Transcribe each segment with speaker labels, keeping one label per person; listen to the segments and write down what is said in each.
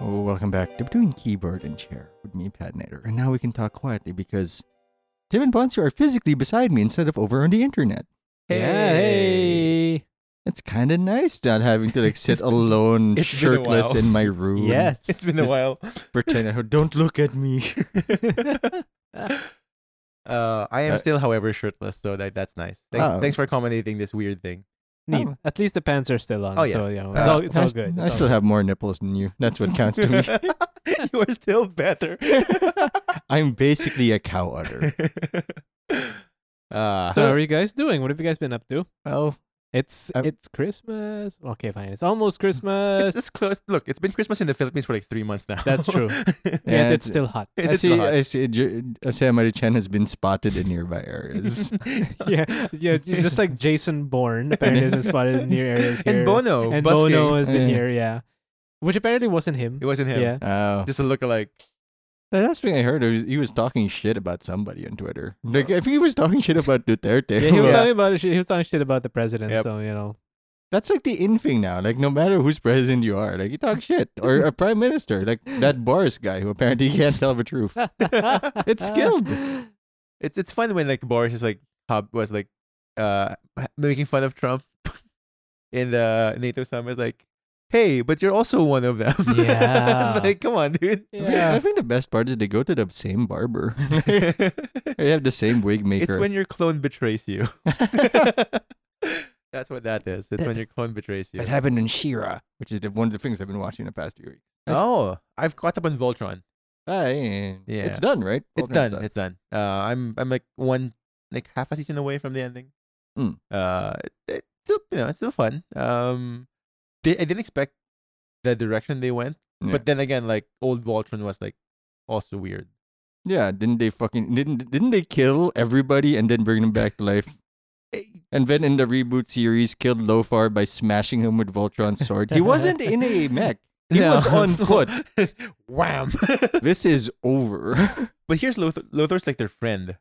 Speaker 1: Oh, welcome back to Between Keyboard and Chair with me, Pat Nader. And now we can talk quietly because Tim and Ponce are physically beside me instead of over on the internet.
Speaker 2: Yeah, hey.
Speaker 1: It's kind of nice not having to like sit alone,
Speaker 2: it's been a
Speaker 1: shirtless
Speaker 2: while.
Speaker 1: in my room.
Speaker 3: Yes.
Speaker 2: It's been a
Speaker 1: Just-
Speaker 2: while.
Speaker 1: Pretend, I don't look at me.
Speaker 2: Uh, I am
Speaker 1: Uh,
Speaker 2: still, however, shirtless, so that, that's nice. Thanks,
Speaker 1: Oh.
Speaker 2: thanks for accommodating this weird thing.
Speaker 3: Neat.
Speaker 1: Oh.
Speaker 3: At least the pants are still on.
Speaker 2: Oh,
Speaker 3: So,
Speaker 2: yes.
Speaker 3: you know,
Speaker 2: Uh,
Speaker 3: it's, all, it's
Speaker 1: I,
Speaker 3: all
Speaker 1: st-
Speaker 3: good.
Speaker 1: I
Speaker 3: It's
Speaker 1: still
Speaker 3: all
Speaker 1: have more nipples than you. That's what counts to me.
Speaker 2: you are still better.
Speaker 1: I'm basically a cow udder.
Speaker 2: uh,
Speaker 3: good. So, how are you guys doing? What have you guys been up to?
Speaker 1: Well,
Speaker 3: It's
Speaker 1: Um,
Speaker 3: it's Christmas. Okay, fine. It's almost Christmas.
Speaker 2: Uh, it's, it's close. Look, it's been Christmas in the Philippines for like three months now.
Speaker 3: uh, That's true.
Speaker 1: yeah,
Speaker 3: yeah, it's still hot.
Speaker 1: I
Speaker 2: It's
Speaker 1: see.
Speaker 2: not.
Speaker 1: I see. Ju- Jose Marichan has been spotted in nearby areas.
Speaker 3: yeah, yeah. j- Just like Jason Bourne apparently has been spotted in near areas here.
Speaker 2: and Bono.
Speaker 3: and
Speaker 2: busking.
Speaker 3: Bono has been
Speaker 1: Yeah.
Speaker 3: here. Yeah, which apparently wasn't him.
Speaker 2: It wasn't him.
Speaker 3: Yeah.
Speaker 1: Oh,
Speaker 2: Just a lookalike.
Speaker 1: the last thing I heard was he was talking shit about somebody on Twitter. Like I think he was talking shit about Duterte.
Speaker 3: Yeah, he was
Speaker 2: Yeah.
Speaker 3: talking about shit- he was talking shit about the president.
Speaker 2: Yep.
Speaker 3: So you know,
Speaker 1: That's like the in thing now. Like no matter who's president you are, like you talk shit or a prime minister, like that Boris guy who apparently can't tell the truth. It's skilled.
Speaker 2: It's it's fun when like Boris is like Hob was like uh making fun of Trump in the NATO summit, like, hey, but you're also one of them.
Speaker 3: Yeah.
Speaker 2: it's like, come on, dude.
Speaker 1: I think- I
Speaker 3: yeah.
Speaker 1: think the best part is they go to the same barber.
Speaker 2: it's
Speaker 1: they have the same wig maker.
Speaker 2: when your clone betrays you. That's what that is. It's when your clone betrays you.
Speaker 1: That happened in Shira, which is the, one of the things I've been watching the past few weeks.
Speaker 2: Oh, I've caught up on Voltron.
Speaker 1: I,
Speaker 2: Yeah.
Speaker 1: It's done, right?
Speaker 2: It's
Speaker 1: Voltron's
Speaker 2: done. It's done. Uh, I'm I'm like one like half a season away from the ending.
Speaker 1: Mm.
Speaker 2: Uh, it- it's still you know it's still fun. Um, they, I didn't expect the direction they went,
Speaker 1: Yeah.
Speaker 2: but then again, like old Voltron was like also weird.
Speaker 1: Yeah, didn't they fucking didn't didn't they kill everybody and then bring them back to life? And then in the reboot series, killed Lofar by smashing him with Voltron's sword. He wasn't in a mech. He was on foot.
Speaker 2: Wham!
Speaker 1: This is over.
Speaker 2: but here's Lothar, Lothar's like their friend.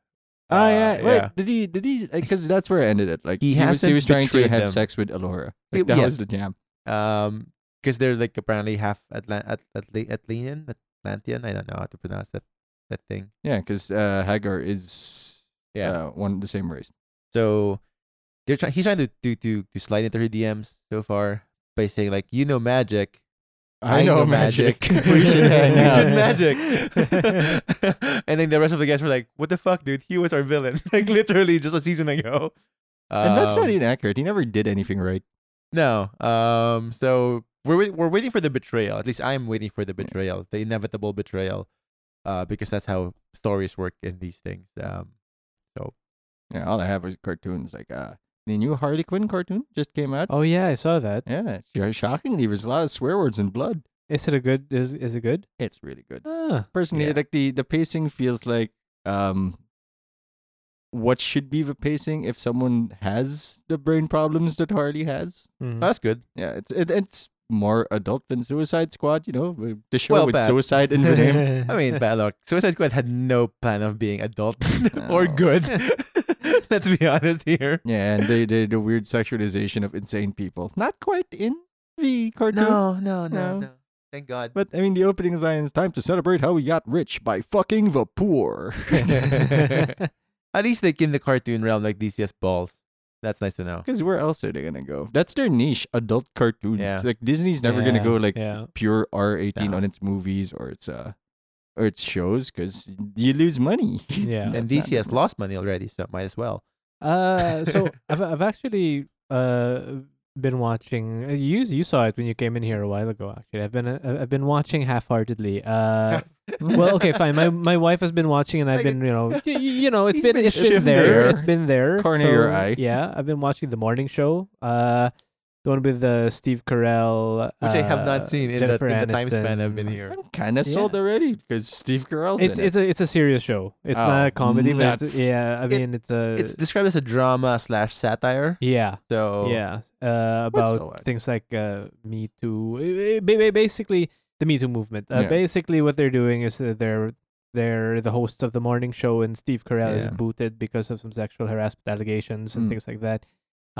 Speaker 1: Ah, yeah.
Speaker 2: Uh,
Speaker 1: Wait, did he? Did he? Because that's where I ended it. Like
Speaker 2: He
Speaker 1: he, was, he
Speaker 2: hasn't
Speaker 1: was trying to
Speaker 2: betrayed
Speaker 1: have
Speaker 2: them.
Speaker 1: sex with Alora.
Speaker 2: It-
Speaker 1: Like, that was the
Speaker 2: yes.
Speaker 1: jam.
Speaker 2: um because they're like apparently half Atlan- At- Atla- Atlantean Atlantean I don't know how to pronounce that that thing
Speaker 1: Yeah, because uh, Hagar is
Speaker 2: Yeah.
Speaker 1: uh, one the same race.
Speaker 2: so they're trying he's trying to, to to to slide into her DMs so far by saying like you know magic I know magic.
Speaker 1: we should hang
Speaker 2: You
Speaker 1: out.
Speaker 2: should magic. and then the rest of the guys were like what the fuck dude he was our villain like literally just a season ago
Speaker 1: And that's not
Speaker 2: Um,
Speaker 1: inaccurate. He never did anything right.
Speaker 2: No. Um. So we're wait- we're waiting for the betrayal. At least I'm waiting for the betrayal, the inevitable betrayal, uh, because that's how stories work in these things. Um.
Speaker 1: Yeah, all I have was cartoons. Like uh, the new Harley Quinn cartoon just came out.
Speaker 3: Oh yeah, I saw that.
Speaker 1: Yeah, it's shockingly, there's a lot of swear words and blood.
Speaker 3: Is it a good? Is is it good?
Speaker 1: It's really good.
Speaker 3: Ah,
Speaker 1: Personally,
Speaker 2: Yeah.
Speaker 1: like the the pacing feels like um, what should be the pacing if someone has the brain problems that Harley has.
Speaker 3: mhm.
Speaker 2: That's good.
Speaker 1: Yeah, it's it, it's more adult than Suicide Squad. You know, with the show
Speaker 2: Well,
Speaker 1: with
Speaker 2: Pat.
Speaker 1: suicide in the name.
Speaker 2: I mean, but look, Suicide Squad had no plan of being adult or
Speaker 1: No.
Speaker 2: good. Let's be honest here.
Speaker 1: Yeah, and they did the weird sexualization of insane people. Not quite in the cartoon.
Speaker 2: no,
Speaker 1: No.
Speaker 2: Thank God.
Speaker 1: But I mean, the opening line is time to celebrate how we got rich by fucking the poor.
Speaker 2: At least like in the cartoon realm, like DCS balls. That's nice to know.
Speaker 1: Because where else are they gonna go? That's their niche, adult cartoons.
Speaker 2: Yeah.
Speaker 1: Like Disney's never gonna
Speaker 3: Yeah,
Speaker 1: go like
Speaker 3: yeah.
Speaker 1: pure R eighteen
Speaker 2: No.
Speaker 1: on its movies or its uh or its shows because you lose money.
Speaker 3: Yeah.
Speaker 2: And
Speaker 1: That's not-
Speaker 2: DCS lost money already, so might as well.
Speaker 3: Uh, so I've I've actually uh been watching. uh, You you saw it when you came in here a while ago. Actually, I've been uh, I've been watching half-heartedly. Uh, well, okay, fine. My my wife has been watching, and I've
Speaker 2: Like
Speaker 3: been you know y- y- you know it's
Speaker 2: He's
Speaker 3: been,
Speaker 2: been
Speaker 3: it's been
Speaker 2: shifting.
Speaker 3: there.
Speaker 1: There.
Speaker 3: it's been there.
Speaker 1: Corner of your
Speaker 3: So,
Speaker 1: eye.
Speaker 3: Yeah, I've been watching the morning show. Uh, the one with uh, Steve Carell,
Speaker 2: which I have
Speaker 3: uh,
Speaker 2: not seen in the,
Speaker 3: Jennifer
Speaker 2: in the time span I've been
Speaker 3: Aniston.
Speaker 2: here.
Speaker 1: I'm kind of sold
Speaker 3: Yeah.
Speaker 1: already because Steve Carell's
Speaker 3: It's
Speaker 1: in
Speaker 3: it's a it's a serious show. It's
Speaker 1: Oh,
Speaker 3: not a comedy, but
Speaker 1: nuts.
Speaker 3: it's, yeah. I
Speaker 2: Mm, It-
Speaker 3: mean, it's a
Speaker 2: It's described as a drama slash satire.
Speaker 3: yeah.
Speaker 2: So
Speaker 3: yeah uh,
Speaker 1: What's the
Speaker 3: about
Speaker 1: word?
Speaker 3: things like uh, me too eh, eh, ba- ba- basically the me too movement uh,
Speaker 1: Yeah.
Speaker 3: basically what they're doing is that they're they're the hosts of the morning show and steve carell is
Speaker 1: Yeah.
Speaker 3: booted because of some sexual harassment allegations and
Speaker 1: Mm.
Speaker 3: things like that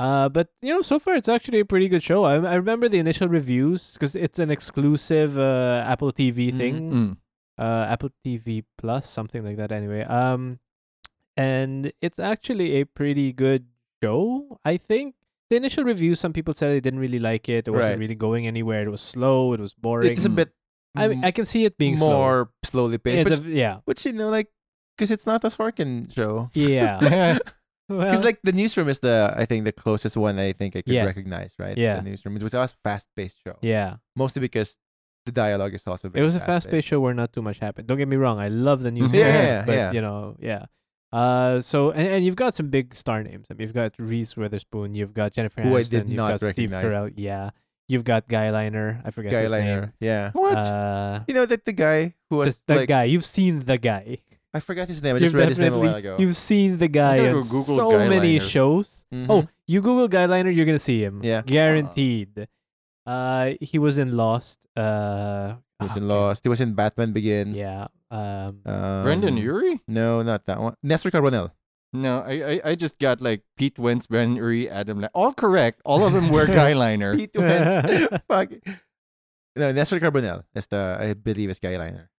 Speaker 3: Uh, but you know, so far it's actually a pretty good show. I, I remember the initial reviews because it's an exclusive uh, Apple TV
Speaker 2: Mhm.
Speaker 3: thing,
Speaker 1: Mm.
Speaker 3: uh, Apple TV Plus, something like that. Anyway, um, and it's actually a pretty good show. I think the initial reviews, some people said they didn't really like it. It wasn't
Speaker 2: Right.
Speaker 3: really going anywhere. It was slow. It was boring.
Speaker 2: It's a
Speaker 1: Mm.
Speaker 2: bit
Speaker 3: I mean, I can see it being slow.
Speaker 2: more slowly paced,
Speaker 3: It's
Speaker 2: which,
Speaker 3: a, yeah,
Speaker 2: which you know, like, because it's not a Sorkin show.
Speaker 3: yeah.
Speaker 2: Because
Speaker 3: Well,
Speaker 2: like the newsroom is the I think the closest one I think I could
Speaker 3: Yes.
Speaker 2: recognize, right?
Speaker 3: Yeah.
Speaker 2: the newsroom. It was a fast paced show,
Speaker 3: yeah,
Speaker 2: mostly because the dialogue is also.
Speaker 3: it
Speaker 2: Very
Speaker 3: was a fast-paced show where not too much happened. Don't get me wrong, I love the news,
Speaker 1: Mhm. Yeah,
Speaker 2: yeah,
Speaker 3: but
Speaker 2: yeah.
Speaker 3: you know, yeah. Uh, so and, and you've got some big star names. I mean, you've got Reese Witherspoon, you've got Jennifer
Speaker 2: Who I
Speaker 3: Aniston,
Speaker 2: did
Speaker 3: you've
Speaker 2: not
Speaker 3: got Steve
Speaker 2: recognize.
Speaker 3: Carell, yeah. You've got Guy Liner, I forget
Speaker 2: Guy
Speaker 3: his name.
Speaker 2: Liner, yeah.
Speaker 1: What?
Speaker 3: Uh,
Speaker 2: You know that the guy who
Speaker 3: the,
Speaker 2: was
Speaker 3: the
Speaker 2: like
Speaker 3: guy. You've seen the guy.
Speaker 2: I forgot his name. I
Speaker 3: You've
Speaker 2: just read his name a
Speaker 3: definitely-
Speaker 2: while ago.
Speaker 3: You've seen the guy
Speaker 1: gotta
Speaker 3: in
Speaker 1: go Google
Speaker 3: so
Speaker 1: Guy
Speaker 3: many
Speaker 1: Liner.
Speaker 3: shows.
Speaker 2: Mhm.
Speaker 3: Oh, you Google Guyliner, you're gonna see him.
Speaker 2: Yeah.
Speaker 3: guaranteed. Uh, he was in Lost. Uh,
Speaker 2: he was
Speaker 3: ah,
Speaker 2: in
Speaker 3: damn.
Speaker 2: Lost. He was in Batman Begins.
Speaker 3: Yeah. Um,
Speaker 2: Um,
Speaker 1: Brendan Urie?
Speaker 2: No, not that one. Nestor Carbonell.
Speaker 1: No, I, I I just got like Pete Wentz, Brendan Urie, Adam. La- all correct. All of them were guyliner.
Speaker 2: Pete Wentz. Fuck. No, Nestor Carbonell. That's the I believe it's Guy Liner.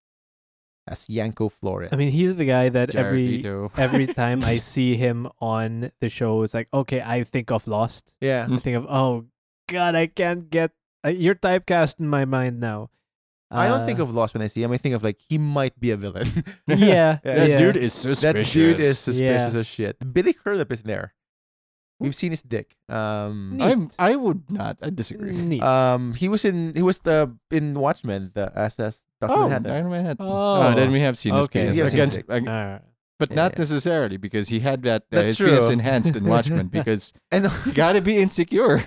Speaker 2: That's Yanko Flores.
Speaker 3: I mean, he's the guy that
Speaker 1: Jared
Speaker 3: every
Speaker 1: Leto.
Speaker 3: every time I see him on the show, it's like, okay, I think of Lost.
Speaker 2: yeah.
Speaker 3: I think of, oh God, I can't get uh, you're typecast in my mind now.
Speaker 2: I don't think
Speaker 3: Uh,
Speaker 2: of Lost when I see him. I think of like he might be a villain.
Speaker 3: yeah,
Speaker 2: That
Speaker 3: yeah.
Speaker 1: That dude is
Speaker 2: that
Speaker 1: suspicious.
Speaker 2: dude is suspicious
Speaker 3: Yeah.
Speaker 2: as shit. Billy Crudup is there. We've seen his dick. Um,
Speaker 1: I'm.
Speaker 3: neat.
Speaker 1: I would not. I disagree.
Speaker 3: Neat.
Speaker 2: um, he was in he was the in Watchmen the as as Doctor
Speaker 1: Oh,
Speaker 2: Manhattan.
Speaker 1: Iron Man. Oh,
Speaker 3: oh,
Speaker 1: then we have seen his
Speaker 3: okay.
Speaker 1: penis
Speaker 2: Yeah,
Speaker 1: against,
Speaker 2: seen
Speaker 1: ag-
Speaker 3: Alright.
Speaker 1: but
Speaker 2: Yeah,
Speaker 1: not
Speaker 2: yeah.
Speaker 1: necessarily because he had that uh,
Speaker 2: That's
Speaker 1: his penis
Speaker 2: true.
Speaker 1: enhanced in Watchmen because
Speaker 2: And
Speaker 1: gotta be insecure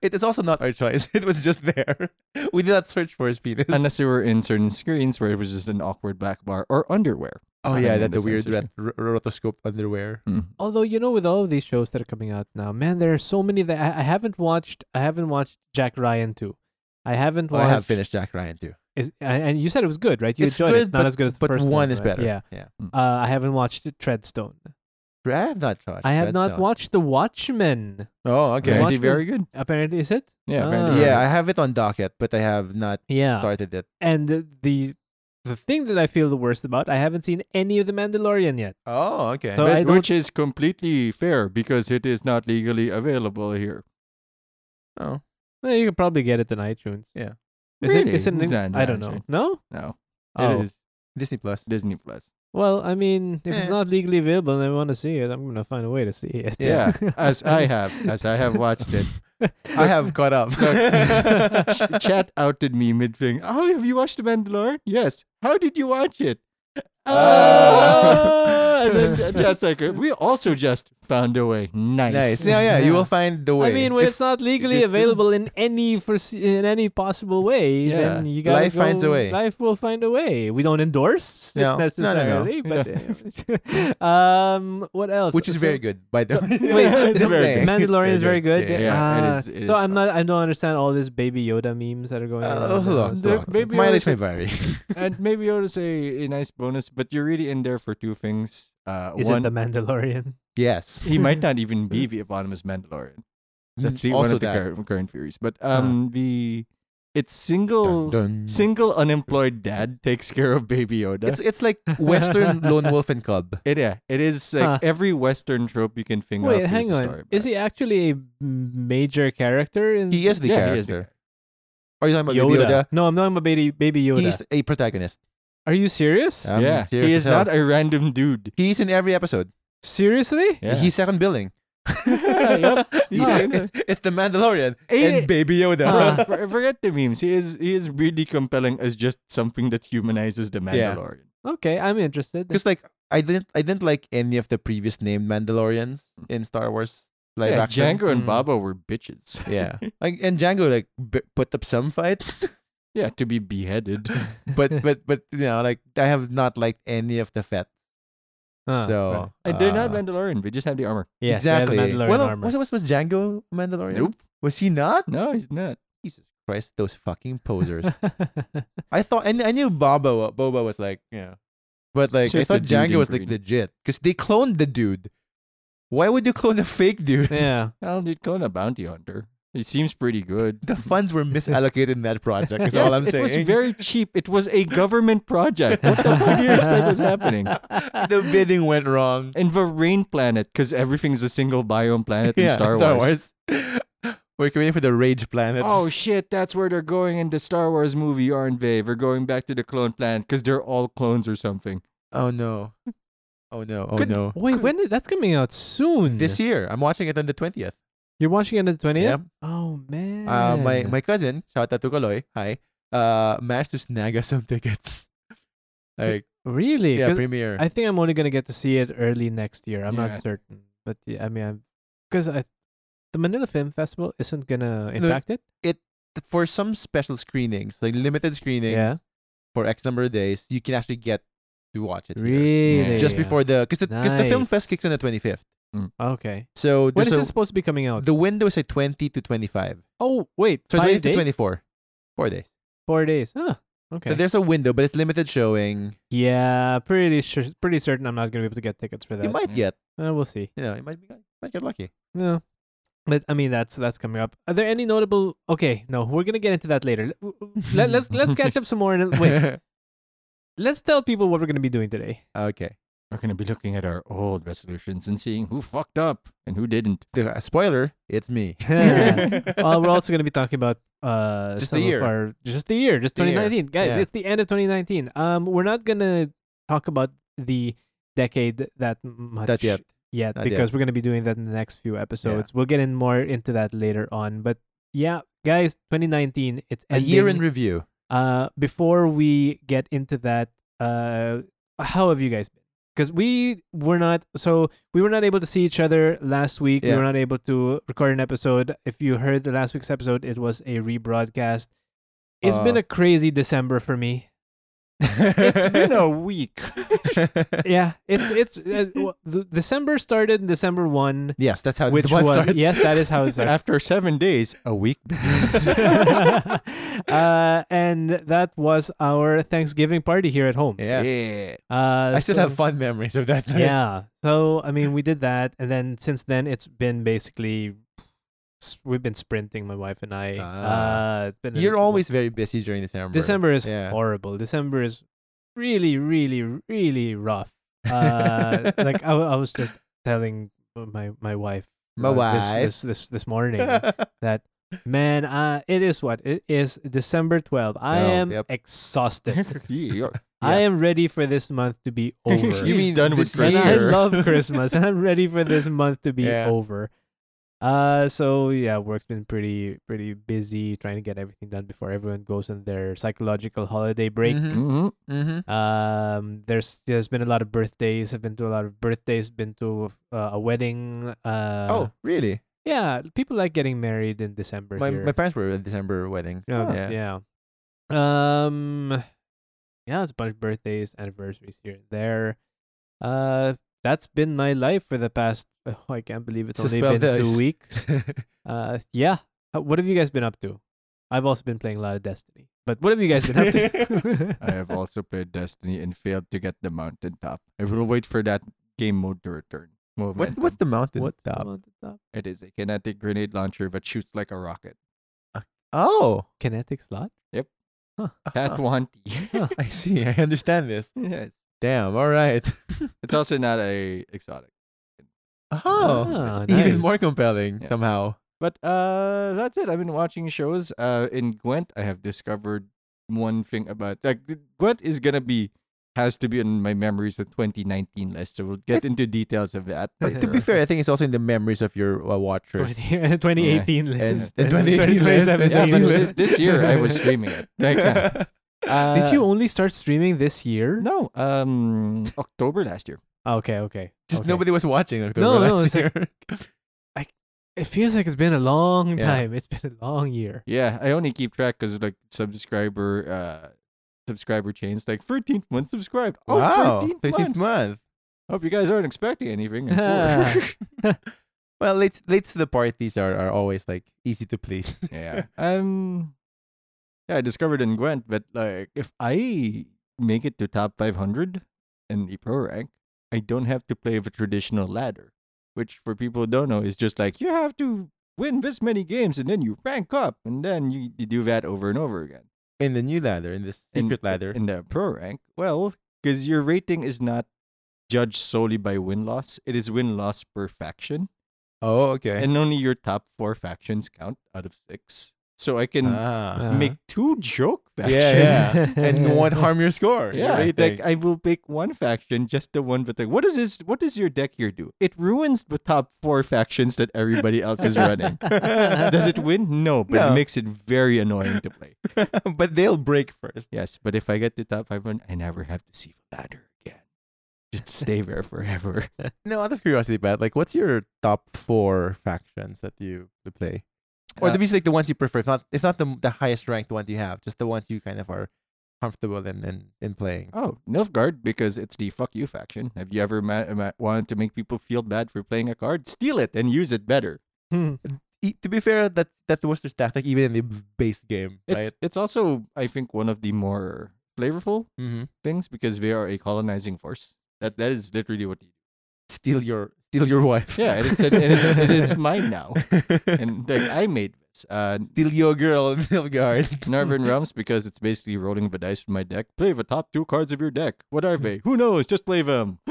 Speaker 2: it is also not our choice. It was just there. We did not search for his penis.
Speaker 1: unless you were in certain screens where it was just an awkward black bar or underwear. Hmm.
Speaker 2: oh
Speaker 1: I
Speaker 2: yeah,
Speaker 1: don't
Speaker 2: that the weird
Speaker 1: understand
Speaker 2: ret- r- rotoscope underwear.
Speaker 3: Although you know, with all of these shows that are coming out now, man, there are so many that I, I haven't watched. I haven't watched Jack Ryan too. I haven't
Speaker 2: Oh,
Speaker 3: watched.
Speaker 2: I have finished Jack Ryan too.
Speaker 3: Is, and and you said it was good, right? You
Speaker 2: It's
Speaker 3: enjoyed
Speaker 2: good,
Speaker 3: it. Not
Speaker 2: but-
Speaker 3: as good as the
Speaker 2: But
Speaker 3: first
Speaker 2: one
Speaker 3: one
Speaker 2: is
Speaker 3: right?
Speaker 2: better.
Speaker 3: Yeah.
Speaker 2: yeah.
Speaker 3: Uh, I haven't watched Treadstone.
Speaker 2: I have not watched.
Speaker 3: I
Speaker 2: Red
Speaker 3: have not
Speaker 2: Dawn.
Speaker 3: watched The Watchmen.
Speaker 2: Oh,
Speaker 1: Okay,
Speaker 2: okay.
Speaker 3: Watch-
Speaker 1: Apparently very good.
Speaker 3: Apparently, is it?
Speaker 1: Yeah,
Speaker 3: Ah.
Speaker 1: apparently
Speaker 2: Yeah, I have it on docket, but I have not
Speaker 3: Yeah.
Speaker 2: started it.
Speaker 3: And the- the the thing that I feel the worst about, I haven't seen any of The Mandalorian yet.
Speaker 2: Oh, okay.
Speaker 3: So-
Speaker 1: But-
Speaker 3: I don't-
Speaker 1: which is completely fair because it is not legally available here.
Speaker 2: oh,
Speaker 3: Well, you could probably get it on iTunes.
Speaker 2: Yeah.
Speaker 3: Is
Speaker 1: Really?
Speaker 3: it? Is it?
Speaker 1: It's not on
Speaker 3: I don't know.
Speaker 1: iTunes.
Speaker 3: No.
Speaker 1: No,
Speaker 3: Oh.
Speaker 1: it is
Speaker 2: Disney Plus.
Speaker 1: Disney Plus.
Speaker 3: Well, I mean, if
Speaker 2: Eh.
Speaker 3: it's not legally available and I want to see it, I'm gonna find a way to see it.
Speaker 1: Yeah, as I have, as I have watched it.
Speaker 2: I have caught up.
Speaker 1: Ch- Chat outed me mid thing. Oh, have you watched The Mandalorian? Yes. How did you watch it? Ah! and then Chat's like, we also just found a way. Nice.
Speaker 2: nice. Yeah, yeah. You will find the way.
Speaker 3: I mean, when
Speaker 2: If
Speaker 3: it's not legally
Speaker 2: it's-
Speaker 3: available in any forse- in any possible way,
Speaker 1: Yeah.
Speaker 3: then you gotta
Speaker 2: Life finds a
Speaker 3: go-
Speaker 2: way.
Speaker 3: Life will find a way. We don't endorse it
Speaker 2: No. No, no, no.
Speaker 3: necessarily, but uh, um, what else?
Speaker 2: which is
Speaker 3: So-
Speaker 2: very good, by the way.
Speaker 3: Wait,
Speaker 1: It's
Speaker 3: this-
Speaker 1: very good.
Speaker 3: Mandalorian is very good.
Speaker 2: Yeah,
Speaker 1: yeah.
Speaker 3: Ah,
Speaker 1: It is- it
Speaker 3: so
Speaker 1: is
Speaker 3: I'm not. I don't understand all this Baby Yoda memes that are going
Speaker 2: Uh,
Speaker 3: around.
Speaker 2: hold on,
Speaker 3: now.
Speaker 2: hold
Speaker 1: There-
Speaker 2: on.
Speaker 1: maybe
Speaker 2: Mileage may
Speaker 1: I'll-
Speaker 2: vary.
Speaker 1: and maybe I'll say a nice bonus, but you're really in there for two things. Uh,
Speaker 3: Is
Speaker 1: one,
Speaker 3: it the Mandalorian?
Speaker 2: yes.
Speaker 1: he might not even be the eponymous Mandalorian.
Speaker 3: Mm-hmm.
Speaker 1: That's the, one
Speaker 2: also
Speaker 1: of the
Speaker 2: that.
Speaker 1: current, current theories. But
Speaker 3: Uh-huh.
Speaker 1: um, the it's single
Speaker 2: Dun, dun.
Speaker 1: single unemployed dad takes care of Baby Yoda.
Speaker 2: It's it's like Western Lone Wolf and Cub.
Speaker 1: It yeah, it is like
Speaker 3: Huh.
Speaker 1: every Western trope you can think of.
Speaker 3: Wait,
Speaker 1: there's
Speaker 3: hang
Speaker 1: a
Speaker 3: on.
Speaker 1: story
Speaker 3: Is he actually a major character in
Speaker 2: He is the
Speaker 1: Yeah,
Speaker 2: character.
Speaker 1: he is the
Speaker 2: Are you talking about Baby Yoda?
Speaker 3: No, I'm talking about baby baby Yoda.
Speaker 2: He's a protagonist.
Speaker 3: Are you
Speaker 2: Yeah.
Speaker 3: serious?
Speaker 1: about it.
Speaker 2: I'm
Speaker 1: yeah,
Speaker 2: serious
Speaker 1: he is
Speaker 2: as hell.
Speaker 1: not a random dude.
Speaker 2: He's in every episode.
Speaker 3: Seriously?
Speaker 1: Yeah.
Speaker 2: He's second billing.
Speaker 1: Yep.
Speaker 2: He's-
Speaker 1: Yeah.
Speaker 2: it's, it's the Mandalorian
Speaker 1: Eh,
Speaker 2: and Baby Yoda.
Speaker 1: Bro, for- forget the memes. He is he is really compelling as just something that humanizes the
Speaker 2: Yeah.
Speaker 1: Mandalorian.
Speaker 3: Okay, I'm interested.
Speaker 2: Because like I didn't I didn't like any of the previous named Mandalorians in Star Wars live
Speaker 1: Yeah,
Speaker 2: action.
Speaker 1: Django and
Speaker 3: Mm.
Speaker 1: Baba were bitches.
Speaker 2: Yeah, like and Django like b- put up some fight,
Speaker 1: Yeah, to be beheaded.
Speaker 2: but but but you know like I have not liked any of the fets.
Speaker 3: Huh.
Speaker 2: so
Speaker 3: Ah, Right.
Speaker 1: And they're not
Speaker 2: uh,
Speaker 1: Mandalorian. They just have the armor.
Speaker 3: Yes, they have the
Speaker 2: exactly.
Speaker 3: Mandalorian
Speaker 2: Well, no,
Speaker 3: armor.
Speaker 2: was, was was Django a Mandalorian?
Speaker 1: Nope.
Speaker 2: Was he not?
Speaker 1: No, he's not.
Speaker 2: Jesus Christ, those fucking posers. I thought and I knew Boba wa- Boba was like yeah, but like I
Speaker 1: Just a
Speaker 2: thought
Speaker 1: dude
Speaker 2: Django
Speaker 1: in
Speaker 2: was like
Speaker 1: green.
Speaker 2: legit because they cloned the dude. Why would you clone a fake dude?
Speaker 3: yeah.
Speaker 1: Well, you'd clone a bounty hunter. It seems pretty good.
Speaker 2: The funds were misallocated in that project. Is all I'm
Speaker 1: it
Speaker 2: saying.
Speaker 1: was very cheap. It was a government project. What the fuck do you expect was happening?
Speaker 2: the bidding went wrong.
Speaker 1: And the rain planet, because everything's a single biome planet in
Speaker 2: yeah,
Speaker 1: Star Wars.
Speaker 2: Wars. We're waiting for the Rage Planet.
Speaker 1: Oh shit, that's where they're going in the Star Wars movie, aren't they? They're going back to the clone planet because they're all clones or something.
Speaker 2: Oh no. Oh no. Oh
Speaker 1: Could-
Speaker 2: no.
Speaker 3: Wait, when did, that's coming out soon?
Speaker 2: This year, I'm watching it on the twentieth.
Speaker 3: You're watching it on the twentieth.
Speaker 2: Yep.
Speaker 3: Oh man.
Speaker 2: Uh, my my cousin, shout out to Kaloy, hi, uh, managed to snag us some tickets. Like
Speaker 3: really?
Speaker 2: yeah,
Speaker 3: 'Cause
Speaker 2: premiere.
Speaker 3: I think I'm only gonna get to see it early next year. I'm
Speaker 1: Yeah.
Speaker 3: not certain, but yeah, I mean, I'm because I the Manila Film Festival isn't gonna
Speaker 2: No,
Speaker 3: impact it.
Speaker 2: th- for some special screenings, like limited screenings
Speaker 3: Yeah.
Speaker 2: for X number of days, you can actually get to watch it. here.
Speaker 3: Really?
Speaker 2: Just before the because the, 'cause the film fest
Speaker 3: Nice.
Speaker 2: kicks on the twenty fifth.
Speaker 3: Okay.
Speaker 2: So
Speaker 3: When is
Speaker 2: there's a-
Speaker 3: it supposed to be coming out?
Speaker 2: the window is like twenty to twenty five.
Speaker 3: oh wait,
Speaker 2: So
Speaker 3: five
Speaker 2: twenty to
Speaker 3: days?
Speaker 2: twenty four. Four days.
Speaker 3: Four days. Huh. Okay.
Speaker 2: So there's a window, but it's limited showing.
Speaker 3: yeah, pretty sure, pretty certain I'm not gonna be able to get tickets for that.
Speaker 2: You might
Speaker 1: Mm.
Speaker 2: get,
Speaker 3: Uh, we'll see.
Speaker 2: you know, you might be might get lucky.
Speaker 3: No. But I mean that's that's coming up. Are there any notable Okay, no, we're gonna get into that later. Let, let's let's catch up some more and then- wait. Let's tell people what we're gonna be doing today.
Speaker 2: okay.
Speaker 1: We're gonna be looking at our old resolutions and seeing who fucked up and who didn't.
Speaker 2: The- uh, Spoiler, it's me.
Speaker 3: well, we're also gonna be talking about uh
Speaker 2: Just the
Speaker 3: some
Speaker 2: year.
Speaker 3: of our just the year, just
Speaker 2: The year,
Speaker 3: 2019. Guys,
Speaker 2: yeah.
Speaker 3: it's the end of 2019. Um we're not gonna talk about the decade that much
Speaker 2: Not yet.
Speaker 3: yet
Speaker 2: Not yet.
Speaker 3: because we're going to be doing that in the next few episodes. We'll get in more into that later on. But yeah, guys, 2019, it's
Speaker 2: A year in
Speaker 3: ending.
Speaker 2: review.
Speaker 3: uh, before we get into that, uh, how have you guys been? Because we were not, so we were not able to see each other last week. We
Speaker 2: Yeah.
Speaker 3: were not able to record an episode. If you heard the last week's episode, it was a rebroadcast. It's been
Speaker 2: Uh,
Speaker 3: a crazy December for me.
Speaker 1: It's been a week.
Speaker 3: Yeah, it's it's uh, w- the- December started in December one,
Speaker 2: yes, that's how
Speaker 3: which
Speaker 2: the month
Speaker 3: was
Speaker 2: starts.
Speaker 3: yes, that is how it starts.
Speaker 1: After seven days, a week begins.
Speaker 3: uh, and that was our Thanksgiving party here at home.
Speaker 2: Yeah.
Speaker 1: Yeah.
Speaker 3: Uh,
Speaker 2: I still
Speaker 3: so-
Speaker 2: have fun memories of that night.
Speaker 3: Yeah. So I mean, we did that, and then since then, it's been basically s- we've been sprinting, my wife and I.
Speaker 2: Ah.
Speaker 3: Uh, it's been a-
Speaker 2: You're always very busy during December.
Speaker 3: December is
Speaker 2: Yeah.
Speaker 3: horrible. December is really, really, really rough. Uh, like I, I was just telling my my wife,
Speaker 2: My
Speaker 3: uh,
Speaker 2: wife.
Speaker 3: this- this this this morning that man uh it is what it is december 12th i
Speaker 2: Oh,
Speaker 3: am
Speaker 2: yep.
Speaker 3: exhausted
Speaker 1: Yeah.
Speaker 3: i am ready for this month to be over
Speaker 1: You
Speaker 2: He's
Speaker 1: mean done with
Speaker 2: this
Speaker 3: and
Speaker 1: Christmas?
Speaker 3: i
Speaker 2: year.
Speaker 3: love christmas and i'm ready for this month to be
Speaker 2: Yeah.
Speaker 3: over uh so yeah work's been pretty pretty busy trying to get everything done before everyone goes on their psychological holiday break
Speaker 2: Mhm,
Speaker 1: Mhm.
Speaker 2: mhm.
Speaker 3: um there's there's been a lot of birthdays i've been to a lot of birthdays been to uh, a wedding uh
Speaker 2: oh, really?
Speaker 3: yeah people like getting married in december
Speaker 2: My,
Speaker 3: here.
Speaker 2: my parents were at December wedding.
Speaker 3: Yeah,
Speaker 2: Oh, yeah.
Speaker 3: yeah. Um, yeah, it's a bunch of birthdays, anniversaries here and there. Uh, that's been my life for the past. Oh, I can't believe it's
Speaker 2: Just
Speaker 3: only
Speaker 2: 12
Speaker 3: been
Speaker 2: days.
Speaker 3: two weeks. Uh, yeah. Uh, What have you guys been up to? I've also been playing a lot of Destiny, but what have you guys been up to?
Speaker 1: I have also played Destiny and failed to get the mountaintop. I will wait for that game mode to return.
Speaker 2: what's
Speaker 1: Momentum.
Speaker 2: what's the mountain?
Speaker 3: What's
Speaker 2: top?
Speaker 3: the mountaintop?
Speaker 1: It is a kinetic grenade launcher that shoots like a rocket.
Speaker 2: Oh,
Speaker 3: Kinetic slot.
Speaker 1: That one. yes.
Speaker 2: I see. I understand this. Damn. All right.
Speaker 1: It's also not a exotic.
Speaker 2: Oh,
Speaker 3: Ah,
Speaker 2: even
Speaker 3: nice.
Speaker 2: more compelling
Speaker 1: Yeah.
Speaker 2: somehow.
Speaker 1: But uh, that's it. I've been watching shows. Uh, in Gwent, I have discovered one thing about like Gwent is gonna be has to be in my memories of 2019 list. So we'll get into details of that.
Speaker 2: But to be
Speaker 1: later.
Speaker 2: fair, I think it's also in the memories of your uh, watchers.
Speaker 3: 20, 2018 list.
Speaker 2: And- and 2018 list,
Speaker 3: 2017
Speaker 1: yeah, but
Speaker 2: list.
Speaker 1: this, this year I was streaming it. Like, uh, uh,
Speaker 3: Did you only start streaming this year? Ah,
Speaker 1: No, um, October last year.
Speaker 3: Okay, okay.
Speaker 2: Just
Speaker 3: okay.
Speaker 2: nobody was watching October
Speaker 3: No, no,
Speaker 2: last
Speaker 3: it's like-
Speaker 2: year.
Speaker 3: It feels like it's been a long
Speaker 2: Yeah.
Speaker 3: time. It's been a long year.
Speaker 1: Yeah, I only keep track because like subscriber, uh, subscriber chains like 13th month subscribed. Oh,
Speaker 2: wow,
Speaker 1: 13th,
Speaker 2: 13th
Speaker 1: month.
Speaker 2: month.
Speaker 1: Hope you guys aren't expecting anything. I'm
Speaker 3: Ah.
Speaker 1: poor.
Speaker 2: Well, late late to the parties are, are always like easy to please.
Speaker 1: yeah. Um. Yeah, I discovered in Gwent that like if I make it to top 500 in the pro rank, I don't have to play the traditional ladder. which for people who don't know is just like you have to win this many games and then you rank up and then you, you do that over and over again.
Speaker 2: in the new ladder, in this
Speaker 1: In-
Speaker 2: secret ladder.
Speaker 1: in the pro rank. Well, because your rating is not judged solely by win loss; it is win loss per faction,
Speaker 2: oh, okay.
Speaker 1: and only your top four factions count out of six. So I can
Speaker 2: ah.
Speaker 3: Uh-huh.
Speaker 1: make two joke
Speaker 2: Yeah,
Speaker 1: factions.
Speaker 2: yeah. and won't harm your score. your
Speaker 1: Yeah,
Speaker 2: rating.
Speaker 1: like I will pick one faction, just the one. But like, what does this? What does your deck here do? It ruins the top four factions that everybody else is running. does it win? No, but
Speaker 2: No.
Speaker 1: it makes it very annoying to play.
Speaker 2: but they'll break first.
Speaker 1: Yes, but if I get the top five run, I never have to see the ladder again. Just stay there forever.
Speaker 2: No, out of curiosity, Pat, like what's your top four factions that you to play? Or
Speaker 1: Uh,
Speaker 2: at least like the ones you prefer, if not if not the the highest ranked ones you have, just the ones you kind of are comfortable in in, in playing.
Speaker 1: Oh, Nilfgaard, because it's the fuck you faction. Have you ever ma- ma- wanted to make people feel bad for playing a card? Steal it and use it better.
Speaker 3: Hmm.
Speaker 2: E- to be fair, that that was their stack, like even in the b- base game,
Speaker 1: It's,
Speaker 2: right?
Speaker 1: it's also, I think, one of the more flavorful
Speaker 2: Mm-hmm.
Speaker 1: things because they are a colonizing force. That That is literally what you
Speaker 2: Steal your steal your wife.
Speaker 1: do. Yeah, and it's, and it's, and it's mine now. And like, I made this. Uh,
Speaker 2: steal your girl, Nilfgaard.
Speaker 1: Narvin Realms because it's basically rolling the dice from my deck. Play the top two cards of your deck. What are they? Who knows? Just play them.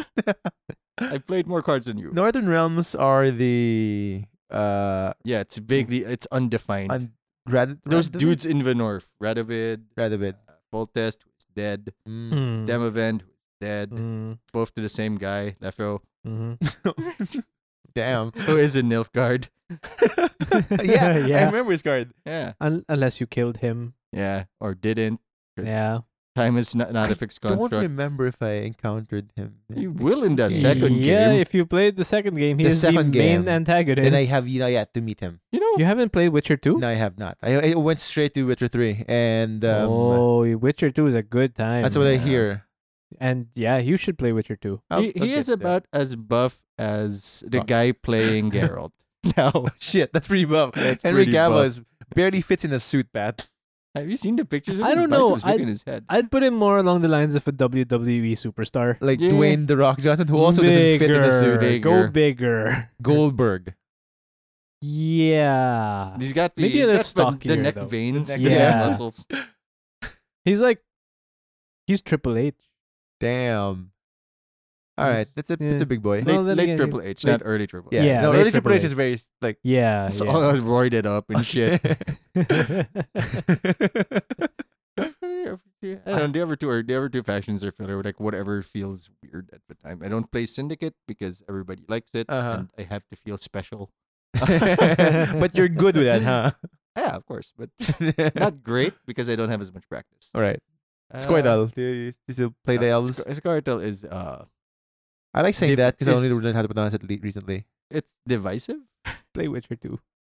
Speaker 1: I played more cards than you.
Speaker 2: Northern Realms are the uh
Speaker 1: Yeah, it's vaguely, it's undefined.
Speaker 2: un- Rad-
Speaker 1: Those
Speaker 2: Radovid?
Speaker 1: dudes in the north, Radovid,
Speaker 2: Radovid.
Speaker 1: uh, Voltest, who's dead,
Speaker 2: Mm.
Speaker 3: Hmm.
Speaker 1: Demavend, who's dead,
Speaker 3: Mm,
Speaker 1: both to the same guy, Lefro,
Speaker 2: Mm-hmm.
Speaker 3: mhm.
Speaker 1: Hmm.
Speaker 2: Damn.
Speaker 1: who is in Nilfgaard.
Speaker 2: yeah, I
Speaker 3: Yeah.
Speaker 2: remember his card.
Speaker 1: Yeah,
Speaker 3: Un- unless you killed him.
Speaker 1: yeah, or didn't. 'cause
Speaker 3: Yeah.
Speaker 1: Time is not, not
Speaker 2: I
Speaker 1: a fixed
Speaker 2: Don't
Speaker 1: construct.
Speaker 2: remember if I encountered him.
Speaker 1: You will in the
Speaker 2: Yeah.
Speaker 1: second
Speaker 3: yeah,
Speaker 1: game.
Speaker 3: if you played the second game, he
Speaker 2: The
Speaker 3: is
Speaker 2: second
Speaker 3: the main
Speaker 2: game.
Speaker 3: antagonist.
Speaker 2: Then I have not yet to meet him.
Speaker 1: you know,
Speaker 3: You haven't played Witcher 2?
Speaker 2: No, I have not. I, I went straight to Witcher 3, and um,
Speaker 3: oh, Witcher 2 is a good time.
Speaker 2: that's what I
Speaker 1: yeah.
Speaker 2: hear. Oh,
Speaker 3: And yeah, you should play Witcher 2.
Speaker 2: I'll-
Speaker 1: he,
Speaker 2: I'll
Speaker 1: he is
Speaker 2: get there.
Speaker 1: about as buff as the
Speaker 2: Fuck.
Speaker 1: guy playing Geralt. now,
Speaker 2: Oh, Shit, that's pretty buff.
Speaker 1: That's
Speaker 2: Henry
Speaker 1: pretty
Speaker 2: Cavill
Speaker 1: buff.
Speaker 2: is barely fits in a suit, Pat.
Speaker 1: have you seen the pictures? Of
Speaker 3: I
Speaker 1: his
Speaker 3: don't know,
Speaker 1: biceps looking
Speaker 3: I-
Speaker 1: his head.
Speaker 3: I'd put him more along the lines of a WWE superstar.
Speaker 2: Like
Speaker 1: Yeah.
Speaker 2: Dwayne The Rock Johnson, who also doesn't fit in a
Speaker 3: Bigger.
Speaker 2: suit.
Speaker 1: Big.
Speaker 3: Go bigger.
Speaker 2: Goldberg.
Speaker 3: Yeah.
Speaker 1: He's got the,
Speaker 3: Maybe
Speaker 1: he's got the- the,
Speaker 3: a stockier,
Speaker 1: neck
Speaker 3: though.
Speaker 1: veins,
Speaker 2: The
Speaker 1: the
Speaker 2: neck
Speaker 1: neck
Speaker 3: Yeah.
Speaker 1: muscles.
Speaker 3: He's like, he's Triple H.
Speaker 2: Damn. All right,
Speaker 3: He's-
Speaker 2: that's a that's
Speaker 3: yeah.
Speaker 2: a big boy.
Speaker 1: Late,
Speaker 3: Well, then
Speaker 1: late
Speaker 3: again,
Speaker 1: Triple H,
Speaker 2: late-
Speaker 1: not early Triple H.
Speaker 2: Yeah,
Speaker 3: Yeah,
Speaker 2: no,
Speaker 3: late
Speaker 2: early Triple H
Speaker 3: Triple
Speaker 2: is very like
Speaker 3: Yeah.
Speaker 1: It's all
Speaker 3: yeah.
Speaker 1: roided up and shit. I don't know. The other two are the other two factions are filler. Like whatever feels weird at the time. I don't play Syndicate because everybody likes it,
Speaker 2: Uh-huh.
Speaker 1: and I have to feel special.
Speaker 2: but you're good with that, huh?
Speaker 1: Yeah, of course, but not great because I don't have as much practice.
Speaker 2: All right. Uh,
Speaker 1: Uh,
Speaker 2: Squirtle. Do you, you still play the elves?
Speaker 1: Squ- Squirtle is uh,
Speaker 2: I like saying
Speaker 1: Dip
Speaker 2: that because I only
Speaker 1: is-
Speaker 2: learned how to pronounce it le- recently.
Speaker 1: it's divisive.
Speaker 3: Play Witcher 2.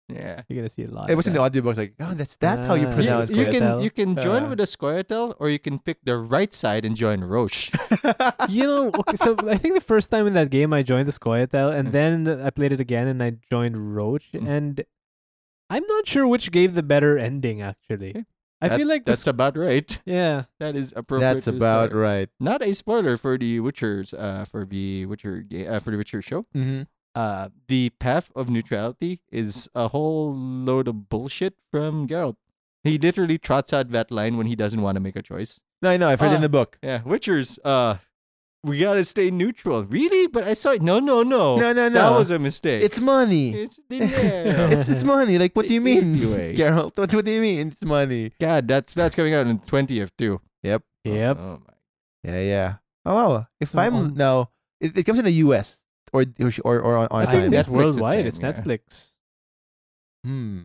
Speaker 1: Yeah.
Speaker 3: You're going to see a lot.
Speaker 2: It
Speaker 3: of
Speaker 2: was in the
Speaker 3: that.
Speaker 2: audiobook. Like, oh, that's that's how you
Speaker 3: Ah.
Speaker 1: You,
Speaker 2: pronounce
Speaker 1: you
Speaker 2: it.
Speaker 1: can
Speaker 3: Squirtle.
Speaker 1: you can join
Speaker 2: Uh.
Speaker 1: with a Squirtle or you can pick the right side and join Roche.
Speaker 3: you know, okay, so I think the first time in that game I joined the Scoia'tael, and
Speaker 1: Mm.
Speaker 3: then I played it again, and I joined Roach,
Speaker 1: Mm.
Speaker 3: and I'm not sure which gave the better ending. Actually,
Speaker 1: Okay.
Speaker 3: I
Speaker 1: That-
Speaker 3: feel like
Speaker 1: that's
Speaker 3: this.
Speaker 1: about right.
Speaker 3: Yeah,
Speaker 1: That is appropriate.
Speaker 2: that's
Speaker 1: for the
Speaker 2: about
Speaker 1: story.
Speaker 2: right.
Speaker 1: not a spoiler for the Witcher's uh for the Witcher ga- uh, for the Witcher show.
Speaker 2: Mm-hmm.
Speaker 1: Uh, the path of neutrality is a whole load of bullshit from Geralt. He literally trots out that line when he doesn't want to make a choice.
Speaker 2: No, I know. I've heard it in
Speaker 1: Ah.
Speaker 2: the book.
Speaker 1: Yeah, Witchers. Uh, we gotta stay neutral. Really? But I saw it. No, no, no.
Speaker 2: No, no, no.
Speaker 1: That was a mistake.
Speaker 2: it's money.
Speaker 1: it's yeah.
Speaker 2: it's it's money. Like, what do you
Speaker 1: The easy
Speaker 2: mean,
Speaker 1: way.
Speaker 2: Geralt? What, what do you mean? It's money.
Speaker 1: God, that's that's coming out in twentieth too.
Speaker 2: Yep.
Speaker 3: yep.
Speaker 1: Oh, oh my.
Speaker 2: Yeah, yeah. Oh wow. If
Speaker 3: So
Speaker 2: I'm
Speaker 3: on-
Speaker 2: now, it, it comes in the U.S. or or or on, on
Speaker 1: I
Speaker 3: I
Speaker 1: think
Speaker 2: time.
Speaker 3: think
Speaker 1: that's Netflix it's
Speaker 3: it's worldwide. It's
Speaker 1: saying, yeah.
Speaker 3: Netflix.
Speaker 2: Hmm.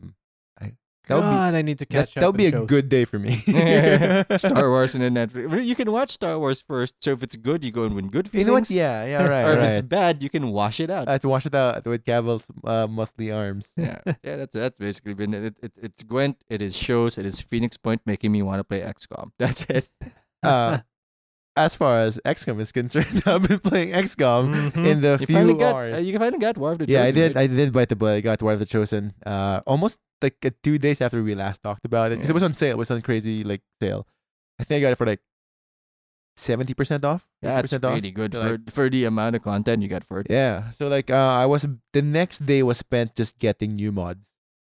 Speaker 2: I, that would be
Speaker 3: God, I need to
Speaker 2: that's-
Speaker 3: catch
Speaker 2: that
Speaker 3: up.
Speaker 2: would be
Speaker 3: on
Speaker 2: a
Speaker 3: shows.
Speaker 2: good day for me.
Speaker 1: Star Wars and then Netflix. Well, You can watch Star Wars first. So if it's good, you go and win good
Speaker 2: You
Speaker 1: feelings.
Speaker 2: know what? Yeah, yeah, right.
Speaker 1: or if
Speaker 2: right.
Speaker 1: it's bad, you can wash it out.
Speaker 2: I have to wash it out with Cavill's uh, muscly arms.
Speaker 1: yeah, yeah, that's that's basically been it, it. It's Gwent, it is shows, it is Phoenix Point making me want to play XCOM. That's it.
Speaker 2: Uh, as far as XCOM is concerned, I've been playing XCOM
Speaker 3: Mhm.
Speaker 2: in the
Speaker 1: Mm-hmm. You
Speaker 2: few
Speaker 1: finally got
Speaker 2: hours.
Speaker 1: uh, you finally got War of the
Speaker 2: yeah, I
Speaker 1: Chosen,
Speaker 2: did.
Speaker 1: right?
Speaker 2: I did bite the bullet. I got War of the Chosen. Uh, almost like uh, two days after we last talked about it, because
Speaker 1: Yeah.
Speaker 2: it was on sale. It was on crazy like sale. I think I got it for like seventy percent off.
Speaker 1: That's
Speaker 2: 80% off.
Speaker 1: pretty good
Speaker 2: So,
Speaker 1: for, for the amount of content you get for it.
Speaker 2: Yeah. So like, uh, I was the next day was spent just getting new mods.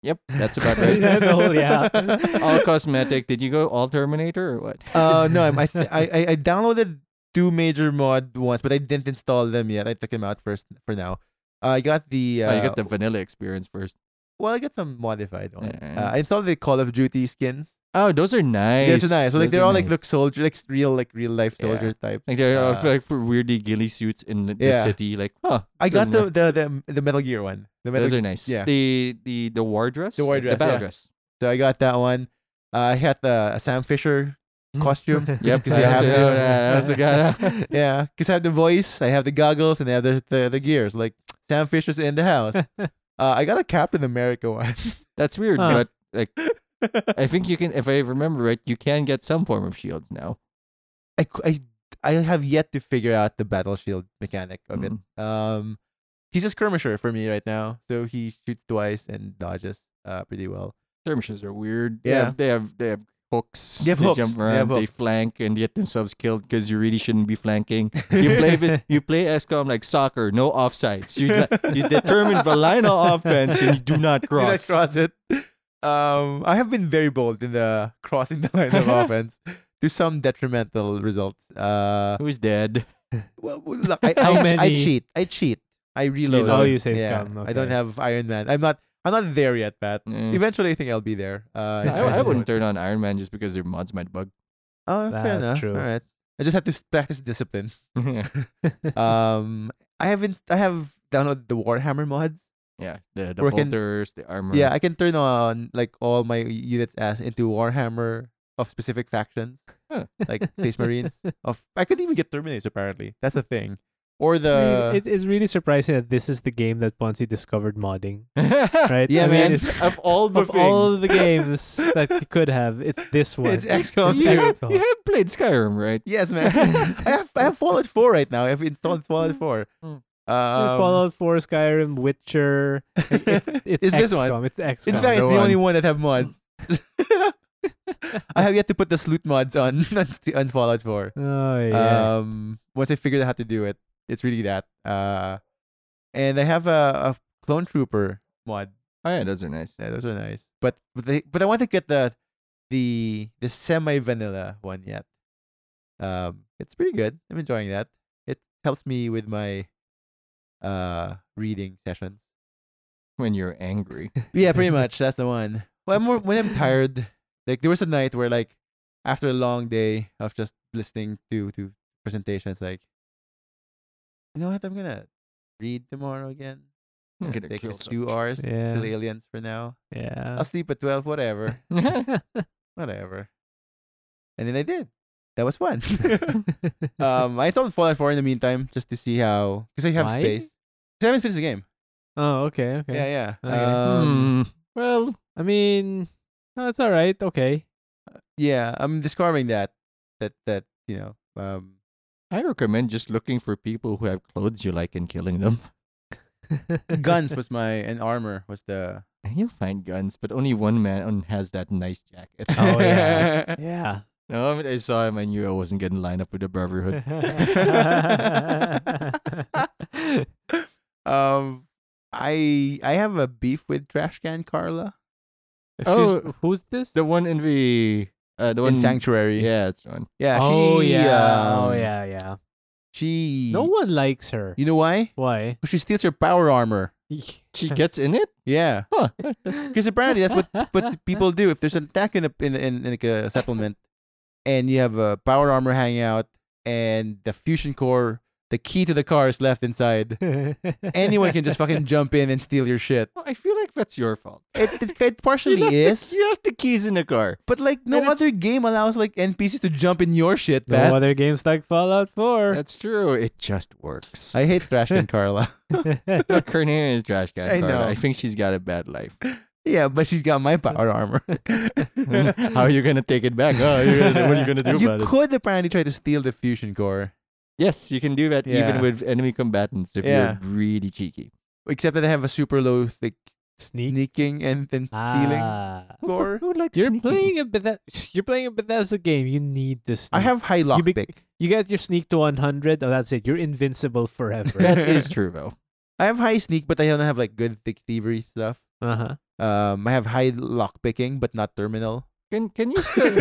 Speaker 1: Yep, that's about right.
Speaker 3: Yeah, no, yeah.
Speaker 1: all cosmetic. Did you go all Terminator or what?
Speaker 2: Uh, no, I'm, I, th- I I I downloaded two major mod ones, but I didn't install them yet. I took them out first for now. Uh, I got the. Uh,
Speaker 1: Oh, you got the vanilla experience first.
Speaker 2: Well, I got some modified ones.
Speaker 1: Yeah.
Speaker 2: Uh, I installed the Call of Duty skins.
Speaker 1: Oh, those are nice.
Speaker 2: Those are nice. So like
Speaker 1: Those
Speaker 2: they're
Speaker 1: are
Speaker 2: all like
Speaker 1: nice.
Speaker 2: look soldier, like s- real like real life
Speaker 1: Yeah.
Speaker 2: soldier type.
Speaker 1: Like they're uh,
Speaker 2: Uh,
Speaker 1: like for weirdly ghillie suits in the
Speaker 2: Yeah.
Speaker 1: city. Like, huh?
Speaker 2: I got
Speaker 1: doesn't
Speaker 2: the,
Speaker 1: know.
Speaker 2: the the the Metal Gear one. The Metal
Speaker 1: Those are nice.
Speaker 2: yeah.
Speaker 1: The the the war dress.
Speaker 2: The war dress,
Speaker 1: The battle
Speaker 2: yeah.
Speaker 1: dress.
Speaker 2: So I got that one. Uh, I had the a Sam Fisher costume.
Speaker 1: Yep.
Speaker 2: because you
Speaker 1: that's
Speaker 2: have
Speaker 1: it.
Speaker 2: to.
Speaker 1: Oh, yeah, that's a guy.
Speaker 2: yeah, because I have the voice, I have the goggles, and I have the the, the gears. Like Sam Fisher's in the house. uh, I got a Captain America one.
Speaker 1: That's weird,
Speaker 3: Huh.
Speaker 1: but like, I think you can. If I remember right, you can get some form of shields now.
Speaker 2: I, cou- I, I have yet to figure out the battle shield mechanic of
Speaker 1: Mm.
Speaker 2: it. Um, he's a skirmisher for me right now, so he shoots twice and dodges uh pretty well.
Speaker 1: Skirmishes are weird.
Speaker 2: Yeah.
Speaker 1: They have they have, they have hooks.
Speaker 2: They have hooks.
Speaker 1: jump
Speaker 2: They
Speaker 1: around. They,
Speaker 2: have hooks.
Speaker 1: flank and get themselves killed because you really shouldn't be flanking. You play with you play SCOM like soccer, no offsides. You de- you determine the line of offense and you do not
Speaker 2: Did I
Speaker 1: cross.
Speaker 2: cross it? Um, I have been very bold in the crossing the line of offense to some detrimental results. Uh,
Speaker 1: Who's dead?
Speaker 2: well, well, look, I, I,
Speaker 3: How
Speaker 2: ch- I
Speaker 3: many?
Speaker 2: cheat. I cheat. I reload.
Speaker 1: Oh,
Speaker 3: you save
Speaker 2: yeah.
Speaker 3: scum,
Speaker 2: I don't
Speaker 3: okay.
Speaker 2: have Iron Man. I'm not. I'm not there yet, Pat.
Speaker 1: Mm.
Speaker 2: Eventually, I think I'll be there. Uh,
Speaker 1: I, I wouldn't turn on Iron Man just because their mods might bug.
Speaker 2: Oh, fair
Speaker 3: That's
Speaker 2: enough.
Speaker 3: true.
Speaker 2: All right. I just have to s- practice discipline.
Speaker 1: yeah,
Speaker 2: um, I haven't. I have downloaded the Warhammer mods.
Speaker 1: the, the
Speaker 2: Or can-
Speaker 1: bolters, the armor.
Speaker 2: Yeah, I can turn on like all my units as into Warhammer of specific factions,
Speaker 1: Huh.
Speaker 2: like Space Marines. Of I could even get Terminators. Apparently, that's a thing. Or
Speaker 3: I mean,
Speaker 2: the
Speaker 3: it, it's really surprising that this is the game that Ponzi discovered modding, right?
Speaker 2: yeah,
Speaker 3: I mean,
Speaker 2: man.
Speaker 3: it's-
Speaker 2: of all
Speaker 3: of all the games that you could have, it's this one.
Speaker 2: it's XCOM.
Speaker 1: you,
Speaker 3: Yeah.
Speaker 2: dude.
Speaker 1: have, you have played Skyrim, right?
Speaker 2: Yes, man. I have I have Fallout Four right now. I've installed Fallout Four.
Speaker 1: Mm.
Speaker 2: Um,
Speaker 3: Hmm. Uh, Fallout 4, Skyrim, Witcher. It's, it's,
Speaker 2: It's
Speaker 3: XCOM.
Speaker 2: this one.
Speaker 3: It's XCOM.
Speaker 2: In fact, it's
Speaker 1: Go
Speaker 2: the
Speaker 1: on.
Speaker 2: only one that have mods.
Speaker 3: Hmm.
Speaker 2: I have yet to put the sloot mods on on, St- on Fallout 4.
Speaker 3: oh yeah.
Speaker 2: Um, once I figured out how to do it, it's really that. Uh, and I have a, a clone trooper mod.
Speaker 1: Oh yeah, those are nice.
Speaker 2: Yeah, those are nice. But but, they, but I want to get the the the semi vanilla one yet. Um, it's pretty good. I'm enjoying that. It helps me with my uh reading sessions.
Speaker 1: When you're angry,
Speaker 2: Yeah, pretty much. That's the one. Well, I'm more, when I'm tired, like there was a night where like after a long day of just listening to to presentations, like you know what, I'm gonna read tomorrow again.
Speaker 1: I'm gonna
Speaker 2: Take
Speaker 1: kill
Speaker 2: us two hours,
Speaker 3: Yeah.
Speaker 2: kill aliens for now.
Speaker 3: yeah.
Speaker 2: I'll sleep at twelve, whatever,
Speaker 1: some-
Speaker 2: whatever. And then I did. That was fun. um, I installed Fallout 4 in the meantime just to see how because I have
Speaker 3: Why?
Speaker 2: space. 'Cause I haven't finished the game.
Speaker 3: oh, okay, okay.
Speaker 2: Yeah, yeah.
Speaker 3: Okay.
Speaker 2: Um,
Speaker 1: Hmm. Well,
Speaker 3: I mean, no, it's all right. Okay.
Speaker 2: yeah i'm discovering that that that you know um
Speaker 1: I recommend just looking for people who have clothes you like and killing them.
Speaker 2: guns was my and armor was the
Speaker 1: You'll find guns, but only one man has that nice jacket.
Speaker 3: Oh, yeah. yeah.
Speaker 1: The moment I saw him, I knew I wasn't getting lined up with the Brotherhood.
Speaker 2: um i i have a beef with trash can carla Oh.
Speaker 3: Excuse- who's this?
Speaker 1: the one in the uh, the one
Speaker 2: in sanctuary
Speaker 1: Yeah, it's the one.
Speaker 2: yeah
Speaker 3: oh
Speaker 2: she,
Speaker 3: yeah. oh
Speaker 2: um,
Speaker 3: yeah, yeah.
Speaker 2: she
Speaker 3: No one likes her.
Speaker 2: you know why
Speaker 3: Why?
Speaker 2: 'Cause she steals her power armor
Speaker 1: She gets in it.
Speaker 2: yeah
Speaker 1: Huh.
Speaker 2: because apparently that's what what people do if there's an attack in a in, in, in like a settlement and you have a power armor hanging out and the fusion core the key to the car is left inside anyone can just fucking jump in and steal your shit.
Speaker 1: Well, I feel like that's your fault.
Speaker 2: It, it, it partially is,
Speaker 1: You left the keys in the car.
Speaker 2: but like no
Speaker 1: And it's-
Speaker 2: other game allows like NPCs to jump in your shit,
Speaker 3: No
Speaker 2: man.
Speaker 3: other games like Fallout 4.
Speaker 1: That's true. It just works.
Speaker 2: I hate Trash and Carla.
Speaker 1: Look, her name is Trash Guy.
Speaker 2: I
Speaker 1: I,
Speaker 2: know.
Speaker 1: I think she's got a bad life.
Speaker 2: yeah, but she's got my power armor.
Speaker 1: How are you gonna take it back? Oh, you're gonna, what are you gonna do
Speaker 2: you
Speaker 1: about it?
Speaker 2: could apparently try to steal the fusion core,
Speaker 1: Yes, you can do that
Speaker 2: Yeah.
Speaker 1: even with enemy combatants if
Speaker 2: Yeah.
Speaker 1: you're really cheeky.
Speaker 2: except that I have a super low like
Speaker 3: Sneak.
Speaker 2: sneaking and then stealing
Speaker 3: Ah.
Speaker 2: score.
Speaker 1: Who likes
Speaker 3: You're
Speaker 1: sneaking?
Speaker 3: playing a Bethesda. You're playing a Bethesda game. You need to sneak.
Speaker 2: I have high lock
Speaker 3: bec-
Speaker 2: pick.
Speaker 3: You get your sneak to 100. Oh, that's it. You're invincible forever.
Speaker 1: That is true though.
Speaker 2: I have high sneak, but I don't have like good thick thievery stuff.
Speaker 3: uh huh.
Speaker 2: Um, I have high lock picking, but not terminal.
Speaker 1: Can can you still?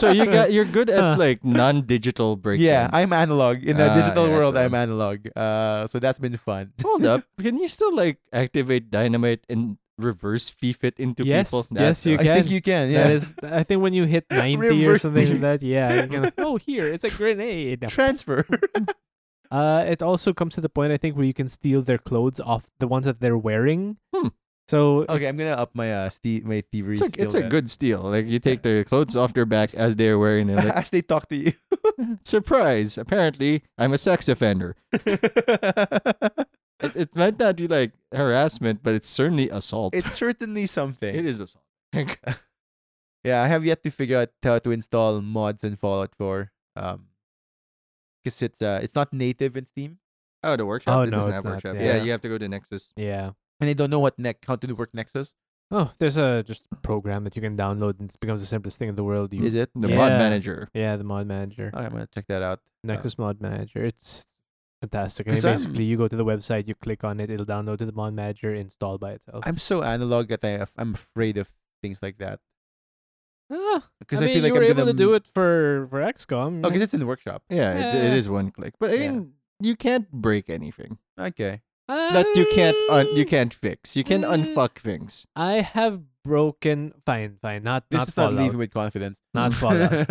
Speaker 1: so you got you're good
Speaker 3: Huh.
Speaker 1: at like non-digital breakdowns.
Speaker 2: Yeah, I'm analog in the
Speaker 1: Ah,
Speaker 2: digital
Speaker 1: yeah,
Speaker 2: world.
Speaker 1: true.
Speaker 2: I'm analog. Uh, so that's been fun.
Speaker 1: Hold up. Can you still like activate dynamite and reverse fief it into
Speaker 3: Yes,
Speaker 1: people?
Speaker 3: yes, you
Speaker 1: sucks.
Speaker 2: I think
Speaker 3: can.
Speaker 2: you can. Yeah.
Speaker 3: That is. I think when you hit 90 or
Speaker 2: Reverse
Speaker 3: something
Speaker 2: sneak.
Speaker 3: like that, yeah. You can, oh, here it's a grenade.
Speaker 2: transfer.
Speaker 3: Uh, it also comes to the point I think where you can steal their clothes off the ones that they're wearing.
Speaker 1: Hmm.
Speaker 3: So
Speaker 2: okay, I'm gonna up my uh ste- my thievery.
Speaker 1: It's a
Speaker 2: skill
Speaker 1: it's a
Speaker 2: then.
Speaker 1: good steal. Like you take their clothes off their back as they're wearing it. Like,
Speaker 2: As they talk to you.
Speaker 1: Surprise! Apparently, I'm a sex offender. It, it might not be like harassment, but it's certainly assault.
Speaker 2: it's certainly something.
Speaker 1: it is assault. I
Speaker 2: Yeah, I have yet to figure out how to install mods in Fallout 4. Um, because it's uh, it's not native in Steam,
Speaker 1: oh, the workshop.
Speaker 3: Oh,
Speaker 1: It
Speaker 3: no,
Speaker 1: doesn't
Speaker 3: it's
Speaker 1: have
Speaker 3: not.
Speaker 1: workshop.
Speaker 3: Yeah.
Speaker 1: Yeah. you have to go to Nexus.
Speaker 3: yeah.
Speaker 2: and I don't know what neck how to work Nexus.
Speaker 3: Oh, there's a just program that you can download and it becomes the simplest thing in the world. You,
Speaker 2: Is it? Uh,
Speaker 1: The
Speaker 3: Yeah.
Speaker 1: mod manager.
Speaker 3: yeah, the mod manager,
Speaker 2: Okay, I'm gonna check that out.
Speaker 3: Nexus mod manager. It's fantastic. I mean,
Speaker 2: 'Cause I'm-
Speaker 3: basically, you go to the website, you click on it, it'll download to the mod manager, install by itself.
Speaker 2: I'm so analog that I I'm afraid of things like that
Speaker 3: Ah,
Speaker 2: because
Speaker 3: I
Speaker 2: I,
Speaker 3: mean,
Speaker 2: feel like
Speaker 3: you were
Speaker 2: I'm
Speaker 3: able
Speaker 2: gonna
Speaker 3: to do it for for XCOM.
Speaker 2: Oh, because it's in the workshop.
Speaker 1: Yeah, It,
Speaker 3: Yeah.
Speaker 1: it is one click. But I
Speaker 2: Yeah.
Speaker 1: mean, you can't break anything
Speaker 2: Okay.
Speaker 3: Ah,
Speaker 1: that you can't un- you
Speaker 3: Um,
Speaker 1: can't fix. You can
Speaker 3: Mm.
Speaker 1: unfuck things.
Speaker 3: I have broken. Fine, fine. Not
Speaker 2: This
Speaker 3: not
Speaker 2: is not
Speaker 3: Fallout.
Speaker 2: leaving with confidence.
Speaker 3: Not Fallout.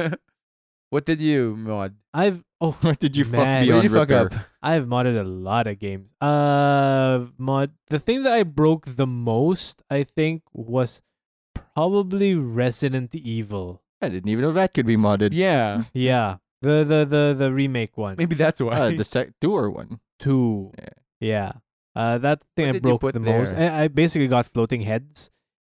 Speaker 2: what did you mod?
Speaker 3: I've oh
Speaker 1: What did you fuck
Speaker 3: Man. What did
Speaker 1: beyond
Speaker 2: you fuck
Speaker 1: repair?
Speaker 2: up?
Speaker 3: I've modded a lot of games. Uh, mod the thing that I broke the most, I think, was probably Resident Evil.
Speaker 1: I didn't even know that could be modded.
Speaker 2: Yeah,
Speaker 3: Yeah, the the the the remake one,
Speaker 2: Hmm. maybe that's why.
Speaker 1: Uh, the sec- tour one.
Speaker 3: two.
Speaker 1: Yeah.
Speaker 3: Yeah, uh, that thing
Speaker 2: What
Speaker 3: I
Speaker 2: did you
Speaker 3: broke
Speaker 2: put
Speaker 3: the most.
Speaker 2: there?
Speaker 3: I, I basically got floating heads.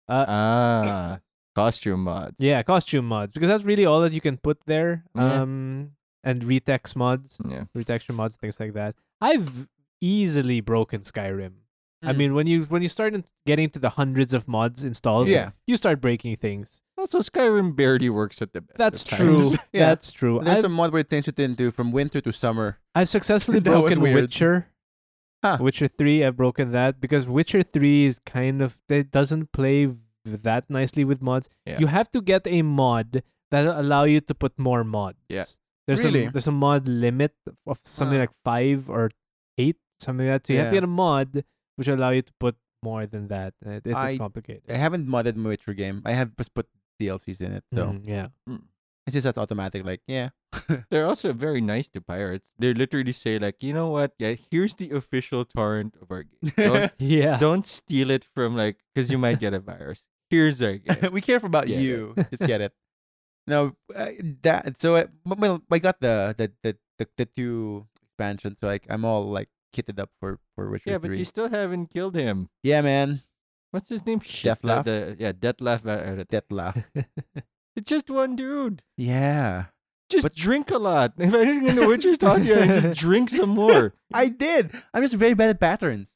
Speaker 3: Uh,
Speaker 1: Ah, costume mods.
Speaker 3: yeah, costume mods because that's really all that you can put there.
Speaker 1: Yeah.
Speaker 3: Um, and retext mods,
Speaker 1: Yeah.
Speaker 3: retext mods, things like that. I've easily broken Skyrim. I
Speaker 2: Mm.
Speaker 3: mean, when you when you start in- getting to the hundreds of mods installed,
Speaker 2: Yeah.
Speaker 3: you start breaking things.
Speaker 1: Also, Skyrim barely works at the best.
Speaker 3: That's
Speaker 1: of
Speaker 3: true.
Speaker 1: times.
Speaker 2: Yeah.
Speaker 3: That's true.
Speaker 2: There's
Speaker 3: I've,
Speaker 2: a mod where it turns it into from winter to summer.
Speaker 3: I've successfully
Speaker 2: That was
Speaker 3: broken
Speaker 2: weird.
Speaker 3: Witcher.
Speaker 2: Huh.
Speaker 3: Witcher three, I've broken that because Witcher three is kind of it doesn't play v- that nicely with mods.
Speaker 1: Yeah.
Speaker 3: You have to get a mod that'll allow you to put more mods.
Speaker 1: Yeah.
Speaker 3: There's
Speaker 2: Really?
Speaker 3: a there's a mod limit of something
Speaker 2: Huh.
Speaker 3: like five or eight, something like that. So you have to
Speaker 2: Yeah.
Speaker 3: get a mod which will allow you to put more than that. and It, it,
Speaker 2: I-
Speaker 3: it's complicated.
Speaker 2: I haven't modded my Witcher game. I have just put DLCs in it, so
Speaker 3: Mhm, yeah.
Speaker 2: it's just that's automatic. Like, yeah,
Speaker 1: They're also very nice to pirates. They literally say like, you know what? Yeah, here's the official torrent of our game. Don't,
Speaker 3: Yeah.
Speaker 1: don't steal it from like, because you might get a virus. Here's our game.
Speaker 2: we care about
Speaker 1: Get it.
Speaker 2: you. just get it. No, uh, that so I, well, I got the the, the the the two expansions, so like I'm all like kitted up for for Witcher
Speaker 1: yeah, but
Speaker 2: three.
Speaker 1: you still haven't killed him.
Speaker 2: yeah, man,
Speaker 1: What's his name? Shit, the-
Speaker 2: Deathlaugh?
Speaker 1: the- yeah, Death Uh,
Speaker 2: that laugh.
Speaker 1: it's just one dude.
Speaker 2: yeah,
Speaker 1: Just
Speaker 2: But-
Speaker 1: drink a lot. If anything in The Witcher's taught you, just drink some more.
Speaker 2: I did. I'm just very bad at patterns.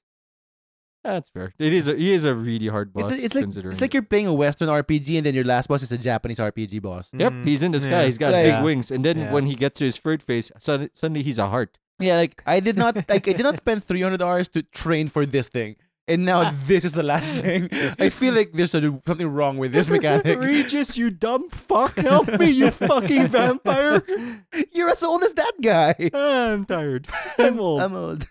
Speaker 1: That's fair. It is. A, he is a really hard boss.
Speaker 2: It's, it's like
Speaker 1: considering
Speaker 2: it's like you're playing a Western RPG, and then your last boss is a Japanese RPG boss.
Speaker 1: Yep,
Speaker 3: Mm,
Speaker 1: he's in the sky.
Speaker 3: yeah.
Speaker 1: He's got
Speaker 2: Yeah,
Speaker 1: big
Speaker 3: yeah.
Speaker 1: wings, and then
Speaker 3: Yeah.
Speaker 1: when he gets to his third phase, sud- suddenly he's a heart.
Speaker 2: Yeah, like I did not like I did not spend 300 hours to train for this thing. And now this is the last thing. I feel like there's a, something wrong with this mechanic.
Speaker 1: Regis, you dumb fuck! Help me, you fucking vampire!
Speaker 2: You're as old as that guy.
Speaker 1: Ah, I'm tired. I'm old.
Speaker 2: I'm old.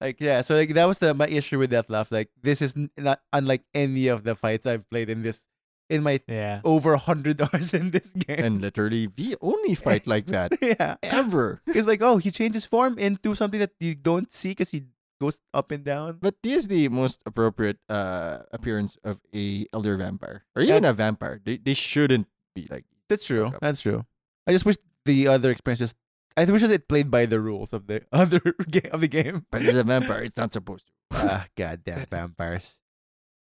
Speaker 2: Like yeah, so like that was the my issue with Deathloaf. Like this is n- not unlike any of the fights I've played in this in my
Speaker 3: Yeah.
Speaker 2: over 100 hours in this game.
Speaker 1: and literally, we only fight like that
Speaker 2: yeah.
Speaker 1: ever.
Speaker 2: It's like, "Oh, he changes form into something that you don't see cuz he goes up and down."
Speaker 1: But this is the most appropriate uh, appearance of a elder vampire, or even a vampire. They they shouldn't be like.
Speaker 2: That's true.
Speaker 1: up.
Speaker 2: That's true. I just wish the other experience just. I wish it played by the rules of the other game of the game.
Speaker 1: But it's a vampire. It's not supposed to.
Speaker 2: ah, goddamn vampires!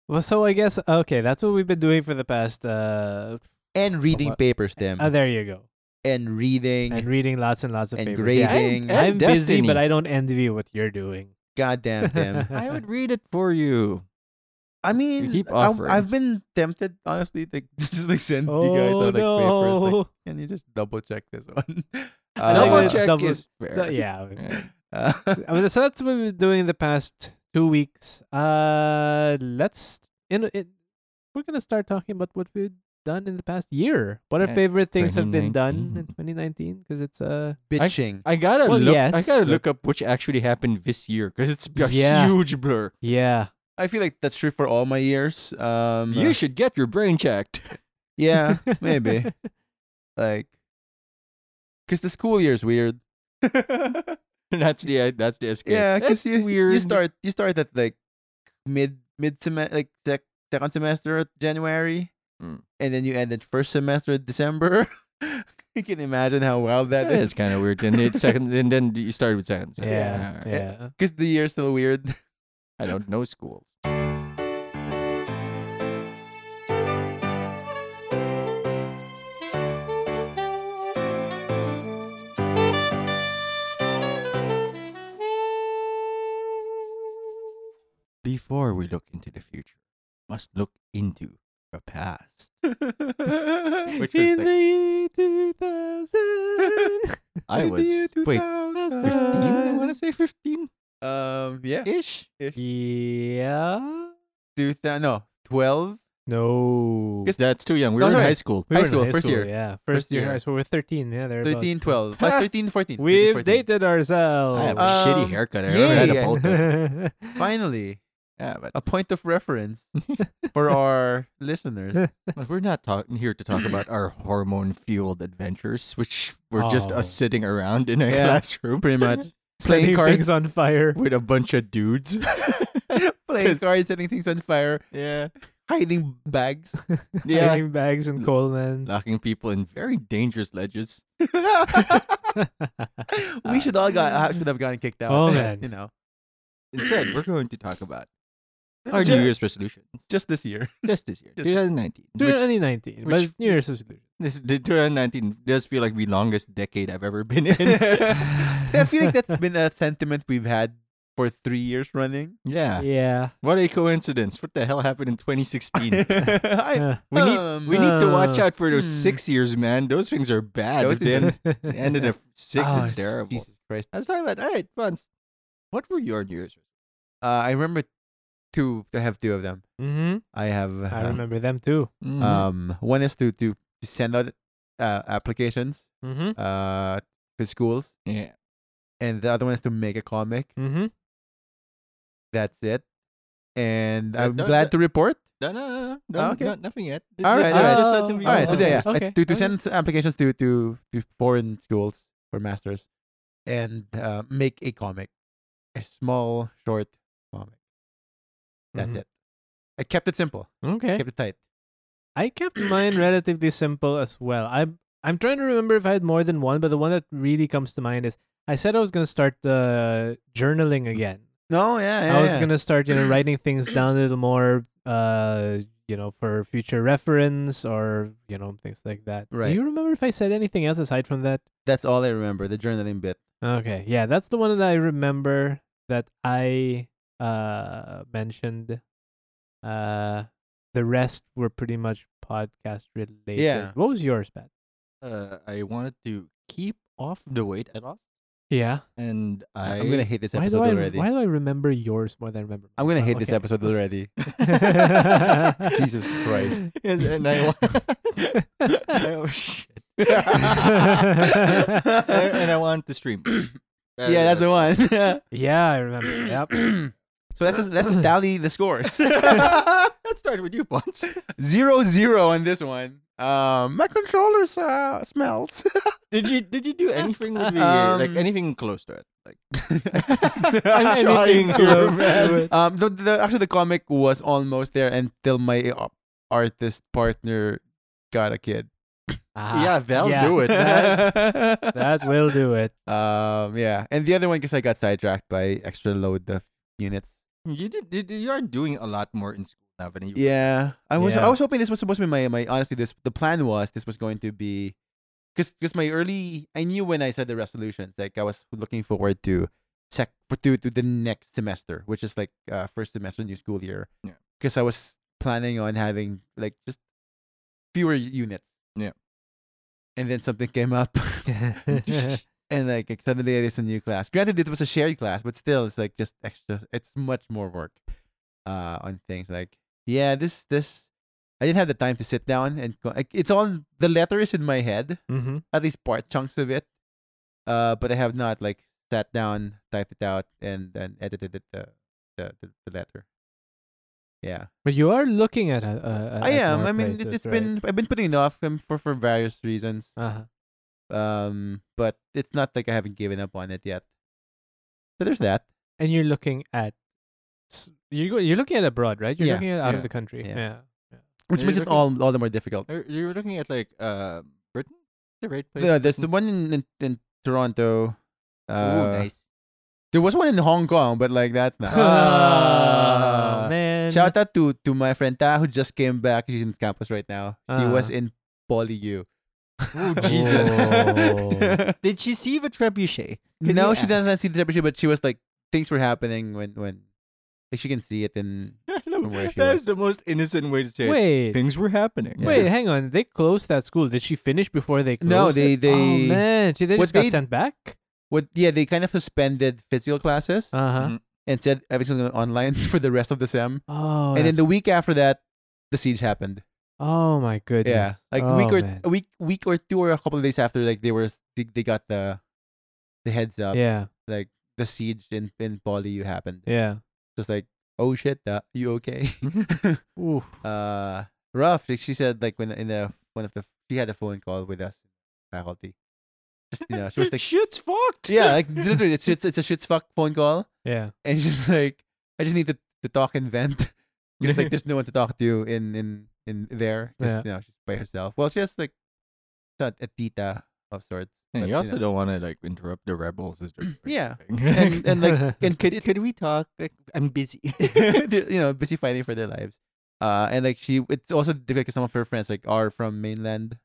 Speaker 3: Well, so I guess okay, that's what we've been doing for the past. Uh,
Speaker 2: And reading
Speaker 3: What?
Speaker 2: papers, them.
Speaker 3: oh, there you go.
Speaker 2: and reading.
Speaker 3: And reading lots and lots of
Speaker 2: And
Speaker 3: papers.
Speaker 2: grading. And
Speaker 3: Yeah, I, am busy,
Speaker 1: Destiny.
Speaker 3: but I don't envy what you're doing.
Speaker 2: goddamn them.
Speaker 1: I would read it for you.
Speaker 2: I mean,
Speaker 1: keep
Speaker 2: I,
Speaker 1: offering.
Speaker 2: I've been tempted, honestly, to just like send
Speaker 3: Oh,
Speaker 2: you guys out like papers. Like,
Speaker 3: no.
Speaker 2: can you just double check this one?
Speaker 1: double
Speaker 3: Uh,
Speaker 1: check
Speaker 3: double-
Speaker 1: is fair.
Speaker 3: Th- yeah.
Speaker 1: Yeah.
Speaker 2: Uh,
Speaker 3: I mean, so that's what we've been doing the past two weeks. Uh, let's in it. We're gonna start talking about what we've done in the past year. What our
Speaker 1: Yeah.
Speaker 3: favorite things have been done in
Speaker 1: 2019.
Speaker 3: 2019? Because it's uh,
Speaker 2: bitching.
Speaker 1: I gotta
Speaker 3: Well,
Speaker 1: look. I
Speaker 3: yes.
Speaker 1: gotta look up which actually happened this year because it's a
Speaker 3: Yeah.
Speaker 1: huge blur.
Speaker 3: yeah,
Speaker 2: I, feel like that's true for all my years. Um,
Speaker 1: You should get your brain checked.
Speaker 2: yeah, maybe like because the school year is weird.
Speaker 1: that's the that's the escape.
Speaker 2: yeah,
Speaker 1: that's
Speaker 2: because you
Speaker 1: weird.
Speaker 2: you start you start at like mid mid semester like sec- second semester at January,
Speaker 1: Mm.
Speaker 2: and then you end at first semester at December. you can imagine how wild that
Speaker 1: That is
Speaker 2: is
Speaker 1: kind of weird. Then it second, and then you started with second.
Speaker 3: yeah,
Speaker 1: semester.
Speaker 3: yeah.
Speaker 1: Alright.
Speaker 2: because the year's still weird.
Speaker 1: I don't know schools. Before we look into the future, must look into the past. Which was
Speaker 3: In
Speaker 1: like-
Speaker 3: the year 2000.
Speaker 1: I was wait, 15? I want to say 15
Speaker 2: Um, yeah,
Speaker 1: ish.
Speaker 3: yeah.
Speaker 2: two thousand no twelve.
Speaker 3: No.
Speaker 2: Guess-
Speaker 1: That's too young. We
Speaker 2: No,
Speaker 1: were in
Speaker 2: sorry.
Speaker 1: high school.
Speaker 3: We
Speaker 2: high
Speaker 3: were in
Speaker 2: school, first year.
Speaker 3: Yeah, first,
Speaker 2: First
Speaker 3: year.
Speaker 2: year.
Speaker 3: high school. we're 13. Yeah, there.
Speaker 2: 13, 12. Uh, 13, 14. 13,
Speaker 3: We've
Speaker 2: 14.
Speaker 3: dated
Speaker 1: I
Speaker 3: ourselves.
Speaker 1: have a
Speaker 2: Um,
Speaker 1: shitty haircut. I remember I had
Speaker 2: yeah.
Speaker 1: a bowl cut.
Speaker 2: Finally,
Speaker 1: Yeah, but
Speaker 2: a point of reference for our listeners.
Speaker 1: But we're not talking here to talk about our hormone fueled adventures, which were just
Speaker 3: Oh.
Speaker 1: us sitting around in a
Speaker 2: Yeah.
Speaker 1: classroom
Speaker 2: Pretty much
Speaker 3: Setting
Speaker 2: playing cards,
Speaker 3: things on fire.
Speaker 1: with a bunch of dudes.
Speaker 2: playing cards, setting things on fire,
Speaker 1: yeah.
Speaker 2: hiding bags.
Speaker 1: Yeah.
Speaker 3: Hiding bags and coal mines.
Speaker 1: Locking people in very dangerous ledges.
Speaker 2: Ah. we should all got uh, should have gotten kicked out.
Speaker 3: Oh, man.
Speaker 2: you know,
Speaker 1: Instead, we're going to talk about our
Speaker 2: ju-
Speaker 1: New Year's resolutions
Speaker 2: just this year.
Speaker 1: just this year,
Speaker 2: Just-
Speaker 1: 2019. Which,
Speaker 3: 2019.
Speaker 1: which-
Speaker 3: but New Year's resolution.
Speaker 1: this, the 2019 does feel like the longest decade I've ever been in.
Speaker 2: I feel like that's been a sentiment we've had for three years running.
Speaker 1: yeah.
Speaker 3: Yeah.
Speaker 1: What a coincidence. What the hell happened in 2016?
Speaker 2: I-
Speaker 3: Uh,
Speaker 1: We need
Speaker 2: um,
Speaker 1: we need to watch
Speaker 3: Uh,
Speaker 1: out for those
Speaker 2: hmm.
Speaker 1: six years, man. Those things are bad.
Speaker 2: Those
Speaker 1: If they
Speaker 2: things
Speaker 1: end, end in a six,
Speaker 3: Oh,
Speaker 1: it's
Speaker 3: it's-
Speaker 1: terrible.
Speaker 2: Ah, Jesus Christ.
Speaker 1: I was talking about all right, once. What were your New Year's?
Speaker 2: Uh, I remember two. I have two of them.
Speaker 3: hmm
Speaker 2: I have. Uh,
Speaker 3: I remember them too.
Speaker 1: Mm-hmm.
Speaker 2: Um, one is to to, to send out uh, applications
Speaker 3: Mm-hmm.
Speaker 2: uh to schools,
Speaker 1: yeah.
Speaker 2: and the other one is to make a comic.
Speaker 3: Mm-hmm.
Speaker 2: That's it. And
Speaker 1: Uh,
Speaker 2: I'm
Speaker 1: no,
Speaker 2: glad
Speaker 1: the-
Speaker 2: to report.
Speaker 1: No, no, no, no, no,
Speaker 2: Ah, okay.
Speaker 1: no nothing yet. Just
Speaker 2: All
Speaker 1: let-
Speaker 2: right, all right.
Speaker 1: Just let them be.
Speaker 3: Oh,
Speaker 2: All right, so
Speaker 3: okay.
Speaker 2: yeah, I-
Speaker 3: Okay,
Speaker 2: to, to
Speaker 3: okay.
Speaker 2: send applications to, to to foreign schools for masters, and uh, make a comic, a small short comic. That's it. I kept it simple.
Speaker 3: Okay.
Speaker 2: Kept it tight.
Speaker 3: I kept mine relatively simple as well. I'm I'm trying to remember if I had more than one, but the one that really comes to mind is I said I was gonna start uh, journaling again.
Speaker 2: No, Mm-hmm. yeah, yeah.
Speaker 3: I was gonna start, you know, writing things down a little more, uh, you know, for future reference or you know things like that.
Speaker 2: Right.
Speaker 3: Do you remember if I said anything else aside from that?
Speaker 2: That's all I remember. The journaling bit.
Speaker 3: Okay, yeah, that's the one that I remember that I uh mentioned. Uh, the rest were pretty much podcast related.
Speaker 2: Yeah.
Speaker 3: What was yours, Pat?
Speaker 1: Uh, I wanted to keep off the weight I lost,
Speaker 3: Yeah.
Speaker 1: and I.
Speaker 2: I'm gonna hate this
Speaker 3: Why
Speaker 2: episode
Speaker 3: do I
Speaker 2: already.
Speaker 3: why do I remember yours more than I remember?
Speaker 2: I'm gonna hate this episode already.
Speaker 3: episode.
Speaker 2: Jesus Christ.
Speaker 1: and, and I. wa- oh shit! and, and I wanted to stream. Uh,
Speaker 2: yeah, that's the one.
Speaker 3: yeah, I remember. Yep.
Speaker 2: so let's just, let's tally the scores.
Speaker 1: that started with you, Bonds.
Speaker 2: zero zero on this one. Um, my controller's uh, smells.
Speaker 1: Did you did you do anything with the like
Speaker 2: Um,
Speaker 1: anything close to it? Like
Speaker 2: I'm
Speaker 1: trying
Speaker 3: Anything
Speaker 1: here,
Speaker 3: close to it.
Speaker 2: Um, the, the actually the comic was almost there until my uh, artist partner got a kid.
Speaker 3: Ah,
Speaker 1: yeah, Val,
Speaker 3: yeah.
Speaker 1: do it.
Speaker 3: That will do it.
Speaker 2: um, yeah, and the other one because I got sidetracked by extra load of units.
Speaker 1: you did, did. You are doing a lot more in school now than you.
Speaker 2: Yeah, I was I
Speaker 3: Yeah.
Speaker 2: was hoping this was supposed to be my my honestly this the plan was this was going to be because because my early I knew when I said the resolutions like I was looking forward to sec for to, to the next semester which is like uh, first semester new school year
Speaker 1: Yeah.
Speaker 2: because because I was planning on having like just fewer units.
Speaker 1: Yeah.
Speaker 2: And then something came up, and like it- suddenly it is a new class. Granted, it was a shared class, but still, it's like just extra. It's much more work uh, on things like yeah, this this. I didn't have the time to sit down and go, like, it's on the letters in my head
Speaker 3: mm-hmm.
Speaker 2: at least part chunks of it. Uh, but I have not like sat down, typed it out, and and edited it, the, the the the letter. Yeah,
Speaker 3: But you are looking at. a- a- a-
Speaker 2: I
Speaker 3: at
Speaker 2: am.
Speaker 3: more
Speaker 2: I mean, it's
Speaker 3: places,
Speaker 2: it's
Speaker 3: right?
Speaker 2: been I've been putting it off um, for for various reasons.
Speaker 3: Uh-huh.
Speaker 2: Um, but it's not like I haven't given up on it yet. So there's that.
Speaker 3: And you're looking at. s- You go, you're looking at abroad, right? You're
Speaker 2: Yeah,
Speaker 3: looking at out
Speaker 1: yeah,
Speaker 3: of the country.
Speaker 2: yeah.
Speaker 3: Yeah.
Speaker 2: Which
Speaker 1: Yeah,
Speaker 2: makes
Speaker 1: look
Speaker 2: it
Speaker 1: at-
Speaker 2: all all the more difficult.
Speaker 1: Uh, You were looking at like uh, Britain, the right place. hmm
Speaker 2: The, there's the one in in, in Toronto. Uh,
Speaker 1: Ooh, nice.
Speaker 2: There was one in Hong Kong, but like that's not.
Speaker 3: Ah, man.
Speaker 2: Shout out to to my friend Ta who just came back. She's in campus right now. He
Speaker 3: Ah.
Speaker 2: was
Speaker 1: Uh-huh.
Speaker 2: in Poly U.
Speaker 1: Oh
Speaker 3: Jesus. Oh.
Speaker 1: Did she see the trebuchet? Can
Speaker 2: no,
Speaker 1: you
Speaker 2: she doesn't see the championship, but she was like things were happening when when like she can see it and
Speaker 1: That
Speaker 2: where she was.
Speaker 1: is the most innocent way to say it.
Speaker 3: Wait.
Speaker 1: Things were happening.
Speaker 2: Yeah.
Speaker 3: Wait, hang on. They closed that school. Did she finish before they closed?
Speaker 2: No, they-
Speaker 3: it? Oh
Speaker 2: they-
Speaker 3: man, she they
Speaker 2: what
Speaker 3: just got
Speaker 2: they-
Speaker 3: sent back.
Speaker 2: what yeah, they kind of suspended physical classes
Speaker 3: Uh huh.
Speaker 1: Mhm.
Speaker 2: and said everything's gonna be online for the rest of the sem.
Speaker 3: Oh,
Speaker 2: and then
Speaker 3: that's-
Speaker 2: the week after that, the siege happened.
Speaker 3: oh my goodness.
Speaker 2: Yeah, like
Speaker 3: oh,
Speaker 2: week or
Speaker 3: man.
Speaker 2: a week week or two or a couple of days after, like they were they, they got the the heads up,
Speaker 3: yeah,
Speaker 2: like the siege in in Poly U happened.
Speaker 3: yeah.
Speaker 2: just like oh shit uh, you okay
Speaker 3: Oof.
Speaker 2: uh rough like she said like when in the one of the she had a phone call with us faculty just you know she was like
Speaker 1: shit's fucked.
Speaker 2: yeah like literally it's it's, it's a shit's fuck phone call
Speaker 3: Yeah.
Speaker 2: and she's like i just need to, to talk and vent because like there's no one to talk to in in in there 'Cause,
Speaker 3: Yeah.
Speaker 2: you know she's by herself well she has like a, a tita of sorts
Speaker 1: And
Speaker 2: but,
Speaker 1: you also
Speaker 2: know.
Speaker 1: don't want to like interrupt the rebels. Is the
Speaker 2: Yeah.
Speaker 1: thing.
Speaker 2: and and like and could could we talk? Like, I'm busy. They're, you know, busy fighting for their lives. Uh, and like she, it's also difficult because some of her friends like are from mainland,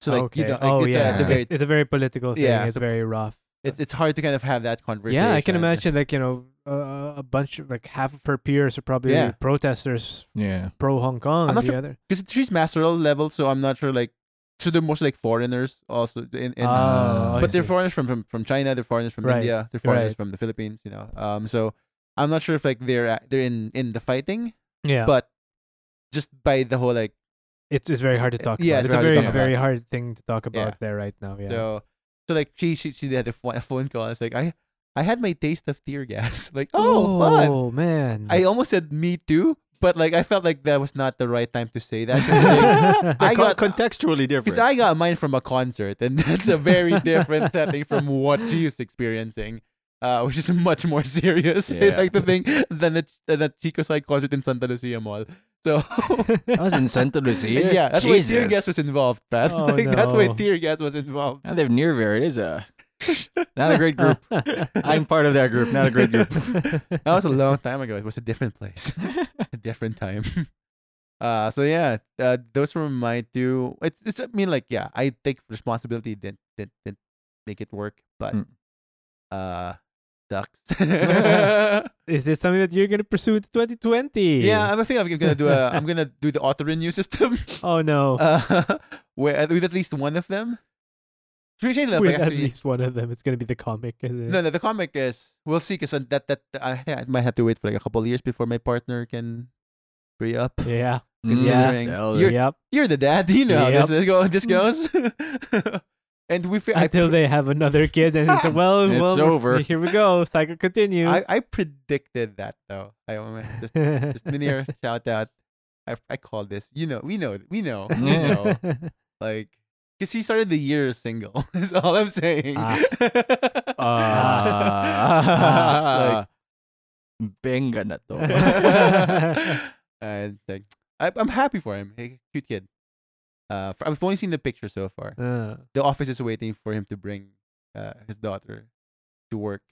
Speaker 2: so like
Speaker 3: okay.
Speaker 2: you know, like,
Speaker 3: oh
Speaker 2: it's,
Speaker 3: yeah.
Speaker 2: a, it's a
Speaker 1: Yeah.
Speaker 2: very
Speaker 3: it's a very political thing.
Speaker 2: Yeah,
Speaker 3: it's
Speaker 2: so-
Speaker 3: very rough.
Speaker 2: it's it's hard to kind of have that conversation.
Speaker 3: Yeah, I can imagine like you know uh, a bunch of like half of her peers are probably
Speaker 2: Yeah.
Speaker 3: protesters
Speaker 1: yeah.
Speaker 3: pro Hong Kong.
Speaker 2: I'm not
Speaker 3: and the
Speaker 2: sure
Speaker 3: other.
Speaker 2: because she's masteral level, so I'm not sure like so they're mostly like foreigners also in, in uh,
Speaker 3: oh, I
Speaker 2: but they're
Speaker 3: see.
Speaker 2: foreigners from, from from China, they're foreigners from
Speaker 3: Right,
Speaker 2: India, they're foreigners
Speaker 3: right.
Speaker 2: from the Philippines, you know. Um, so I'm not sure if like they're at- they're in in the fighting,
Speaker 3: yeah.
Speaker 2: but just by the whole like
Speaker 3: it's it's very hard to talk.
Speaker 2: Yeah, it's
Speaker 3: about. it's a
Speaker 2: hard to
Speaker 3: very
Speaker 2: talk about.
Speaker 3: very hard thing to talk about
Speaker 2: Yeah.
Speaker 3: there right now. Yeah.
Speaker 2: So, so like she she she had a pho- a phone call. It's like I I had my taste of tear gas. Like oh, fun.
Speaker 3: oh man.
Speaker 2: I almost said me too, but like I felt like that was not the right time to say that. 'cause, like, I got-
Speaker 1: contextually different.
Speaker 2: Because I got mine from a concert, and that's a very different setting from what she was experiencing, uh, which is much more serious,
Speaker 1: Yeah.
Speaker 2: I like to think, than the, than the Chico Sai concert in Santa Lucia Mall. So,
Speaker 1: I was in Santa Lucia.
Speaker 2: yeah, that's
Speaker 1: Jesus.
Speaker 2: why tear gas was involved, Pat.
Speaker 3: Oh,
Speaker 2: like, That's why
Speaker 3: no.
Speaker 2: tear gas was involved.
Speaker 1: I live near there. It is a not a great group. Mm. I'm part of that group. Not a great group.
Speaker 2: that was a long time ago. It was a different place, a different time. Uh, so yeah, uh, those were my two. It's, it's. I mean, like, yeah, I take responsibility. Didn't, didn't, didn't make it work, but
Speaker 1: Mm.
Speaker 2: uh, sucks.
Speaker 3: Is this something that you're gonna pursue in 2020?
Speaker 2: yeah, I'm thinking I'm gonna do a. I'm gonna do the auto renew system.
Speaker 3: Oh no.
Speaker 2: Uh, where with at least one of them. Appreciate enough,
Speaker 3: With
Speaker 2: like,
Speaker 3: at
Speaker 2: actually-
Speaker 3: least one of them, it's gonna be the comic. Isn't it?
Speaker 2: No, no, the comic is we'll see because that that I, I might have to wait for like a couple of years before my partner can free up.
Speaker 3: Yeah.
Speaker 2: Considering
Speaker 1: Hell
Speaker 2: you're-
Speaker 3: yep.
Speaker 2: You're the dad, you know how
Speaker 3: Yep.
Speaker 2: this, go, this goes. and we, fe- I,
Speaker 3: Until
Speaker 2: pre-
Speaker 3: they have another kid, and it's well,
Speaker 1: It's
Speaker 3: well,
Speaker 1: over.
Speaker 3: Here we go. Cycle continues.
Speaker 2: I, I predicted that though. I wanna just just linear shout out. I I called this. You know, we know, we know, we
Speaker 1: Yeah.
Speaker 2: know. Like, cause he started the year single. Is all I'm saying.
Speaker 3: Ah.
Speaker 1: Ah. Benga na to.
Speaker 2: and like, I, I'm happy for him. Hey, cute kid. Uh, f- I've only seen the picture so far.
Speaker 3: Uh,
Speaker 2: The office is waiting for him to bring uh, his daughter to work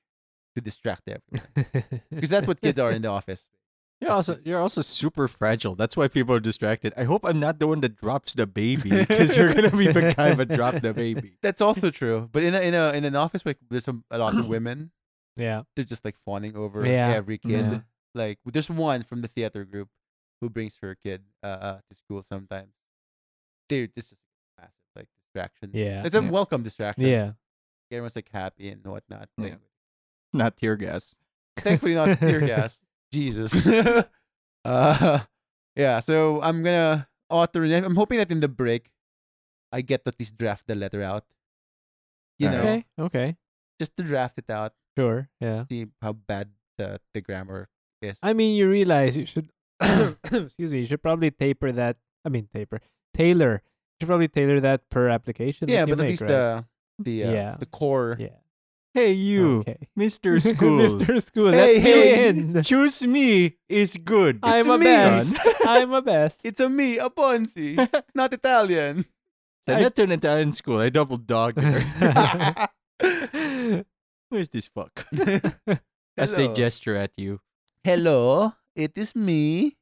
Speaker 2: to distract everyone because that's what kids are in the office.
Speaker 1: You're also you're also super fragile. That's why people are distracted. I hope I'm not the one that drops the baby because you're gonna be the guy that dropped the baby.
Speaker 2: That's also true. But in a, in a in an office like there's a, a lot of women.
Speaker 3: yeah.
Speaker 2: They're just like fawning over
Speaker 3: Yeah.
Speaker 2: every kid.
Speaker 3: Yeah.
Speaker 2: Like there's one from the theater group who brings her kid uh, uh to school sometimes. Dude, this is massive like distraction.
Speaker 3: Yeah.
Speaker 2: It's
Speaker 1: Yeah.
Speaker 2: a welcome distraction.
Speaker 3: Yeah.
Speaker 2: Everyone's like happy and whatnot.
Speaker 1: Yeah.
Speaker 2: Like,
Speaker 1: Not tear gas.
Speaker 2: thankfully not tear gas. Jesus. uh, yeah, so I'm gonna author. I'm hoping that in the break, I get to at least draft the letter out. You know,
Speaker 3: Okay. Okay.
Speaker 2: just to draft it out,
Speaker 3: Sure. Yeah.
Speaker 2: see how bad the the grammar is.
Speaker 3: I mean, you realize you should. excuse me. You should probably taper that. I mean, taper. Tailor. You should probably tailor that per application. that
Speaker 2: yeah,
Speaker 3: you
Speaker 2: but at
Speaker 3: make,
Speaker 2: least
Speaker 3: right?
Speaker 2: the the uh,
Speaker 3: Yeah.
Speaker 2: the core.
Speaker 3: Yeah.
Speaker 1: Hey you,
Speaker 3: Okay.
Speaker 1: Mr. School.
Speaker 3: Mr. School.
Speaker 2: Hey,
Speaker 3: let me
Speaker 2: hey.
Speaker 3: in.
Speaker 1: Choose me is good.
Speaker 3: I'm a
Speaker 2: me,
Speaker 3: best.
Speaker 1: son.
Speaker 3: I'm a best.
Speaker 2: It's a me, a Ponzi, not Italian.
Speaker 1: I went to an Italian school. I double dog there. Where's this fuck? As they
Speaker 2: Hello.
Speaker 1: gesture at you.
Speaker 2: Hello, it is me,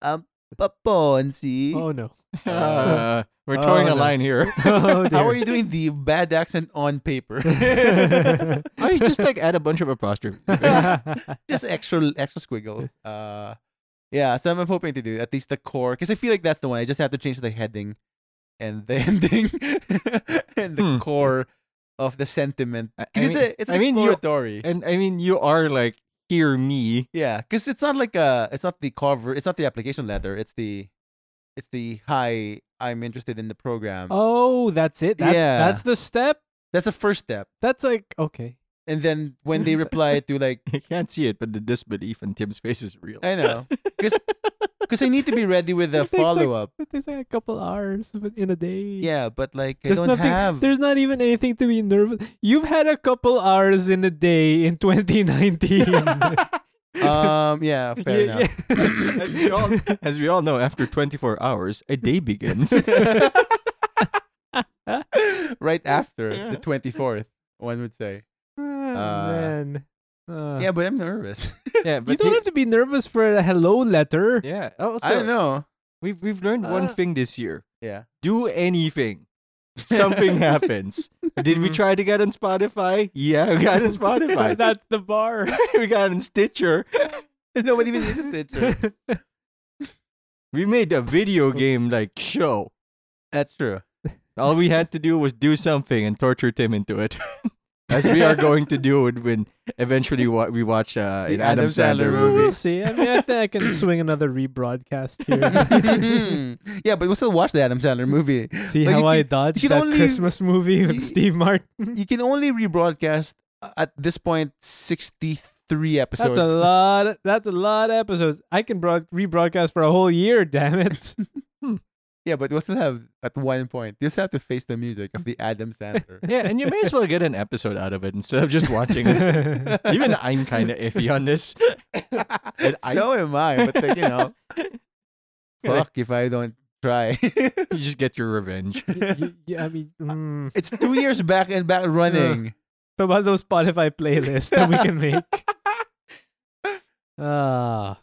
Speaker 2: um, a Ponzi.
Speaker 3: oh no.
Speaker 1: Uh, we're towing
Speaker 3: oh,
Speaker 1: a
Speaker 3: no.
Speaker 1: line here.
Speaker 3: Oh,
Speaker 2: How are
Speaker 3: dear.
Speaker 2: you doing the bad accent on paper?
Speaker 1: Why you just like add a bunch of apostrophes?
Speaker 2: Just extra extra squiggles. Uh, yeah. So I'm hoping to do at least the core because I feel like that's the one. I just have to change the heading and the ending and the
Speaker 1: Hmm.
Speaker 2: core of the sentiment
Speaker 1: I- I
Speaker 2: because it's
Speaker 1: mean-
Speaker 2: a it's
Speaker 1: I
Speaker 2: an
Speaker 1: mean, you-
Speaker 2: exploratory.
Speaker 1: And I mean, you are like, hear me.
Speaker 2: yeah, because it's not like uh it's not the cover, it's not the application letter, it's the, it's the hi, I'm interested in the program.
Speaker 3: oh, that's it. That's,
Speaker 2: Yeah.
Speaker 3: That's the step.
Speaker 2: That's the first step,
Speaker 3: That's like okay.
Speaker 2: and then when they reply to like
Speaker 1: I can't see it, but the disbelief in Tim's face is real.
Speaker 2: I know. Because I need to be ready with a
Speaker 3: It takes, like-
Speaker 2: follow up.
Speaker 3: It takes like a couple hours but in a day.
Speaker 2: Yeah, but like
Speaker 3: There's
Speaker 2: I don't
Speaker 3: nothing.
Speaker 2: have.
Speaker 3: There's not even anything to be nervous. You've had a couple hours in a day in 2019.
Speaker 2: Um. Yeah. Fair enough.
Speaker 3: Yeah, yeah.
Speaker 1: as, we all, as we all know, after 24 hours, a day begins.
Speaker 2: Right after the twenty fourth, one would say.
Speaker 3: Oh,
Speaker 2: Uh,
Speaker 3: man. Uh,
Speaker 2: Yeah, but I'm nervous.
Speaker 1: yeah,
Speaker 3: you don't have to be nervous for a hello letter.
Speaker 1: Yeah. Oh,
Speaker 2: I don't know.
Speaker 1: We've we've learned one
Speaker 3: Uh,
Speaker 1: thing this year.
Speaker 2: Yeah.
Speaker 1: Do anything. Something happens. Did we
Speaker 3: Mhm.
Speaker 1: try to get on Spotify? Yeah, we got on Spotify.
Speaker 3: That's the bar.
Speaker 1: we got on Stitcher.
Speaker 2: Nobody even uses Stitcher.
Speaker 1: We made a video game like show.
Speaker 2: That's true.
Speaker 1: All we had to do was do something and torture Tim into it. As we are going to do it when eventually wa- we watch uh,
Speaker 2: The
Speaker 1: an Adam,
Speaker 2: Adam
Speaker 1: Sandler,
Speaker 2: Sandler
Speaker 1: movie.
Speaker 3: We'll see. I mean, I think I can swing another rebroadcast here.
Speaker 2: yeah, but we still watch the Adam Sandler movie.
Speaker 3: see
Speaker 2: Like,
Speaker 3: how
Speaker 2: you
Speaker 3: I
Speaker 2: can-
Speaker 3: dodged
Speaker 2: you can
Speaker 3: that
Speaker 2: only-
Speaker 3: Christmas movie with
Speaker 2: you-
Speaker 3: Steve Martin.
Speaker 2: You can only rebroadcast uh, at this point sixty three episodes.
Speaker 3: That's a lot. That's a lot of episodes. I can broad- rebroadcast for a whole year. Damn it!
Speaker 2: Yeah, but we'll still have at one point. You still have to face the music of the Adam Sandler.
Speaker 1: Yeah, and you may as well get an episode out of it instead of just watching it. Even I'm kind of iffy on this. And I-
Speaker 2: so am I, but like, you know,
Speaker 1: Yeah, like,
Speaker 2: fuck if I don't try.
Speaker 1: you just get your revenge.
Speaker 3: Y- y- yeah, I mean, mm.
Speaker 2: it's two years back and back running.
Speaker 3: What about those Spotify playlists that we can make. Ah,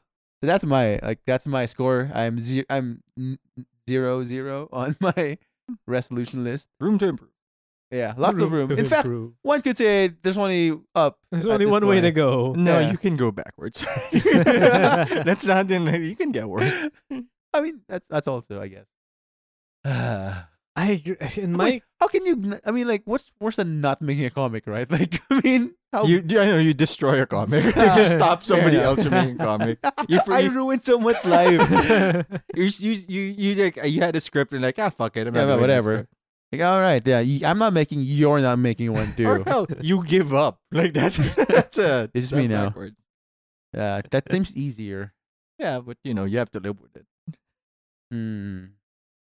Speaker 2: So that's my like that's my score. I'm ze- I'm n- zero zero on my resolution list.
Speaker 1: Room to improve.
Speaker 2: Yeah, lots of room.
Speaker 3: to
Speaker 2: In fact,
Speaker 3: improve.
Speaker 2: one could say there's only up.
Speaker 3: there's
Speaker 2: at
Speaker 3: only
Speaker 2: this
Speaker 3: one way to
Speaker 2: point.
Speaker 3: go.
Speaker 1: No,
Speaker 2: Yeah.
Speaker 1: you can go backwards. That's not the you can get worse.
Speaker 2: I mean, that's that's also I guess.
Speaker 1: Oh.
Speaker 3: I gr- in my
Speaker 2: Wait, how can you? n- I mean, like, what's worse than not making a comic, right? Like, I mean, how
Speaker 1: You, I know you destroy a comic. you
Speaker 2: Ah,
Speaker 1: just stop somebody
Speaker 2: fair
Speaker 1: else from making a comic. You, for,
Speaker 2: I
Speaker 1: you,
Speaker 2: ruined someone's life.
Speaker 1: you, you, you, you, like, you had a script and like, ah, fuck it. I'm
Speaker 2: Yeah,
Speaker 1: not
Speaker 2: but
Speaker 1: doing this
Speaker 2: whatever.
Speaker 1: script.
Speaker 2: Like, all right, yeah, y- I'm not making. You're not making one
Speaker 1: Or
Speaker 2: too.
Speaker 1: hell, you give up. Like that's that's a.
Speaker 2: It's just
Speaker 1: that's
Speaker 2: me now.
Speaker 1: backwards.
Speaker 2: Yeah, that seems easier.
Speaker 1: Yeah, but you know you have to live with it.
Speaker 2: Hmm.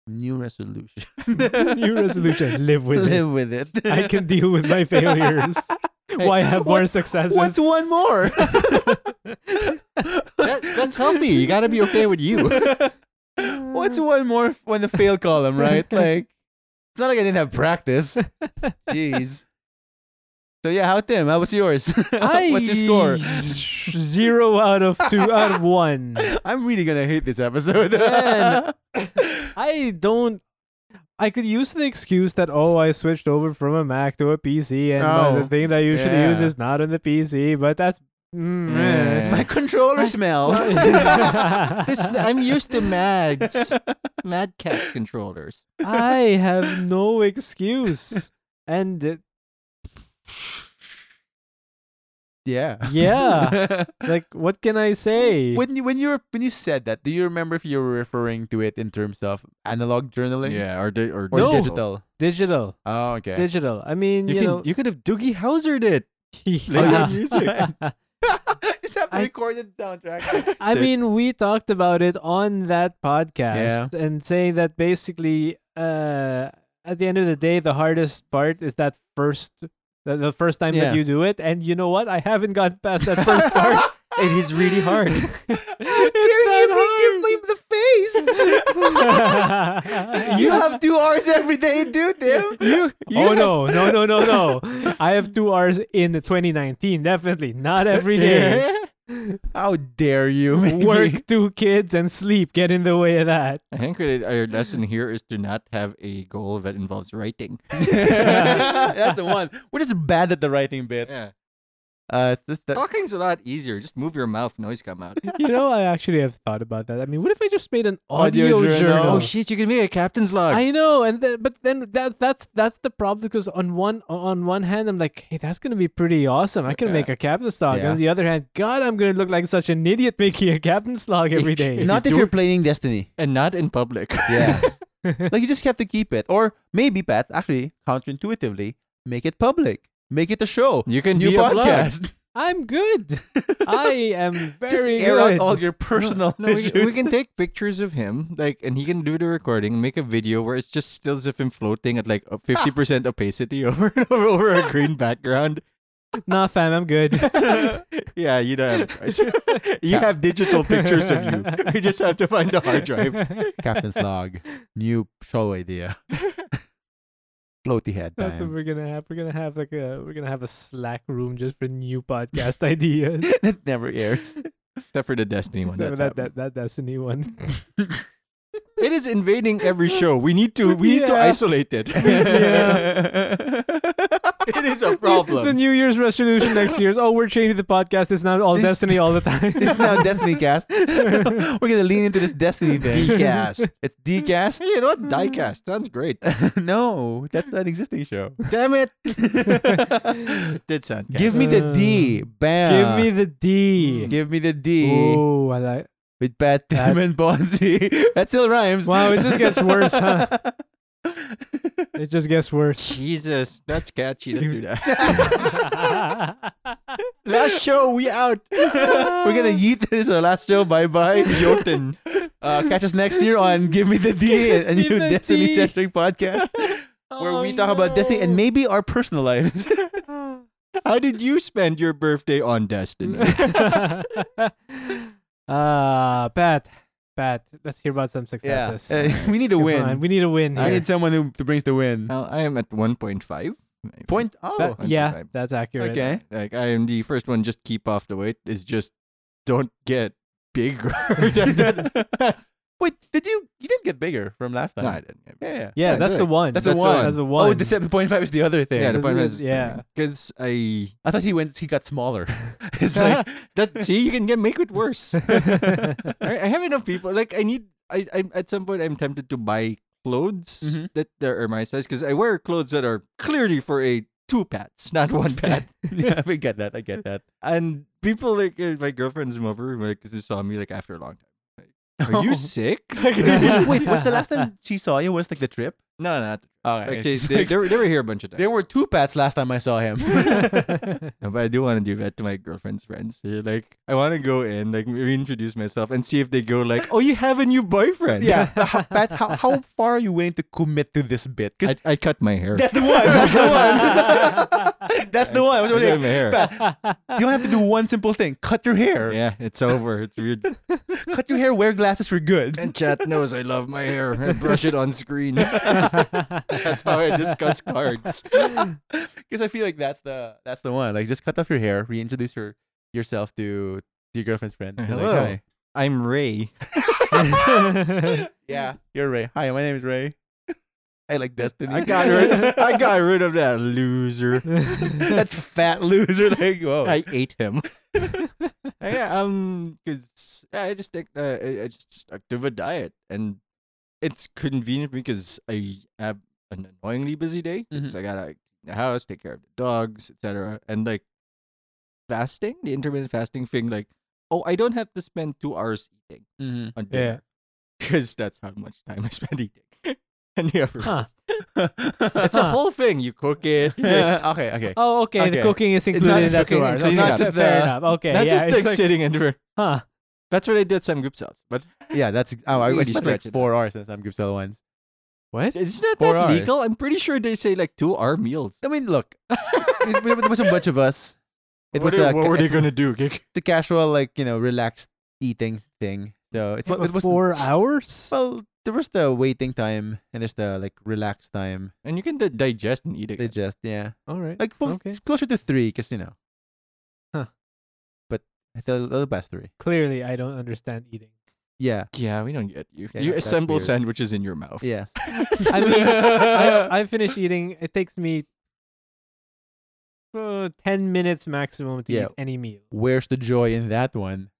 Speaker 2: New resolution.
Speaker 3: new resolution: live with it.
Speaker 2: Live with it.
Speaker 3: I can deal with my failures. Why have more successes?
Speaker 2: What's one more?
Speaker 1: That, that's healthy. You gotta be okay with you.
Speaker 2: What's one more f- when the fail column, right? Like, it's not like I didn't have practice. Jeez. So yeah, how Tim? How was yours? What's your score?
Speaker 3: Zero out of two out of one.
Speaker 2: I'm really gonna hate this episode.
Speaker 3: Man. I don't. I could use the excuse that oh I switched over from a Mac to a PC and uh,
Speaker 2: Oh,
Speaker 3: the thing that I usually use
Speaker 2: yeah.
Speaker 3: is not on the PC, but that's Mm,
Speaker 1: Yeah.
Speaker 3: eh.
Speaker 2: My controller smells.
Speaker 1: Oh, This I'm used to Mads, Mad Cat controllers.
Speaker 3: I have no excuse. And uh,
Speaker 2: yeah.
Speaker 3: yeah, like what can I say?
Speaker 2: when you when you were, when you said that, do you remember if you were referring to it in terms of analog journaling?
Speaker 1: Yeah, or di- or,
Speaker 2: Or
Speaker 3: No.
Speaker 2: digital?
Speaker 3: digital,
Speaker 2: Oh, okay.
Speaker 3: digital. I mean,
Speaker 1: You,
Speaker 3: you,
Speaker 1: can,
Speaker 3: know,
Speaker 1: you could have Doogie Howsered it.
Speaker 3: Yeah.
Speaker 1: music.
Speaker 2: Just have the
Speaker 3: I-
Speaker 2: recorded soundtrack.
Speaker 3: I
Speaker 2: Dude.
Speaker 3: mean, we talked about it on that podcast and saying that basically, uh, at the end of the day, the hardest part is that first, the, the first time
Speaker 2: Yeah.
Speaker 3: that you do it. And you know what? I haven't gotten past that first part.
Speaker 1: It is really hard.
Speaker 2: Dare you me give me the face? you have two hours every day, dude. Tim.
Speaker 3: You, oh no, no, no, no, no! I have two R's in 2019, definitely not every day.
Speaker 2: How dare you? Mindy.
Speaker 3: Work, two kids, and sleep get in the way of that.
Speaker 1: I think that our lesson here is to not have a goal that involves writing.
Speaker 2: That's the one. We're just bad at the writing bit.
Speaker 1: Yeah. Oh.
Speaker 2: Uh, it's just that.
Speaker 1: Talking's a lot easier. Just move your mouth, noise come out.
Speaker 3: You know, I actually have thought about that. I mean, what if I just made an
Speaker 2: Audio
Speaker 3: audio,
Speaker 2: journal.
Speaker 3: journal?
Speaker 2: Oh,
Speaker 1: oh shit, you can make a captain's log.
Speaker 3: I know, and then, but then that that's that's the problem because on one on one hand I'm like, hey, that's gonna be pretty awesome. I can
Speaker 1: Yeah.
Speaker 3: make a captain's log.
Speaker 2: Yeah.
Speaker 3: On the other hand, God, I'm gonna look like such an idiot making a captain's log every day.
Speaker 2: Not if
Speaker 1: do
Speaker 2: you're playing Destiny.
Speaker 1: and not in public.
Speaker 2: Yeah. like you just have to keep it. Or maybe, Pat, actually, counterintuitively, make it public. Make it a show.
Speaker 1: You can
Speaker 2: New
Speaker 1: be
Speaker 2: podcast.
Speaker 3: I'm good. I am Ah, very
Speaker 2: Just air
Speaker 3: good.
Speaker 2: out all your personal
Speaker 1: No, we,
Speaker 2: issues.
Speaker 1: we can take pictures of him, like, and he can do the recording, make a video where it's just stills of him floating at like fifty percent opacity over and over, over a green background.
Speaker 3: nah, fam, I'm good.
Speaker 1: Yeah, you don't have a price. you have digital pictures of you. We just have to find the hard drive.
Speaker 2: Captain's log. New show idea. Floaty head
Speaker 3: That's what
Speaker 2: time.
Speaker 3: we're gonna have. We're gonna have like a we're gonna have a Slack room just for new podcast ideas.
Speaker 2: That never airs.
Speaker 1: Except for the Destiny one.
Speaker 3: Except for
Speaker 1: That's
Speaker 3: that,
Speaker 1: happened.
Speaker 3: that that that's a new one.
Speaker 1: It is invading every show. We need to we need to
Speaker 3: Yeah.
Speaker 1: isolate it. it is a problem.
Speaker 3: the New Year's resolution next year is oh we're changing the podcast. It's not all
Speaker 2: This-
Speaker 3: Destiny all the time.
Speaker 2: This is now Destiny cast. we're gonna lean into this Destiny thing.
Speaker 1: Dcast.
Speaker 2: It's Dcast.
Speaker 1: Hey, you know what? Diecast sounds great.
Speaker 2: no, that's an existing show.
Speaker 1: Damn it! it did sound. cast.
Speaker 2: Give me the D. Bam.
Speaker 3: Uh, Give me the D.
Speaker 2: Give me the D
Speaker 3: Oh, I like.
Speaker 2: with Pat Tim
Speaker 3: That-
Speaker 2: and Bonzi. that still rhymes.
Speaker 3: Wow, it just gets worse, huh? It just gets worse.
Speaker 1: Jesus, that's catchy. Let's do that.
Speaker 3: We're
Speaker 1: Last show, we out.
Speaker 2: We're gonna yeet this our last show. Bye bye.
Speaker 1: Jotun.
Speaker 2: Uh, catch us next year on Give Me the D, a
Speaker 3: Me
Speaker 2: new
Speaker 3: the
Speaker 2: Destiny
Speaker 3: D.
Speaker 2: centric podcast where
Speaker 3: Oh,
Speaker 2: we talk about Destiny and maybe our personal lives.
Speaker 1: How did you spend your birthday on Destiny?
Speaker 3: Ah, Pat, Pat, let's hear about some
Speaker 2: yeah,
Speaker 3: successes.
Speaker 2: Uh, we need a
Speaker 3: Come
Speaker 2: win.
Speaker 3: on, we need a win
Speaker 2: I
Speaker 3: here.
Speaker 2: need someone who who brings the win.
Speaker 1: well, I am at 1.5. maybe.
Speaker 2: Point.
Speaker 3: That-
Speaker 2: Oh,
Speaker 1: on the
Speaker 3: yeah,
Speaker 1: time.
Speaker 3: that's accurate.
Speaker 2: okay.
Speaker 1: Like I am the first one. Just keep off the weight. Is just don't get bigger. no,
Speaker 2: Wait, did you? You didn't get bigger from last time.
Speaker 1: I didn't.
Speaker 2: Yeah.
Speaker 3: Yeah, that's the
Speaker 1: good.
Speaker 3: one.
Speaker 2: That's the one.
Speaker 3: That's the one.
Speaker 2: Oh, the seven point five is the other thing.
Speaker 1: Yeah, the
Speaker 3: This
Speaker 1: point
Speaker 3: is-
Speaker 1: is,
Speaker 3: yeah.
Speaker 1: because I
Speaker 2: I thought he went. He got smaller. it's like
Speaker 1: that see you can get make it worse. I, I have enough people. Like I need. I, I at some point I'm tempted to buy clothes
Speaker 2: Mhm.
Speaker 1: that that are my size because I wear clothes that are clearly for a two pats, not one pat.
Speaker 2: yeah, I get that. I get that.
Speaker 1: and people like uh, my girlfriend's from over because they saw me like after a long time. Like, Are you sick? Like,
Speaker 2: Wait, was the last time she saw you? Was like the trip?
Speaker 1: no, not
Speaker 2: Okay.
Speaker 1: actually.
Speaker 2: it's
Speaker 1: They,
Speaker 2: like-
Speaker 1: they, were, they were here a bunch of times.
Speaker 2: there were two pats last time I saw him.
Speaker 1: No, but I do want to do that to my girlfriend's friends. They're like, I want to go in, like reintroduce myself, and see if they go like, "Oh, you have a new boyfriend."
Speaker 2: yeah, but how, Pat, how, how far are you willing to commit to this bit? Because
Speaker 1: I, I cut my hair.
Speaker 2: that's the one. That's the one. that's the one. I was
Speaker 1: I cut
Speaker 2: like,
Speaker 1: my hair.
Speaker 2: Pat, you don't have to do one simple thing. Cut your hair.
Speaker 1: Yeah, it's over. It's weird.
Speaker 2: Cut your hair. Wear glasses for good.
Speaker 1: And chat knows I love my hair. I brush it on screen. That's how I discuss cards.
Speaker 2: Because I feel like that's the that's the one. Like, just cut off your hair. Reintroduce your, yourself to, to your girlfriend's friend. Be like,
Speaker 1: Hello.
Speaker 2: "Hi."
Speaker 1: I'm Ray.
Speaker 2: Yeah, you're Ray. Hi, my name is Ray. I like Destiny.
Speaker 1: I got rid. I got rid of that loser.
Speaker 3: Oh.
Speaker 2: that fat loser. Like, whoa.
Speaker 1: I ate him. yeah, um, because I just stick, uh, I I just stuck to the diet, and it's convenient because I have an annoyingly busy day.
Speaker 3: Mm-hmm.
Speaker 1: 'cause I gotta clean the house, take care of the dogs, etc. And like fasting, the intermittent fasting thing, like, oh, I don't have to spend two hours eating
Speaker 2: Mm-hmm.
Speaker 1: on dinner because that's how much time I spend eating. and the other
Speaker 3: Huh.
Speaker 1: ones. it's a
Speaker 3: Huh.
Speaker 1: whole thing. You cook it.
Speaker 2: okay, okay.
Speaker 3: Oh, okay.
Speaker 1: Okay.
Speaker 3: The cooking is
Speaker 1: It's
Speaker 3: included
Speaker 1: not
Speaker 3: in that
Speaker 1: cooking
Speaker 3: two
Speaker 1: and
Speaker 3: hours.
Speaker 1: cleaning
Speaker 3: Okay,
Speaker 1: up.
Speaker 2: Just uh,
Speaker 3: fair
Speaker 2: the-
Speaker 3: enough. Okay,
Speaker 1: Not
Speaker 3: yeah.
Speaker 1: just
Speaker 3: it's
Speaker 1: like
Speaker 3: like-
Speaker 1: sitting under.
Speaker 3: huh.
Speaker 1: That's what I did some group cells, but
Speaker 2: Yeah, that's oh, I, I
Speaker 1: Really
Speaker 2: spent like
Speaker 1: stretch it
Speaker 2: four hours in some group cell ones.
Speaker 3: What?
Speaker 1: Isn't that,
Speaker 2: Four
Speaker 1: that
Speaker 2: hours.
Speaker 1: legal? I'm pretty sure they say like two hour meals.
Speaker 2: I mean, look, it, it was a bunch of us. It was
Speaker 1: what,
Speaker 2: a,
Speaker 1: what were they
Speaker 2: it,
Speaker 1: gonna do? Kick?
Speaker 2: a casual, like you know, relaxed eating thing. So it's
Speaker 3: Yeah,
Speaker 2: it was
Speaker 3: four hours?
Speaker 2: Well, there was the waiting time, and there's the like relaxed time.
Speaker 1: And you can di- digest and eat it.
Speaker 2: They just yeah,
Speaker 3: All right.
Speaker 2: like well,
Speaker 3: Okay.
Speaker 2: it's closer to three because you know.
Speaker 3: Huh.
Speaker 2: But it's a little past three.
Speaker 3: Clearly, I don't understand eating.
Speaker 2: Yeah.
Speaker 1: yeah, we don't get you.
Speaker 2: Yeah,
Speaker 1: you
Speaker 2: that's
Speaker 1: assemble
Speaker 2: weird.
Speaker 1: sandwiches in your mouth.
Speaker 2: Yes.
Speaker 3: I mean, I, I finish eating. It takes me uh, ten minutes maximum to
Speaker 2: Yeah.
Speaker 3: eat any meal.
Speaker 2: Where's the joy in that one?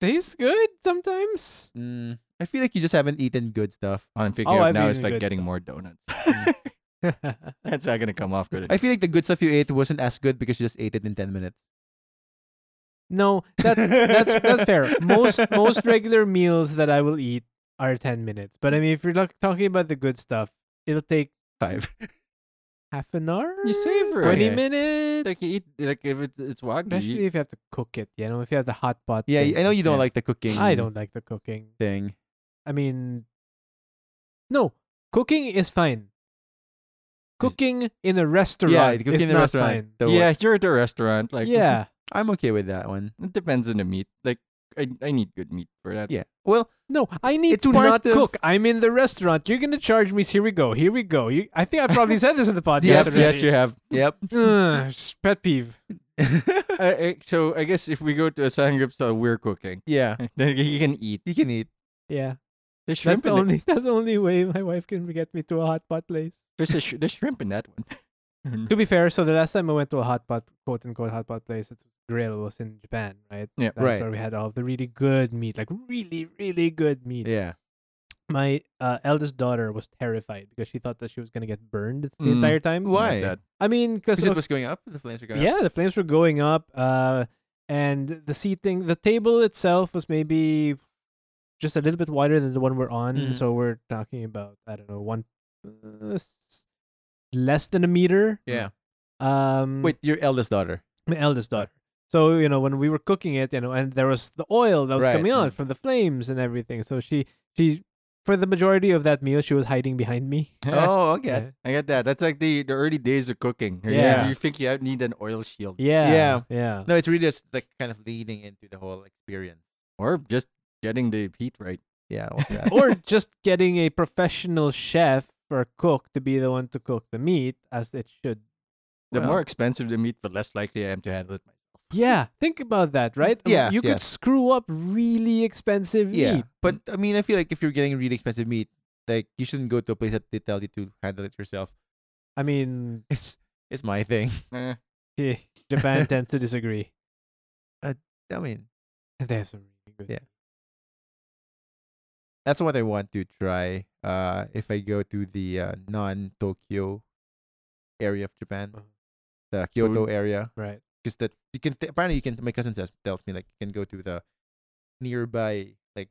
Speaker 3: Tastes good sometimes.
Speaker 2: Mm, I feel like you just haven't eaten good stuff.
Speaker 1: All I'm figuring
Speaker 3: Oh,
Speaker 1: out
Speaker 3: I've
Speaker 1: now is
Speaker 3: eaten
Speaker 1: like
Speaker 3: good
Speaker 1: getting
Speaker 3: stuff.
Speaker 1: more donuts. Mm.
Speaker 3: yeah,
Speaker 1: That's not gonna come off good.
Speaker 2: I feel like the good stuff you ate wasn't as good because you just ate it in ten minutes.
Speaker 3: No, that's that's that's fair. Most most regular meals that I will eat are ten minutes. But I mean, if you're not talking about the good stuff, it'll take
Speaker 2: Five.
Speaker 3: half an hour.
Speaker 1: You savor it.
Speaker 3: twenty
Speaker 2: Okay.
Speaker 3: minutes,
Speaker 1: like you eat like if it's it's wagyu. you-
Speaker 3: especially if you have to cook it. You know, if you have the hot pot.
Speaker 2: Yeah,
Speaker 3: thing.
Speaker 2: I know you don't
Speaker 1: Yeah.
Speaker 2: like the cooking.
Speaker 3: I don't like the cooking.
Speaker 2: thing.
Speaker 3: I mean, no, cooking is fine. Cooking in a restaurant
Speaker 2: yeah, cooking in
Speaker 3: is
Speaker 2: the
Speaker 3: not
Speaker 2: restaurant.
Speaker 3: fine.
Speaker 2: the
Speaker 1: yeah, you're at a restaurant. Like
Speaker 3: yeah,
Speaker 2: I'm okay with that one.
Speaker 1: it depends on the meat. Like I, I need good meat for that.
Speaker 2: Yeah. Well,
Speaker 3: no, I need
Speaker 2: It's
Speaker 3: to
Speaker 2: part
Speaker 3: not
Speaker 2: of-
Speaker 3: cook. I'm in the restaurant. You're gonna charge me. Here we go. Here we go. You, I think I probably said this in the podcast.
Speaker 2: Yes,
Speaker 1: Yes, yes, you have.
Speaker 2: yep.
Speaker 3: Ugh, pet peeve.
Speaker 1: Uh, uh, so I guess if we go to a sand group style, we're cooking.
Speaker 2: yeah.
Speaker 1: then you can eat.
Speaker 2: You can eat.
Speaker 3: Yeah,
Speaker 1: There's
Speaker 3: that's
Speaker 1: shrimp
Speaker 3: the
Speaker 1: in it.
Speaker 3: only that's the only way my wife can get me to a hot pot place.
Speaker 1: There's, a sh- there's shrimp in that one.
Speaker 3: To be fair, so the last time I went to a hot pot, quote unquote hot pot place, it was grill was in Japan, right?
Speaker 1: Yeah.
Speaker 3: that's
Speaker 2: Right.
Speaker 3: where we had all the really good meat, like really, really good meat.
Speaker 2: Yeah.
Speaker 3: my uh, eldest daughter was terrified because she thought that she was going to get burned the
Speaker 1: Mm.
Speaker 3: entire time.
Speaker 2: Why?
Speaker 1: That.
Speaker 3: I mean, because
Speaker 2: Because it was going up. The flames were going up.
Speaker 3: yeah, the flames were going up, uh, and the seating, the table itself was maybe just a little bit wider than the one we're on.
Speaker 2: Mhm.
Speaker 3: So we're talking about I don't know one uh, s- less than a meter.
Speaker 2: Yeah.
Speaker 3: Um,
Speaker 2: Wait, your eldest daughter.
Speaker 3: my eldest daughter. So you know when we were cooking it, you know, and there was the oil that was
Speaker 2: Right.
Speaker 3: coming
Speaker 2: Mm.
Speaker 3: out from the flames and everything. So she she for the majority of that meal, she was hiding behind me.
Speaker 2: oh, okay.
Speaker 3: Yeah.
Speaker 1: I get that. That's like the, the early days of cooking. You-
Speaker 3: Yeah.
Speaker 1: You think you have- need an oil shield
Speaker 3: Yeah.
Speaker 2: Yeah.
Speaker 3: Yeah.
Speaker 2: No, it's really just like kind of leading into the whole experience.
Speaker 1: or just getting the heat right.
Speaker 2: Yeah. all that.
Speaker 3: or just getting a professional chef or cook to be the one to cook the meat as it should.
Speaker 1: The
Speaker 2: Well.
Speaker 1: more expensive the meat, the less likely I am to handle it myself.
Speaker 3: Yeah. Think about that, right? I mean,
Speaker 2: Yes,
Speaker 3: You
Speaker 2: yes.
Speaker 3: could screw up really expensive
Speaker 2: yeah.
Speaker 3: meat.
Speaker 2: But I mean, I feel like if you're getting really expensive meat, like you shouldn't go to a place that they tell you to handle it yourself.
Speaker 3: I mean,
Speaker 2: It's it's my thing.
Speaker 1: Eh,
Speaker 3: eh, Japan tends to disagree.
Speaker 2: I mean,
Speaker 3: They have some really good.
Speaker 2: Yeah. that's what I want to try. Uh, if I go to the uh, non-Tokyo area of Japan,
Speaker 3: Uh-huh.
Speaker 2: the Kyoto area,
Speaker 3: Right.
Speaker 2: because that's you can t- apparently you can. My cousin says tells me like you can go to the nearby like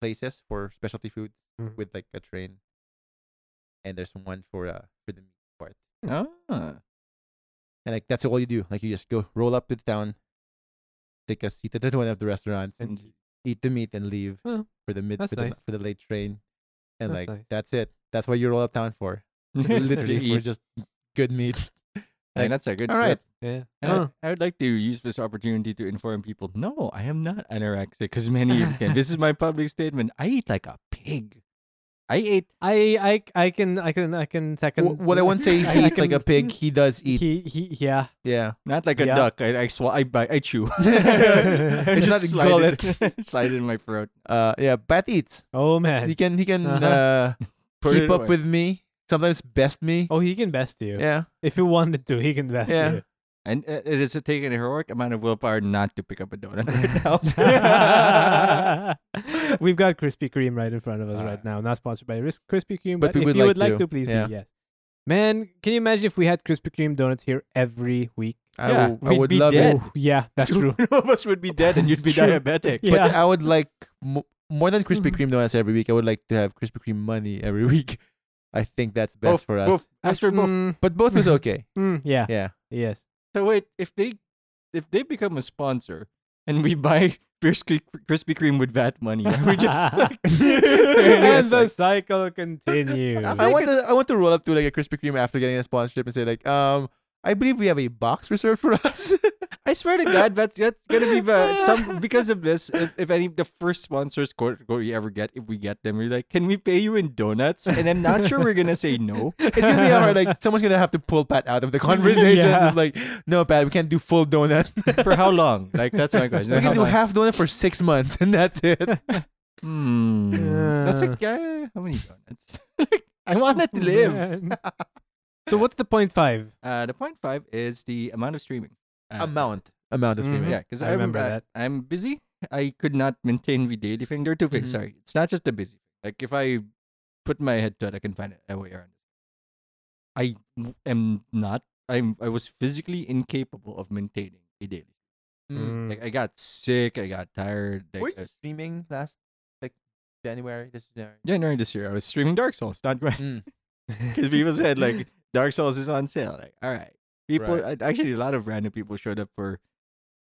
Speaker 2: places for specialty foods
Speaker 3: Mhm.
Speaker 2: with like a train, and there's one for uh for the meat part,
Speaker 1: ah.
Speaker 2: and like that's all you do. Like you just go roll up to the town, take a seat at one of the restaurants,
Speaker 1: And
Speaker 2: eat the meat, and leave
Speaker 3: Oh,
Speaker 2: for the mid
Speaker 3: that's
Speaker 2: for, the,
Speaker 3: nice.
Speaker 2: for the late train, and
Speaker 3: That's
Speaker 2: like
Speaker 3: nice.
Speaker 2: that's it. That's what you roll up town for. Literally
Speaker 1: eat.
Speaker 2: for just good meat.
Speaker 1: Hey, that's a good
Speaker 2: All right.
Speaker 1: trip.
Speaker 3: Yeah.
Speaker 1: And I- I, would like to use this opportunity to inform people no, I am not anorexic because many of you can. This is my public statement. I eat like a pig. I ate.
Speaker 3: I, I I can I can I can second.
Speaker 2: Wh- what I won't say he eats like a pig.
Speaker 3: can-
Speaker 2: He does eat.
Speaker 3: He he yeah.
Speaker 2: yeah.
Speaker 1: Not like a
Speaker 3: Yeah.
Speaker 1: duck. I I, sw- I, bite, I chew.
Speaker 2: It's not
Speaker 1: slide it, slide it in my throat.
Speaker 2: Uh. Yeah. Bat eats.
Speaker 3: Oh man.
Speaker 2: He can. He can. uh
Speaker 1: Put it
Speaker 2: keep
Speaker 1: away.
Speaker 2: up with me. Sometimes best me.
Speaker 3: oh, he can best you
Speaker 2: Yeah.
Speaker 3: if he wanted to. He can best
Speaker 2: Yeah.
Speaker 3: you.
Speaker 1: And uh, it is taking a heroic amount of willpower not to pick up a donut right now.
Speaker 3: We've got Krispy Kreme right in front of us
Speaker 2: Uh,
Speaker 3: right now. Not sponsored by Ris- Krispy Kreme,
Speaker 2: but
Speaker 3: but,
Speaker 2: we
Speaker 3: if
Speaker 2: would
Speaker 3: you
Speaker 2: like
Speaker 3: would like
Speaker 2: to.
Speaker 3: to, please
Speaker 2: Yeah.
Speaker 3: be yes. Man, can you imagine if we had Krispy Kreme donuts here every week?
Speaker 2: I,
Speaker 1: Yeah,
Speaker 2: will, I
Speaker 1: we'd
Speaker 2: would
Speaker 1: be
Speaker 2: love
Speaker 1: dead.
Speaker 2: it.
Speaker 3: Oh, yeah, that's true.
Speaker 1: Two of us would be dead and you'd be
Speaker 3: It's true.
Speaker 1: diabetic.
Speaker 3: Yeah.
Speaker 2: But I would like mo- more than Krispy
Speaker 3: Mhm.
Speaker 2: Kreme donuts every week. I would like to have Krispy Kreme money every week. I think that's
Speaker 1: Both-
Speaker 2: best for us.
Speaker 1: both. As for both.
Speaker 3: Mm,
Speaker 2: But both is okay.
Speaker 3: mm, yeah,
Speaker 2: Yeah.
Speaker 3: Yes.
Speaker 1: So wait, if they if they become a sponsor and we buy Krispy Krispy Kreme with VAT money, are we just like
Speaker 3: and
Speaker 1: It's
Speaker 3: the
Speaker 1: like,
Speaker 3: cycle continues.
Speaker 2: I want to I want to roll up to like a Krispy Kreme after getting a sponsorship and say like, um, I believe we have a box reserved for us.
Speaker 1: I swear to God, that's that's gonna be bad. Some because of this, if, if any the first sponsors quote quote you ever get, if we get them, we're like, can we pay you in donuts? And I'm not sure we're gonna say no.
Speaker 2: it's gonna be hard. Like someone's gonna have to pull Pat out of the conversation.
Speaker 3: Yeah.
Speaker 2: It's like, no, Pat, we can't do full donut.
Speaker 1: For how long? Like that's my question.
Speaker 2: we
Speaker 1: How
Speaker 2: can do
Speaker 1: long?
Speaker 2: half donut for six months, and that's it.
Speaker 1: Hmm. That's
Speaker 3: Uh.
Speaker 1: like uh, how many donuts? Like, I want it to live.
Speaker 3: so what's the point five?
Speaker 1: Uh, the point five is the amount of streaming. Uh,
Speaker 2: amount, amount of streaming.
Speaker 1: Yeah, because
Speaker 3: I
Speaker 1: I
Speaker 3: remember
Speaker 1: remember I'm, uh,
Speaker 3: that.
Speaker 1: I'm busy. I could not maintain the daily thing. There are two things.
Speaker 2: Mhm.
Speaker 3: Mm-hmm.
Speaker 1: Sorry, it's not just the busy. Like if I put my head to it, I can find a way around. it. I am not. I'm. I was physically incapable of maintaining a daily.
Speaker 2: Mm.
Speaker 1: Like I got sick. I got tired. Like, uh,
Speaker 2: Were
Speaker 1: I
Speaker 2: you
Speaker 1: was-
Speaker 2: streaming last like January? This January.
Speaker 1: January this year, I was streaming Dark Souls. Not
Speaker 3: Hmm.
Speaker 1: because
Speaker 2: Mm.
Speaker 1: people said like Dark Souls is on sale. Like all right, people.
Speaker 2: Right.
Speaker 1: I- Actually, a lot of random people showed up for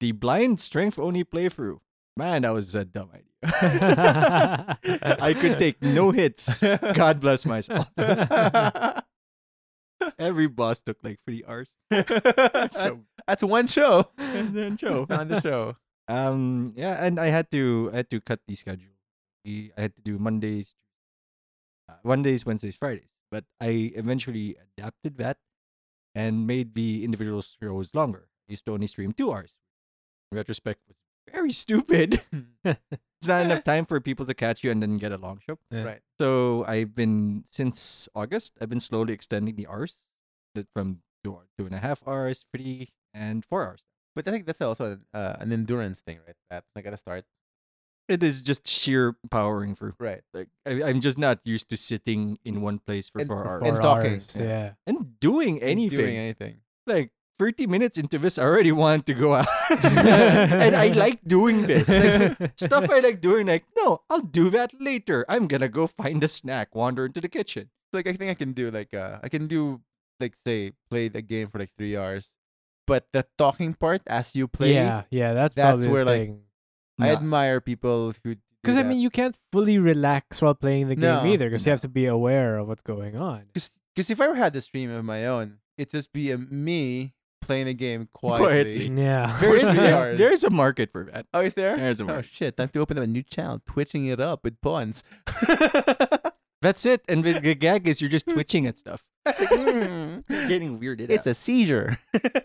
Speaker 1: the blind strength only playthrough. Man, that was a dumb idea. I could take no hits. God bless myself. Every boss took like three hours.
Speaker 2: that's,
Speaker 1: So
Speaker 2: that's one show
Speaker 1: and then show.
Speaker 2: on the show.
Speaker 1: Um yeah, and I had to I had to cut the schedule. The- I had to do Mondays, uh, Mondays, Wednesdays, Fridays. But I eventually adapted that and made the individual shows longer. I used to only stream two hours. In retrospect, was very stupid. it's not enough time for people to catch you and then get a long show.
Speaker 3: Yeah.
Speaker 2: Right.
Speaker 1: So I've been since August. I've been slowly extending the hours that from two, hour- two and a half hours, three, and four hours.
Speaker 2: But I think that's also an, uh, an endurance thing, right? That like at the start,
Speaker 1: It is just sheer powering through.
Speaker 2: right?
Speaker 1: Like I, I'm just not used to sitting in one place for
Speaker 2: And-
Speaker 1: four hours
Speaker 2: and
Speaker 3: Four
Speaker 2: talking.
Speaker 3: hours,
Speaker 2: Yeah.
Speaker 3: Yeah.
Speaker 1: and doing anything.
Speaker 2: doing anything.
Speaker 1: like 30 minutes into this, I already want to go out, and I like doing this. Like, stuff I like doing. Like no, I'll do that later. I'm gonna go find a snack, wander into the kitchen.
Speaker 2: So, like I think I can do like uh, I can do like say play the game for like three hours, but the talking part as you play,
Speaker 3: Yeah, yeah, that's,
Speaker 2: that's
Speaker 3: probably
Speaker 2: where,
Speaker 3: the
Speaker 2: like,
Speaker 3: thing.
Speaker 2: I
Speaker 1: Nah.
Speaker 2: admire people who.
Speaker 3: Because I mean, you can't fully relax while playing the
Speaker 2: No,
Speaker 3: game either, because you have to be aware of what's going on.
Speaker 2: because if I ever had a stream of my own, it'd just be a me playing a game
Speaker 1: Quietly.
Speaker 2: quietly.
Speaker 3: Yeah.
Speaker 1: There is,
Speaker 2: Forty
Speaker 1: there,
Speaker 2: hours.
Speaker 1: there is a market for that.
Speaker 2: Oh, is there?
Speaker 1: There's a
Speaker 2: Oh
Speaker 1: market.
Speaker 2: shit! Time to open up a new channel, twitching it up with puns.
Speaker 1: That's it. And the, the gag is you're just twitching at stuff.
Speaker 2: Mm.
Speaker 1: Getting weirded
Speaker 2: it's a seizure.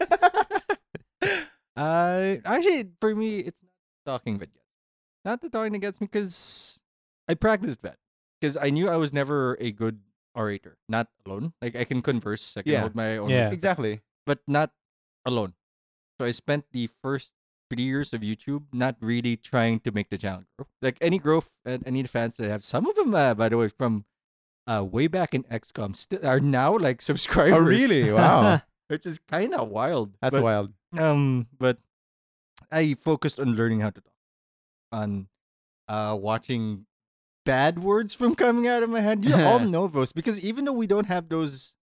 Speaker 1: uh, actually, for me, it's not talking that gets me. Not the talking that gets me because I practiced that. Because I knew I was never a good orator. Not alone. Like, I can converse. I can
Speaker 2: Yeah.
Speaker 1: hold my own.
Speaker 3: Yeah.
Speaker 2: exactly.
Speaker 1: But not alone. So I spent the first three years of YouTube not really trying to make the channel grow. Like, any growth and any fans that I have, some of them, uh, by the way, from... Uh, way back in XCOM, st- are now like subscribers.
Speaker 2: Oh, really? Wow,
Speaker 1: which is kind of wild.
Speaker 2: that's
Speaker 1: but,
Speaker 2: wild.
Speaker 1: Um, but I focused on learning how to talk, on uh, watching bad words from coming out of my head. You all know those because even though we don't have those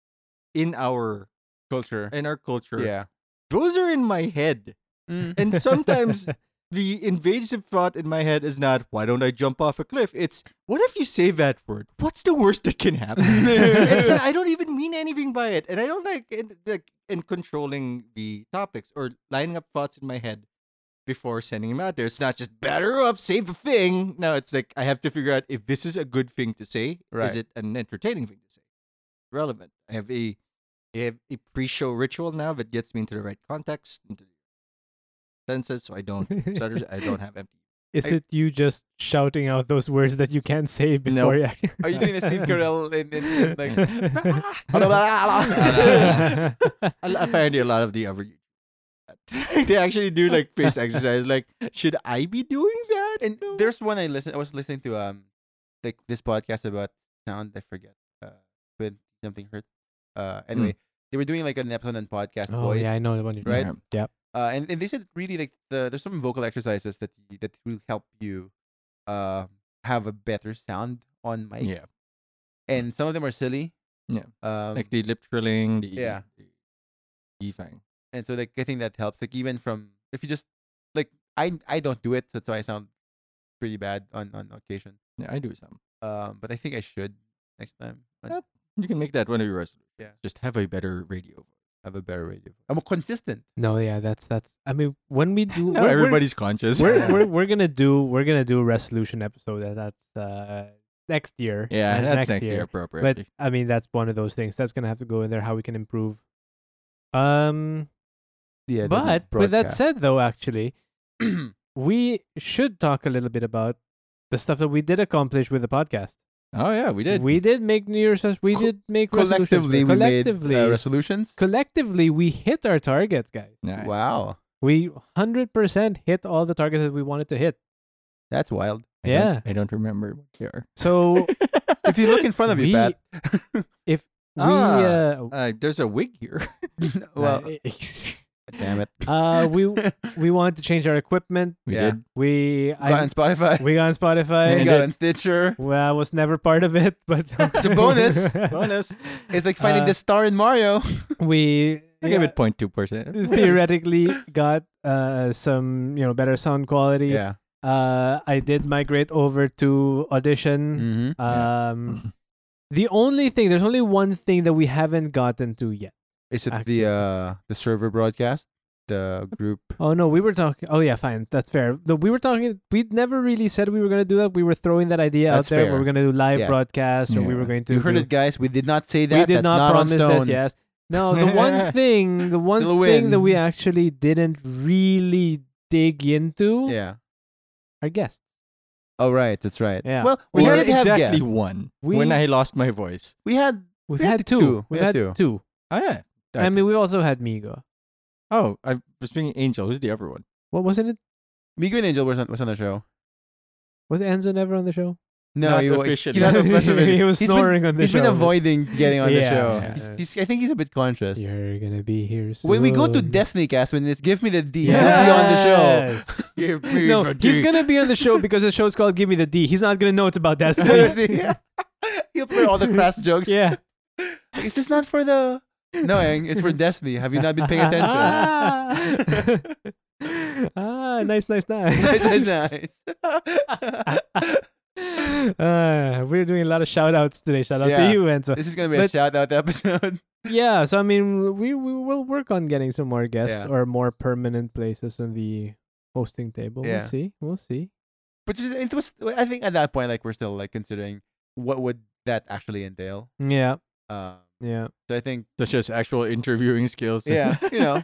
Speaker 1: in our
Speaker 2: Culture.
Speaker 1: in our culture,
Speaker 2: Yeah.
Speaker 1: those are in my head, and sometimes. The invasive thought in my head is not why don't I jump off a cliff? It's what if you say that word? What's the worst that can happen? and so I don't even mean anything by it, and I don't like in, like in controlling the topics or lining up thoughts in my head before sending them out there. It's not just batter up, say the thing. No, it's like I have to figure out if this is a good thing to say.
Speaker 2: Right.
Speaker 1: Is it an entertaining thing to say? Relevant. I have a I have a pre-show ritual now that gets me into the right context, into the senses, so I don't stutter. I don't have empty.
Speaker 3: Is
Speaker 2: I-
Speaker 3: it you just shouting out those words that you can't say
Speaker 1: No.
Speaker 3: before? you actually-
Speaker 2: Are you doing a Steve Carell in, in, in like?
Speaker 1: Apparently, a lot of the other they actually do like face exercise. Like, should I be doing that?
Speaker 2: And there's one I listen. I was listening to um, like this podcast about sound. I forget. Uh, with something hurt. Uh, anyway, they were doing like an episode on podcast
Speaker 3: Oh
Speaker 2: voice.
Speaker 3: yeah, I know the one you
Speaker 2: right?
Speaker 3: Yep.
Speaker 2: Uh, and, and they said really like the there's some vocal exercises that you, that will help you, uh, have a better sound on mic.
Speaker 1: Yeah.
Speaker 2: And some of them are silly.
Speaker 1: Yeah.
Speaker 2: Um,
Speaker 1: like the lip trilling. The,
Speaker 2: yeah.
Speaker 1: The, the thing.
Speaker 2: and so like I think that helps. Like even from if you just like I I don't do it, so that's why I sound pretty bad on on occasion.
Speaker 1: Yeah, I do some.
Speaker 2: Um, but I think I should next time and
Speaker 1: Yeah. You can make that one of your resolutions.
Speaker 2: Yeah.
Speaker 1: Just have a better radio. voice.
Speaker 2: have a better radio. I'm consistent.
Speaker 3: No, yeah, that's that's. I mean, when we do,
Speaker 1: Now
Speaker 3: we're- we're-
Speaker 1: everybody's conscious.
Speaker 3: we're, we're we're gonna do we're gonna do a resolution episode and that's uh next year
Speaker 1: yeah,
Speaker 3: and
Speaker 1: that's next, year, appropriate.
Speaker 3: but i mean that's one of those things that's gonna have to go in there how we can improve um
Speaker 2: Yeah,
Speaker 3: but with that said though actually we should talk a little bit about the stuff that we did accomplish with the podcast
Speaker 1: oh yeah, we did.
Speaker 3: we did make new year's res- we
Speaker 2: Co-
Speaker 3: did make resolutions for-
Speaker 2: collectively, we made
Speaker 3: collectively
Speaker 2: uh, resolutions.
Speaker 3: collectively we hit our targets guys
Speaker 1: Nice.
Speaker 2: Wow,
Speaker 3: we 100% hit all the targets that we wanted to hit
Speaker 2: that's wild.
Speaker 1: I don't-
Speaker 3: yeah.
Speaker 1: I don't remember what they are.
Speaker 3: so
Speaker 2: If you look in front of you,
Speaker 3: We-
Speaker 2: Pat.
Speaker 3: we
Speaker 1: Ah.
Speaker 3: uh,
Speaker 1: Uh, there's a wig here.
Speaker 2: well, damn it.
Speaker 3: uh, we we wanted to change our equipment.
Speaker 1: We
Speaker 2: Yeah.
Speaker 1: did.
Speaker 3: We
Speaker 2: got
Speaker 3: I,
Speaker 2: on Spotify.
Speaker 3: we got on
Speaker 2: We
Speaker 3: Spotify.
Speaker 2: got on Stitcher.
Speaker 3: well, I was never part of it, but
Speaker 2: It's a bonus.
Speaker 1: Bonus.
Speaker 2: It's like finding the
Speaker 3: Uh,
Speaker 2: star in Mario.
Speaker 3: We
Speaker 1: I gave
Speaker 3: yeah,
Speaker 1: it 0.2 percent.
Speaker 3: theoretically got uh, some you know better sound quality.
Speaker 2: Yeah.
Speaker 3: Uh, I did migrate over to Audition.
Speaker 2: Mm-hmm.
Speaker 3: Um, the only thing there's only one thing that we haven't gotten to yet.
Speaker 2: Is it
Speaker 3: Act-
Speaker 2: the uh the server broadcast? The group
Speaker 3: Oh no, we were talking. Oh yeah, fine, that's fair. No, we were talking. We never really said we were gonna do that. We were throwing that idea
Speaker 2: That's
Speaker 3: out there.
Speaker 2: fair.
Speaker 3: We were gonna do live
Speaker 2: Yes.
Speaker 3: broadcasts, or we
Speaker 1: Yeah.
Speaker 3: were going
Speaker 2: You
Speaker 3: to.
Speaker 2: heard
Speaker 3: do-
Speaker 2: it guys, we did not say that.
Speaker 3: We did
Speaker 2: That's not,
Speaker 3: not, promise
Speaker 2: on stone.
Speaker 3: this. Yes. No, the one thing, the one
Speaker 2: Still
Speaker 3: thing that
Speaker 2: win.
Speaker 3: we actually didn't really dig into
Speaker 2: Yeah.
Speaker 3: our guests.
Speaker 2: Oh right, that's right.
Speaker 3: Yeah.
Speaker 2: Well, we
Speaker 1: We
Speaker 2: had
Speaker 1: had
Speaker 2: to have
Speaker 1: exactly
Speaker 2: guests.
Speaker 1: one
Speaker 3: We-
Speaker 1: when I lost my voice.
Speaker 2: We had
Speaker 3: We've
Speaker 2: We
Speaker 3: had, two. We've had, two.
Speaker 1: Oh yeah.
Speaker 3: I mean, we've also had Migo.
Speaker 1: Oh, I was thinking Angel. Who's the other one?
Speaker 3: What wasn't it?
Speaker 2: Migo and Angel was on, was on the show.
Speaker 3: Was Enzo never on the show?
Speaker 2: No,
Speaker 1: Not
Speaker 2: he wa-
Speaker 1: officially.
Speaker 2: He, not officially.
Speaker 3: he was
Speaker 2: He's been-
Speaker 3: snoring on the
Speaker 2: he's
Speaker 3: show.
Speaker 2: been avoiding getting on the
Speaker 3: Yeah,
Speaker 2: show.
Speaker 1: yeah.
Speaker 2: He's, he's, I think he's a bit conscious.
Speaker 3: You're gonna be here soon.
Speaker 2: When we go to Destiny Cast, when it's give me the D,
Speaker 1: Yeah.
Speaker 2: he'll be on the show.
Speaker 3: Yes.
Speaker 1: Give
Speaker 3: no, he's gonna be on the show because the show's called "Give Me the D." He's not gonna know it's about Destiny.
Speaker 2: Yeah. he'll play all the crass jokes.
Speaker 3: yeah,
Speaker 2: Like, is this not for the? No, Ang, it's for Destiny. Have you not been paying attention?
Speaker 3: ah, Ah, nice, nice, nice.
Speaker 2: nice, nice.
Speaker 3: Uh, we're doing a lot of shout outs today. Shout out
Speaker 2: Yeah.
Speaker 3: to you, and so
Speaker 2: This is gonna be a
Speaker 3: But-
Speaker 2: shout out episode.
Speaker 3: yeah. So I mean, we we will work on getting some more guests
Speaker 2: Yeah.
Speaker 3: or more permanent places on the hosting table.
Speaker 2: Yeah.
Speaker 3: We'll see. We'll see.
Speaker 2: But just- it was I think at that point like we're still like considering what would that actually entail.
Speaker 3: Yeah,
Speaker 2: Um
Speaker 3: yeah.
Speaker 2: so I think
Speaker 1: Such as actual interviewing skills.
Speaker 2: yeah, you know.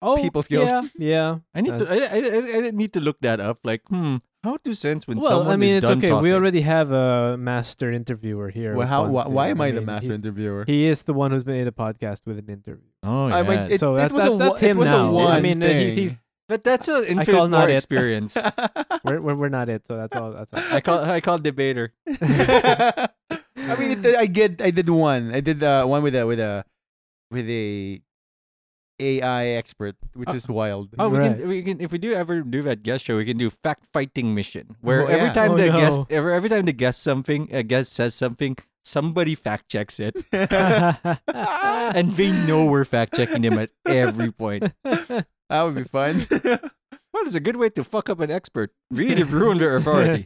Speaker 3: Oh,
Speaker 2: People skills.
Speaker 3: Yeah, yeah.
Speaker 1: I need to. I, I, I, I need to look that up. Like, hmm, how to sense when
Speaker 3: well,
Speaker 1: someone
Speaker 3: I mean,
Speaker 1: is
Speaker 3: it's
Speaker 1: done
Speaker 3: okay.
Speaker 1: talking.
Speaker 3: We already have a master interviewer here.
Speaker 2: Well,
Speaker 3: with
Speaker 2: how why,
Speaker 3: Ponce.
Speaker 2: why am I the
Speaker 3: mean,
Speaker 2: master
Speaker 3: he's-
Speaker 2: interviewer?
Speaker 3: He is the one who's made a podcast with an interview.
Speaker 1: Oh yeah.
Speaker 2: I mean, it-
Speaker 3: so that,
Speaker 2: was
Speaker 3: that-
Speaker 2: a one-
Speaker 3: that's
Speaker 2: it
Speaker 3: him
Speaker 2: was a
Speaker 3: now. I
Speaker 2: one
Speaker 3: mean, uh, he's,
Speaker 2: thing.
Speaker 3: he's
Speaker 1: but that's an
Speaker 3: I
Speaker 1: infinite
Speaker 3: call not
Speaker 1: war
Speaker 3: it.
Speaker 1: experience.
Speaker 3: we're, we're we're not it. So that's all. That's all.
Speaker 1: I call. I call debater.
Speaker 2: I mean, it, I get I did one. I did uh, one with a with a with a AI expert, which
Speaker 1: Oh.
Speaker 2: is wild.
Speaker 1: Oh, we
Speaker 3: Right.
Speaker 1: can, we can. If we do ever do that guest show, we can do fact fighting mission, where
Speaker 2: Oh,
Speaker 1: every
Speaker 2: yeah.
Speaker 1: time
Speaker 3: Oh,
Speaker 1: the guest,
Speaker 3: no.
Speaker 1: every, every time the guest something, a guest says something, somebody fact checks it,
Speaker 3: and
Speaker 1: and they know we're fact checking them at every point.
Speaker 2: That would be fun.
Speaker 1: Well, it's a good way to fuck up an expert, really ruin their authority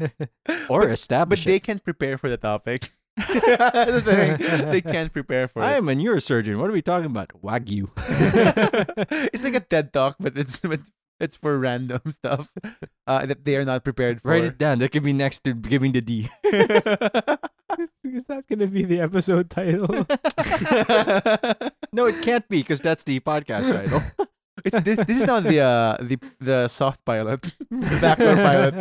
Speaker 1: or
Speaker 2: Ah, but
Speaker 1: establish
Speaker 2: they
Speaker 1: it.
Speaker 2: can't prepare for the topic. That's the thing. They can't prepare for
Speaker 1: I
Speaker 2: it.
Speaker 1: am a neurosurgeon. What are we talking about? Wagyu.
Speaker 2: it's like a TED talk, but it's but it's for random stuff uh, that they are not prepared for.
Speaker 1: Write it down. That could be next to giving the D.
Speaker 3: is that gonna be the episode title?
Speaker 1: No, it can't be because that's the podcast title.
Speaker 2: it's, this, this is now the uh, the the soft pilot, the backdoor pilot.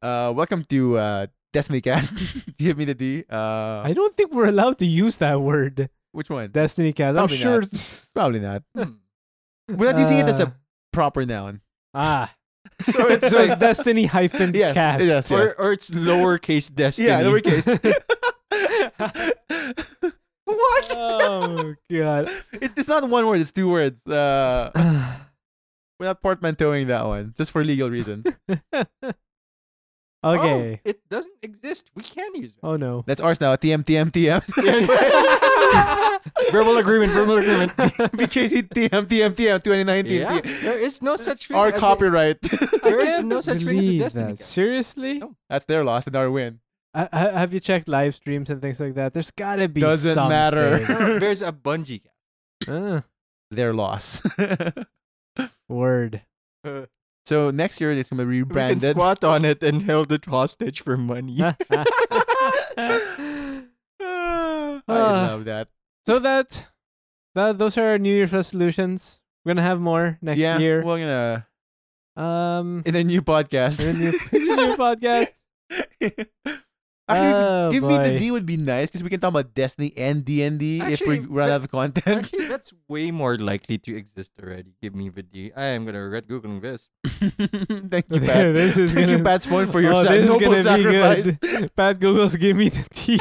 Speaker 2: Uh, welcome to uh, Destiny Cast. Give me the D. Uh,
Speaker 3: I don't think we're allowed to use that word,
Speaker 2: which one?
Speaker 3: Destiny Cast. I'm
Speaker 2: Probably
Speaker 3: sure.
Speaker 2: not. Probably not.
Speaker 1: Hmm.
Speaker 2: We're not using it as
Speaker 3: Uh,
Speaker 2: a proper noun.
Speaker 3: Ah,
Speaker 2: So it's
Speaker 3: so it's Destiny hyphen
Speaker 2: Yes,
Speaker 3: cast.
Speaker 2: yes.
Speaker 1: or, or it's lowercase destiny.
Speaker 2: yeah, lowercase.
Speaker 1: What?
Speaker 3: Oh god.
Speaker 2: it's it's not one word. It's two words. Uh, we're not portmanteauing that one just for legal reasons.
Speaker 3: Okay.
Speaker 1: Oh, it doesn't exist. We can use
Speaker 3: Oh, no.
Speaker 2: That's ours now. TM TM TM.
Speaker 1: it. verbal agreement. Verbal agreement.
Speaker 2: BKC TM TM TM 2019.
Speaker 1: yeah, there is no such thing.
Speaker 2: Our
Speaker 1: as a-
Speaker 2: copyright.
Speaker 1: there is no such thing as a
Speaker 3: Believe
Speaker 1: destiny.
Speaker 3: that. Seriously?
Speaker 1: No.
Speaker 2: That's their loss and our win.
Speaker 3: I, I, have you checked live streams and things like that? There's gotta be
Speaker 2: Doesn't
Speaker 3: something.
Speaker 1: cast.
Speaker 2: matter.
Speaker 1: No, there's a bungee. cast.
Speaker 3: Ah,
Speaker 2: Their loss.
Speaker 3: word.
Speaker 2: so next year it's gonna be
Speaker 1: We can
Speaker 2: rebranded.
Speaker 1: squat on it and held it hostage for money.
Speaker 2: I
Speaker 3: Ah.
Speaker 2: love that.
Speaker 3: so that, that those are our New Year's resolutions. We're gonna have more next
Speaker 2: yeah,
Speaker 3: year.
Speaker 2: we're gonna
Speaker 3: um,
Speaker 2: in a new podcast.
Speaker 3: in a new, new podcast.
Speaker 2: Actually,
Speaker 3: Oh,
Speaker 2: give me the
Speaker 3: boy.
Speaker 2: D would be nice because we can talk about Destiny and D and D if we
Speaker 1: Actually,
Speaker 2: run out of content.
Speaker 1: Actually, that's way more likely to exist already. Give me the D. I am gonna regret googling this.
Speaker 2: Thank you, Pat.
Speaker 3: this is
Speaker 2: Thank
Speaker 3: gonna
Speaker 2: you, Pat's phone for your
Speaker 3: oh,
Speaker 2: sa-
Speaker 3: this is
Speaker 2: noble
Speaker 3: gonna be good.
Speaker 2: sacrifice.
Speaker 3: Pat Google's give me the tea.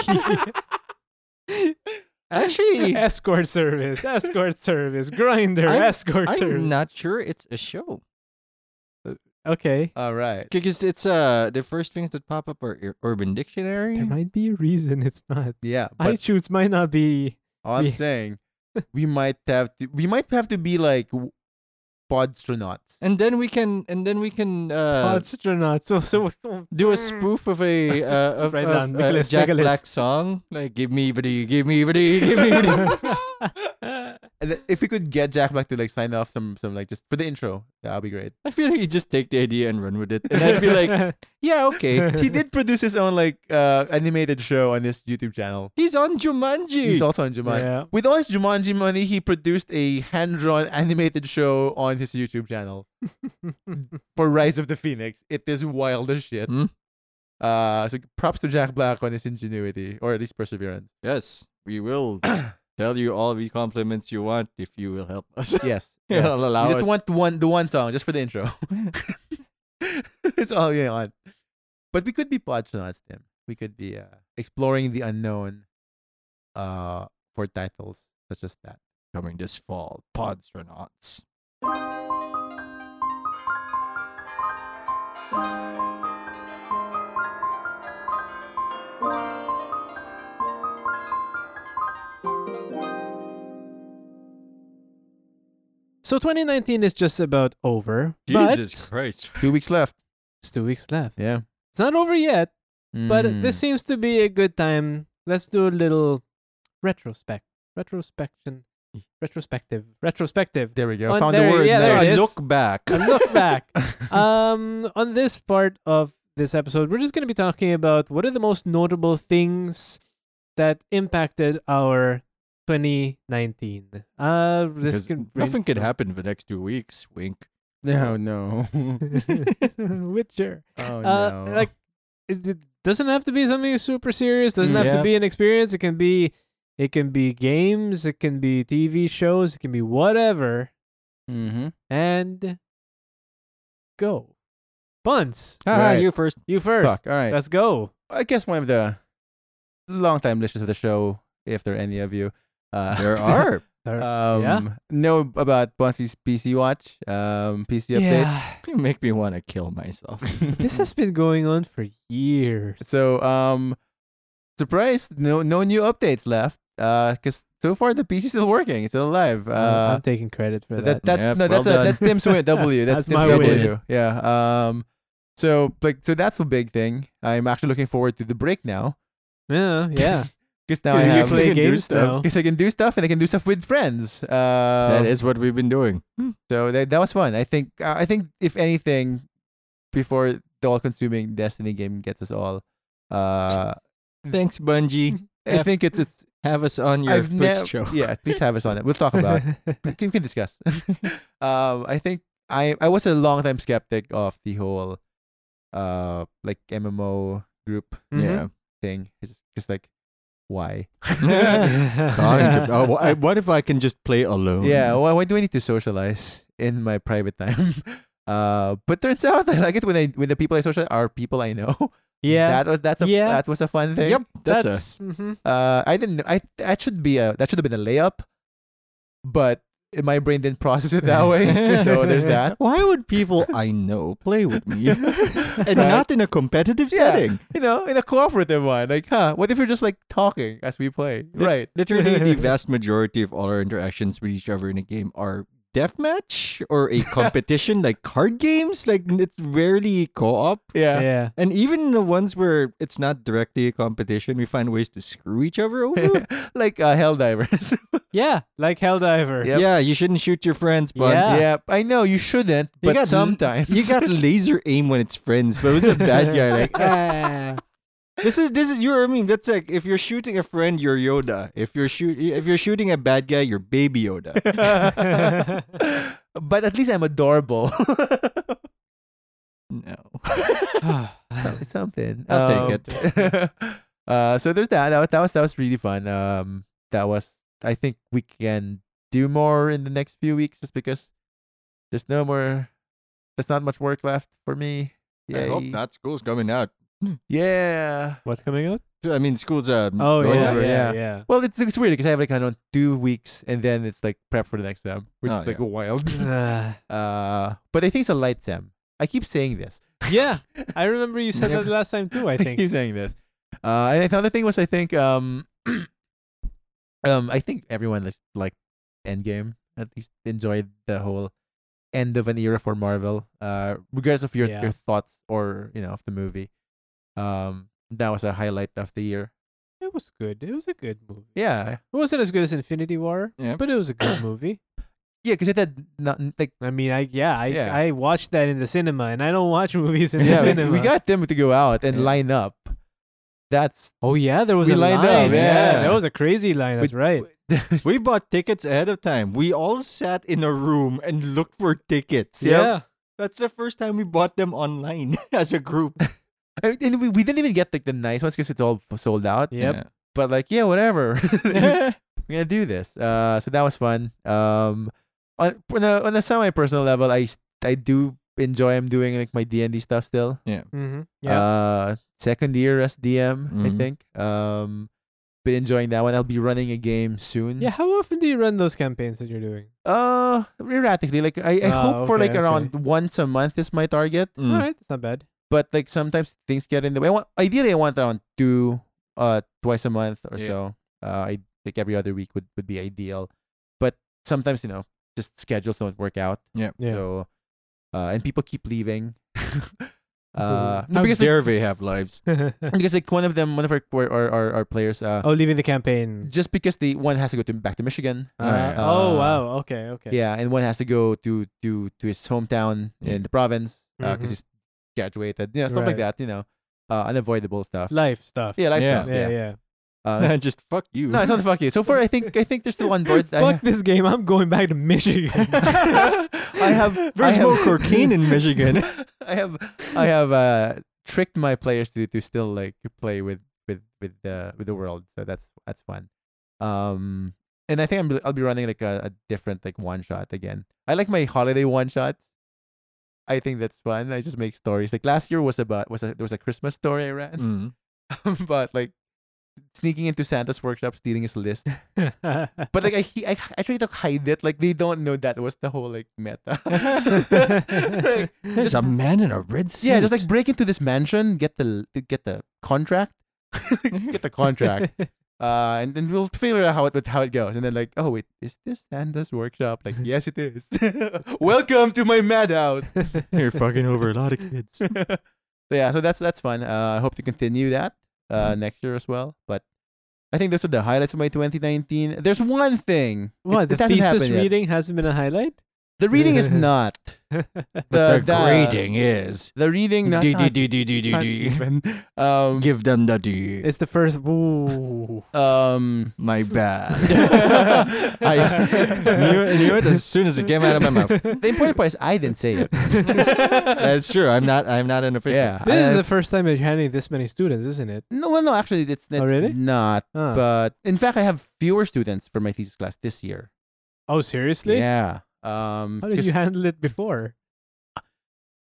Speaker 1: Actually,
Speaker 3: escort service, escort service, grinder,
Speaker 1: I'm-
Speaker 3: escort service.
Speaker 1: I'm not sure it's a show.
Speaker 3: okay.
Speaker 2: All right.
Speaker 1: Because it's uh the first things that pop up are Ur- Urban Dictionary.
Speaker 3: There might be a reason it's not.
Speaker 2: Yeah,
Speaker 3: I
Speaker 2: but
Speaker 3: choose might not be.
Speaker 2: all I'm
Speaker 3: Yeah.
Speaker 2: saying, we might have to. We might have to be like w- podstronauts.
Speaker 1: And then we can and then we can uh,
Speaker 3: astronaut. So so. so- Mm.
Speaker 1: do a spoof of a uh, of,
Speaker 3: Right
Speaker 1: of,
Speaker 3: down, make a
Speaker 1: uh,
Speaker 3: list,
Speaker 1: Jack
Speaker 3: make a
Speaker 1: Black
Speaker 3: list.
Speaker 1: song. Like give me the give me the give me the
Speaker 2: And then if we could get Jack Black to like sign off some some like just for the intro, that'll be great.
Speaker 1: I feel like you just take the idea and run with it. And I'd be like, yeah, okay.
Speaker 2: he did produce his own like uh animated show on his YouTube channel.
Speaker 1: He's on Jumanji.
Speaker 2: He's also on Jumanji.
Speaker 3: Yeah.
Speaker 2: With all his Jumanji money, he produced a hand-drawn animated show on his YouTube channel for Rise of the Phoenix. It is wild as shit.
Speaker 1: Hmm.
Speaker 2: Uh, so props to Jack Black on his ingenuity, or at least perseverance.
Speaker 1: yes, we will tell you all the compliments you want if you will help us.
Speaker 2: Yes,
Speaker 1: Yeah,
Speaker 2: yes.
Speaker 1: it'll allow
Speaker 2: We
Speaker 1: us-
Speaker 2: just want one, the one song, just for the intro. it's all we want. But we could be podnauts, Tim. We could be uh, exploring the unknown uh, for titles such as that.
Speaker 1: Coming this fall, Podstronauts.
Speaker 3: So 2019 is just about over.
Speaker 1: Jesus
Speaker 3: but
Speaker 1: Christ.
Speaker 2: Two weeks left.
Speaker 3: it's two weeks left.
Speaker 2: Yeah.
Speaker 3: It's not over yet, but
Speaker 2: Mm.
Speaker 3: this seems to be a good time. Let's do a little retrospect, retrospection,
Speaker 1: Mm.
Speaker 3: retrospective, retrospective.
Speaker 2: There we go.
Speaker 3: On-
Speaker 2: Found the
Speaker 3: there-
Speaker 2: word.
Speaker 3: yeah, there
Speaker 2: nice.
Speaker 3: it is.
Speaker 1: Look back.
Speaker 3: a look back. um, on this part of this episode, we're just going to be talking about what are the most notable things that impacted our 2019. Uh, this
Speaker 1: Because
Speaker 3: can
Speaker 1: nothing could happen the next two weeks. Wink.
Speaker 2: No, Oh, no.
Speaker 3: happen. Witcher.
Speaker 2: oh
Speaker 3: uh, Like, it, it doesn't have to be something super serious. Doesn't
Speaker 1: Mm,
Speaker 3: have
Speaker 1: yeah.
Speaker 3: to be an experience. It can be, it can be games. It can be TV shows. It can be whatever.
Speaker 2: mm-hmm.
Speaker 3: And go, Bunce.
Speaker 1: Ah,
Speaker 2: Right.
Speaker 1: you first.
Speaker 3: You first.
Speaker 2: Fuck. All right.
Speaker 3: Let's go.
Speaker 2: I guess one of the long-time listeners of the show, if there are any of you, uh,
Speaker 1: There are.
Speaker 3: Uh,
Speaker 2: um,
Speaker 3: Yeah.
Speaker 2: know about Bungie's PC Watch, um, PC update.
Speaker 1: You make me want to kill myself.
Speaker 3: this has been going on for years.
Speaker 2: So, um, surprised, no, no new updates left. Uh, because so far the PC's still working, it's still alive.
Speaker 3: Uh,
Speaker 2: Uh,
Speaker 3: I'm taking credit for
Speaker 2: That,
Speaker 3: that.
Speaker 2: that's
Speaker 1: Yep,
Speaker 2: no,
Speaker 1: well
Speaker 2: that's a, that's
Speaker 3: done.
Speaker 2: Tim's win. W. That's,
Speaker 3: That's my
Speaker 2: Tim's
Speaker 1: win.
Speaker 2: W. Yeah. Um. So like so that's a big thing. I'm actually looking forward to the break now
Speaker 3: yeah, yeah.
Speaker 2: because now I
Speaker 1: You
Speaker 2: have
Speaker 1: play
Speaker 3: play
Speaker 1: can do
Speaker 3: games
Speaker 1: stuff.
Speaker 3: now.
Speaker 2: because I can do stuff and I can do stuff with friends. Uh,
Speaker 1: that is what we've been doing.
Speaker 2: so that that was fun. I think uh, I think if anything, before the all-consuming Destiny game gets us all, uh,
Speaker 1: Thanks, Bungie.
Speaker 2: I think it's it's
Speaker 1: Have us on your
Speaker 2: I've
Speaker 1: Twitch
Speaker 2: never
Speaker 1: show.
Speaker 2: yeah. At least have us on it. We'll talk about. it. we can we can discuss. um, I think I I was a long time skeptic of the whole, uh, like MMO group
Speaker 3: Mhm.
Speaker 1: Yeah.
Speaker 2: Mm-hmm. thing. It's just, just like Why?
Speaker 3: Mm-hmm.
Speaker 1: Calling to- oh, wh- I- what if I can just play alone?
Speaker 2: Yeah, why, why do I need to socialize in my private time? Uh, but turns out I like it when I when the people I socialize are people I know.
Speaker 3: yeah.
Speaker 2: that was that's a
Speaker 3: Yeah.
Speaker 2: that was a fun thing.
Speaker 1: Yep. That's, a-
Speaker 3: that's mhm.
Speaker 2: Uh, I didn't. I that should be a that should have been a layup, but my brain didn't process it that way. no, there's that.
Speaker 1: Why would people I know play with me and not in a competitive
Speaker 2: Yeah.
Speaker 1: setting?
Speaker 2: You know, in a cooperative one, like, huh? What if you're just like talking as we play? Right.
Speaker 1: Literally, the vast majority of all our interactions with each other in a game are deathmatch or a competition like card games. Like, it's rarely co op.
Speaker 2: Yeah.
Speaker 3: yeah.
Speaker 1: And even the ones where it's not directly a competition, we find ways to screw each other over.
Speaker 2: like uh, Helldivers.
Speaker 3: Yeah, like Helldiver.
Speaker 2: Yep.
Speaker 1: Yeah, you shouldn't shoot your friends, Buns.
Speaker 3: Yeah.
Speaker 2: yeah, I know you shouldn't, but
Speaker 1: got l-
Speaker 2: sometimes
Speaker 1: You got laser aim when it's friends, but it was a bad guy. Like, ah. This is this is you. know what I mean, that's like if you're shooting a friend, you're Yoda. If you're shoot if you're shooting a bad guy, you're Baby Yoda.
Speaker 2: but at least I'm adorable.
Speaker 1: No,
Speaker 2: It's something.
Speaker 1: I'll take
Speaker 2: it. uh, so there's that. That was, that was that was really fun. Um, that was. I think we can do more in the next few weeks, just because there's no more. There's not much work left for me. Yeah.
Speaker 1: I hope not. School's coming out.
Speaker 2: Yeah.
Speaker 3: What's coming out?
Speaker 1: So, I mean, school's uh,
Speaker 3: Oh
Speaker 1: going
Speaker 3: yeah,
Speaker 1: over.
Speaker 3: yeah,
Speaker 2: yeah.
Speaker 3: yeah.
Speaker 2: Well, it's it's weird because I have like I don't two weeks, and then it's like prep for the next exam, which
Speaker 1: Oh,
Speaker 2: is like
Speaker 1: yeah.
Speaker 2: wild.
Speaker 3: Uh,
Speaker 2: Uh, but I think it's a light sem. I keep saying this.
Speaker 3: Uh, yeah, I remember you said
Speaker 1: Yeah.
Speaker 3: that last time too. I think.
Speaker 2: keep saying this. Uh, and another thing was I think um, um, I think everyone lis- liked Endgame at least enjoyed the whole end of an era for Marvel. Uh, regardless of your
Speaker 3: Yeah.
Speaker 2: your thoughts or you know of the movie, um, that was a highlight of the year.
Speaker 3: It was good. It was a good movie.
Speaker 2: Yeah,
Speaker 3: It wasn't as good as Infinity War,
Speaker 1: Yeah.
Speaker 3: but it was a good movie.
Speaker 2: yeah, because it had not like
Speaker 3: I mean, I yeah, I
Speaker 2: Yeah.
Speaker 3: I watched that in the cinema, and I don't watch movies in the
Speaker 2: yeah, we,
Speaker 3: cinema.
Speaker 2: we got them to go out and
Speaker 1: Yeah.
Speaker 2: line up. That's
Speaker 3: Oh yeah, there was
Speaker 2: We
Speaker 3: a
Speaker 2: lined up,
Speaker 3: line.
Speaker 2: yeah.
Speaker 3: that was a crazy line. That's
Speaker 2: But-
Speaker 3: right.
Speaker 1: We bought tickets ahead of time. We all sat in a room and looked for tickets.
Speaker 3: Yeah.
Speaker 1: That's the first time we bought them online as a group.
Speaker 2: I mean, and we, we didn't even get like the nice ones because it's all f- sold out.
Speaker 3: Yep.
Speaker 2: But like, yeah, whatever. We're gonna do this. Uh, so that was fun. Um, on on a, on a semi personal level, I s- I do enjoy I'm doing like my D and D stuff still.
Speaker 3: Mm-hmm. Yeah. Mm-hmm.
Speaker 2: Uh, second year as DM, I
Speaker 1: Mhm.
Speaker 2: think. Um, been enjoying that one. I'll be running a game soon.
Speaker 3: yeah. How often do you run those campaigns that you're doing?
Speaker 2: Uh, erratically, like I, I
Speaker 3: Ah,
Speaker 2: hope for
Speaker 3: okay,
Speaker 2: like around once a month is my target.
Speaker 1: Mm.
Speaker 3: All right, that's not bad.
Speaker 2: but like sometimes things get in the way. I want, ideally, I want around two, uh, twice a month or
Speaker 1: Yeah.
Speaker 2: so. Uh, I like every other week would, would be ideal, but sometimes you know just schedules don't work out.
Speaker 1: Yeah.
Speaker 3: Yeah.
Speaker 2: So, uh, and people keep leaving. uh,
Speaker 3: How
Speaker 2: no, because like,
Speaker 1: dare they have lives?
Speaker 2: because like one of them, one of our our our, our players, uh,
Speaker 3: oh, leaving the campaign.
Speaker 2: just because the one has to go to back to Michigan.
Speaker 3: Uh,
Speaker 1: Alright.
Speaker 3: oh
Speaker 2: Uh,
Speaker 3: wow. Okay. Okay.
Speaker 2: Yeah, and one has to go to to to his hometown in the province because
Speaker 3: Mhm.
Speaker 2: he's graduated. You know, stuff like
Speaker 3: Right.
Speaker 2: that. You know, uh, unavoidable stuff.
Speaker 3: Life stuff.
Speaker 2: Yeah, life
Speaker 1: Yeah.
Speaker 2: stuff.
Speaker 3: Yeah.
Speaker 2: Yeah.
Speaker 3: yeah.
Speaker 2: Uh, it's-
Speaker 1: just fuck you.
Speaker 2: no, it's not fuck you. So far, I think I think they're still on board.
Speaker 3: Fuck
Speaker 2: I,
Speaker 3: this game. I'm going back to Michigan.
Speaker 2: I have. I
Speaker 1: There's no
Speaker 2: have,
Speaker 1: cocaine in Michigan.
Speaker 2: I have. I have uh, tricked my players to to still like play with with with the with the world. So that's that's fun. Um, and I think I'm, I'll be running like a, a different like one shot again. I like my holiday one shots. I think that's fun. I just make stories. Like last year was about was a, there was a Christmas story I ran
Speaker 1: Mm.
Speaker 2: about like sneaking into Santa's workshop, stealing his list. But like I, he- I, I try to hide it. Like they don't know that was the whole like meta. Like,
Speaker 1: There's a man in a red suit.
Speaker 2: yeah, just like break into this mansion, get the get the contract, get the contract, uh, and then we'll figure out how it how it goes. And then like, oh wait, is this Santa's workshop? Like, yes, it is. Welcome to my madhouse.
Speaker 1: you're fucking over a lot of kids.
Speaker 2: So yeah, so that's that's fun. Uh, I hope to continue that uh, next year as well. But I think those are the highlights of my 2019. There's one thing.
Speaker 3: what
Speaker 2: It-
Speaker 3: the
Speaker 2: it hasn't
Speaker 3: thesis
Speaker 2: happened yet.
Speaker 3: reading hasn't been a highlight.
Speaker 2: The reading is not.
Speaker 1: But the grading is.
Speaker 2: The reading not.
Speaker 1: D-
Speaker 2: not-
Speaker 1: D- D- D- D- D-
Speaker 2: not
Speaker 1: D.
Speaker 2: even. Um,
Speaker 1: Give them the D.
Speaker 3: it's the first. Ooh.
Speaker 2: um,
Speaker 1: My bad.
Speaker 2: I-
Speaker 1: knew, it- knew it as soon as it came out of my mouth.
Speaker 2: the important part is I didn't say it.
Speaker 1: That's true. I'm not. I'm not an official.
Speaker 2: Yeah.
Speaker 3: This is
Speaker 2: I-
Speaker 3: the first time they're handling this many students, isn't it?
Speaker 2: No, well, no, actually, it's, it's
Speaker 3: Oh, really?
Speaker 2: not.
Speaker 3: Huh.
Speaker 2: But in fact, I have fewer students for my thesis class this year.
Speaker 3: oh, seriously?
Speaker 2: Yeah. Um,
Speaker 3: How did
Speaker 2: 'cause
Speaker 3: you handle it before?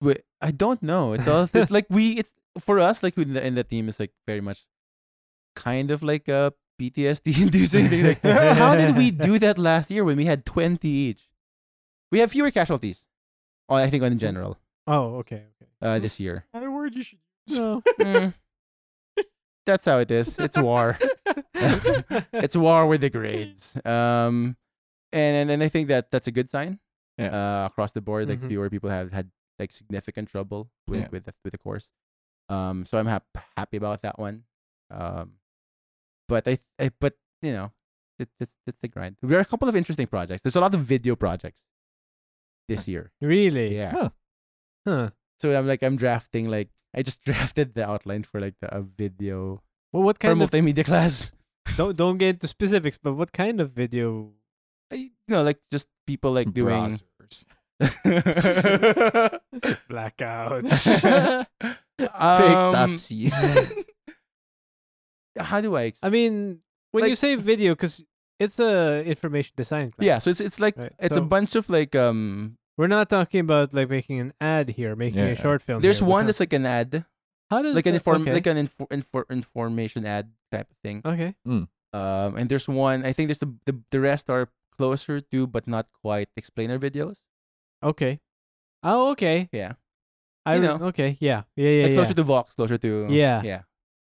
Speaker 2: we- I don't know. It's all. it's like we. It's for us. Like in the, in the team is like very much, kind of like a PTSD inducing thing. Like, how did we do that last year when we had twenty each? We have fewer casualties. Oh, I think in general
Speaker 3: Oh, okay. okay.
Speaker 2: uh, this year.
Speaker 1: Not a word you should.
Speaker 3: No.
Speaker 2: Mm. That's how it is. It's war. it's war with the grades. Um, and and, and I think that that's a good sign. Uh, across the board, like
Speaker 3: Mhm.
Speaker 2: fewer people have had like significant trouble with
Speaker 1: Yeah.
Speaker 2: with the, with the course. Um, so I'm hap- happy about that one. Um, but I, I but you know, it's it's it's the grind. There are a couple of interesting projects. There's a lot of video projects this year.
Speaker 3: really?
Speaker 2: Yeah.
Speaker 3: Huh.
Speaker 2: So I'm like I'm drafting like I just drafted the outline for like the, a video
Speaker 3: Well, what
Speaker 2: for
Speaker 3: kind of
Speaker 2: multimedia class.
Speaker 3: don't don't get into specifics, but what kind of video?
Speaker 2: I- you know, like just people like doing.
Speaker 3: Blackout.
Speaker 1: Fake
Speaker 2: Um,
Speaker 1: topsy.
Speaker 2: How do I? Explain?
Speaker 3: I mean, when you
Speaker 2: Like-
Speaker 3: say video, because it's a information design class.
Speaker 2: Yeah, so it's it's like
Speaker 3: Right,
Speaker 2: it's
Speaker 3: so-
Speaker 2: a bunch of like um.
Speaker 3: We're not talking about like making an ad here, making
Speaker 1: Yeah.
Speaker 3: a short film.
Speaker 2: There's
Speaker 3: here. We're
Speaker 2: one
Speaker 3: not-
Speaker 2: that's like an ad,
Speaker 3: how does
Speaker 2: like an
Speaker 3: that-
Speaker 2: inform,
Speaker 3: Uh, okay. Uh.
Speaker 2: like an infor- infor- information ad type of thing.
Speaker 3: okay.
Speaker 2: Um, and there's one I think there's the, the the rest are closer to but not quite explainer videos.
Speaker 3: Okay. Oh, okay.
Speaker 2: Yeah,
Speaker 3: I
Speaker 2: You
Speaker 3: re-
Speaker 2: know.
Speaker 3: Okay. Yeah. Yeah. Yeah.
Speaker 2: like
Speaker 3: yeah.
Speaker 2: closer to Vox, closer to
Speaker 3: Yeah.
Speaker 2: yeah,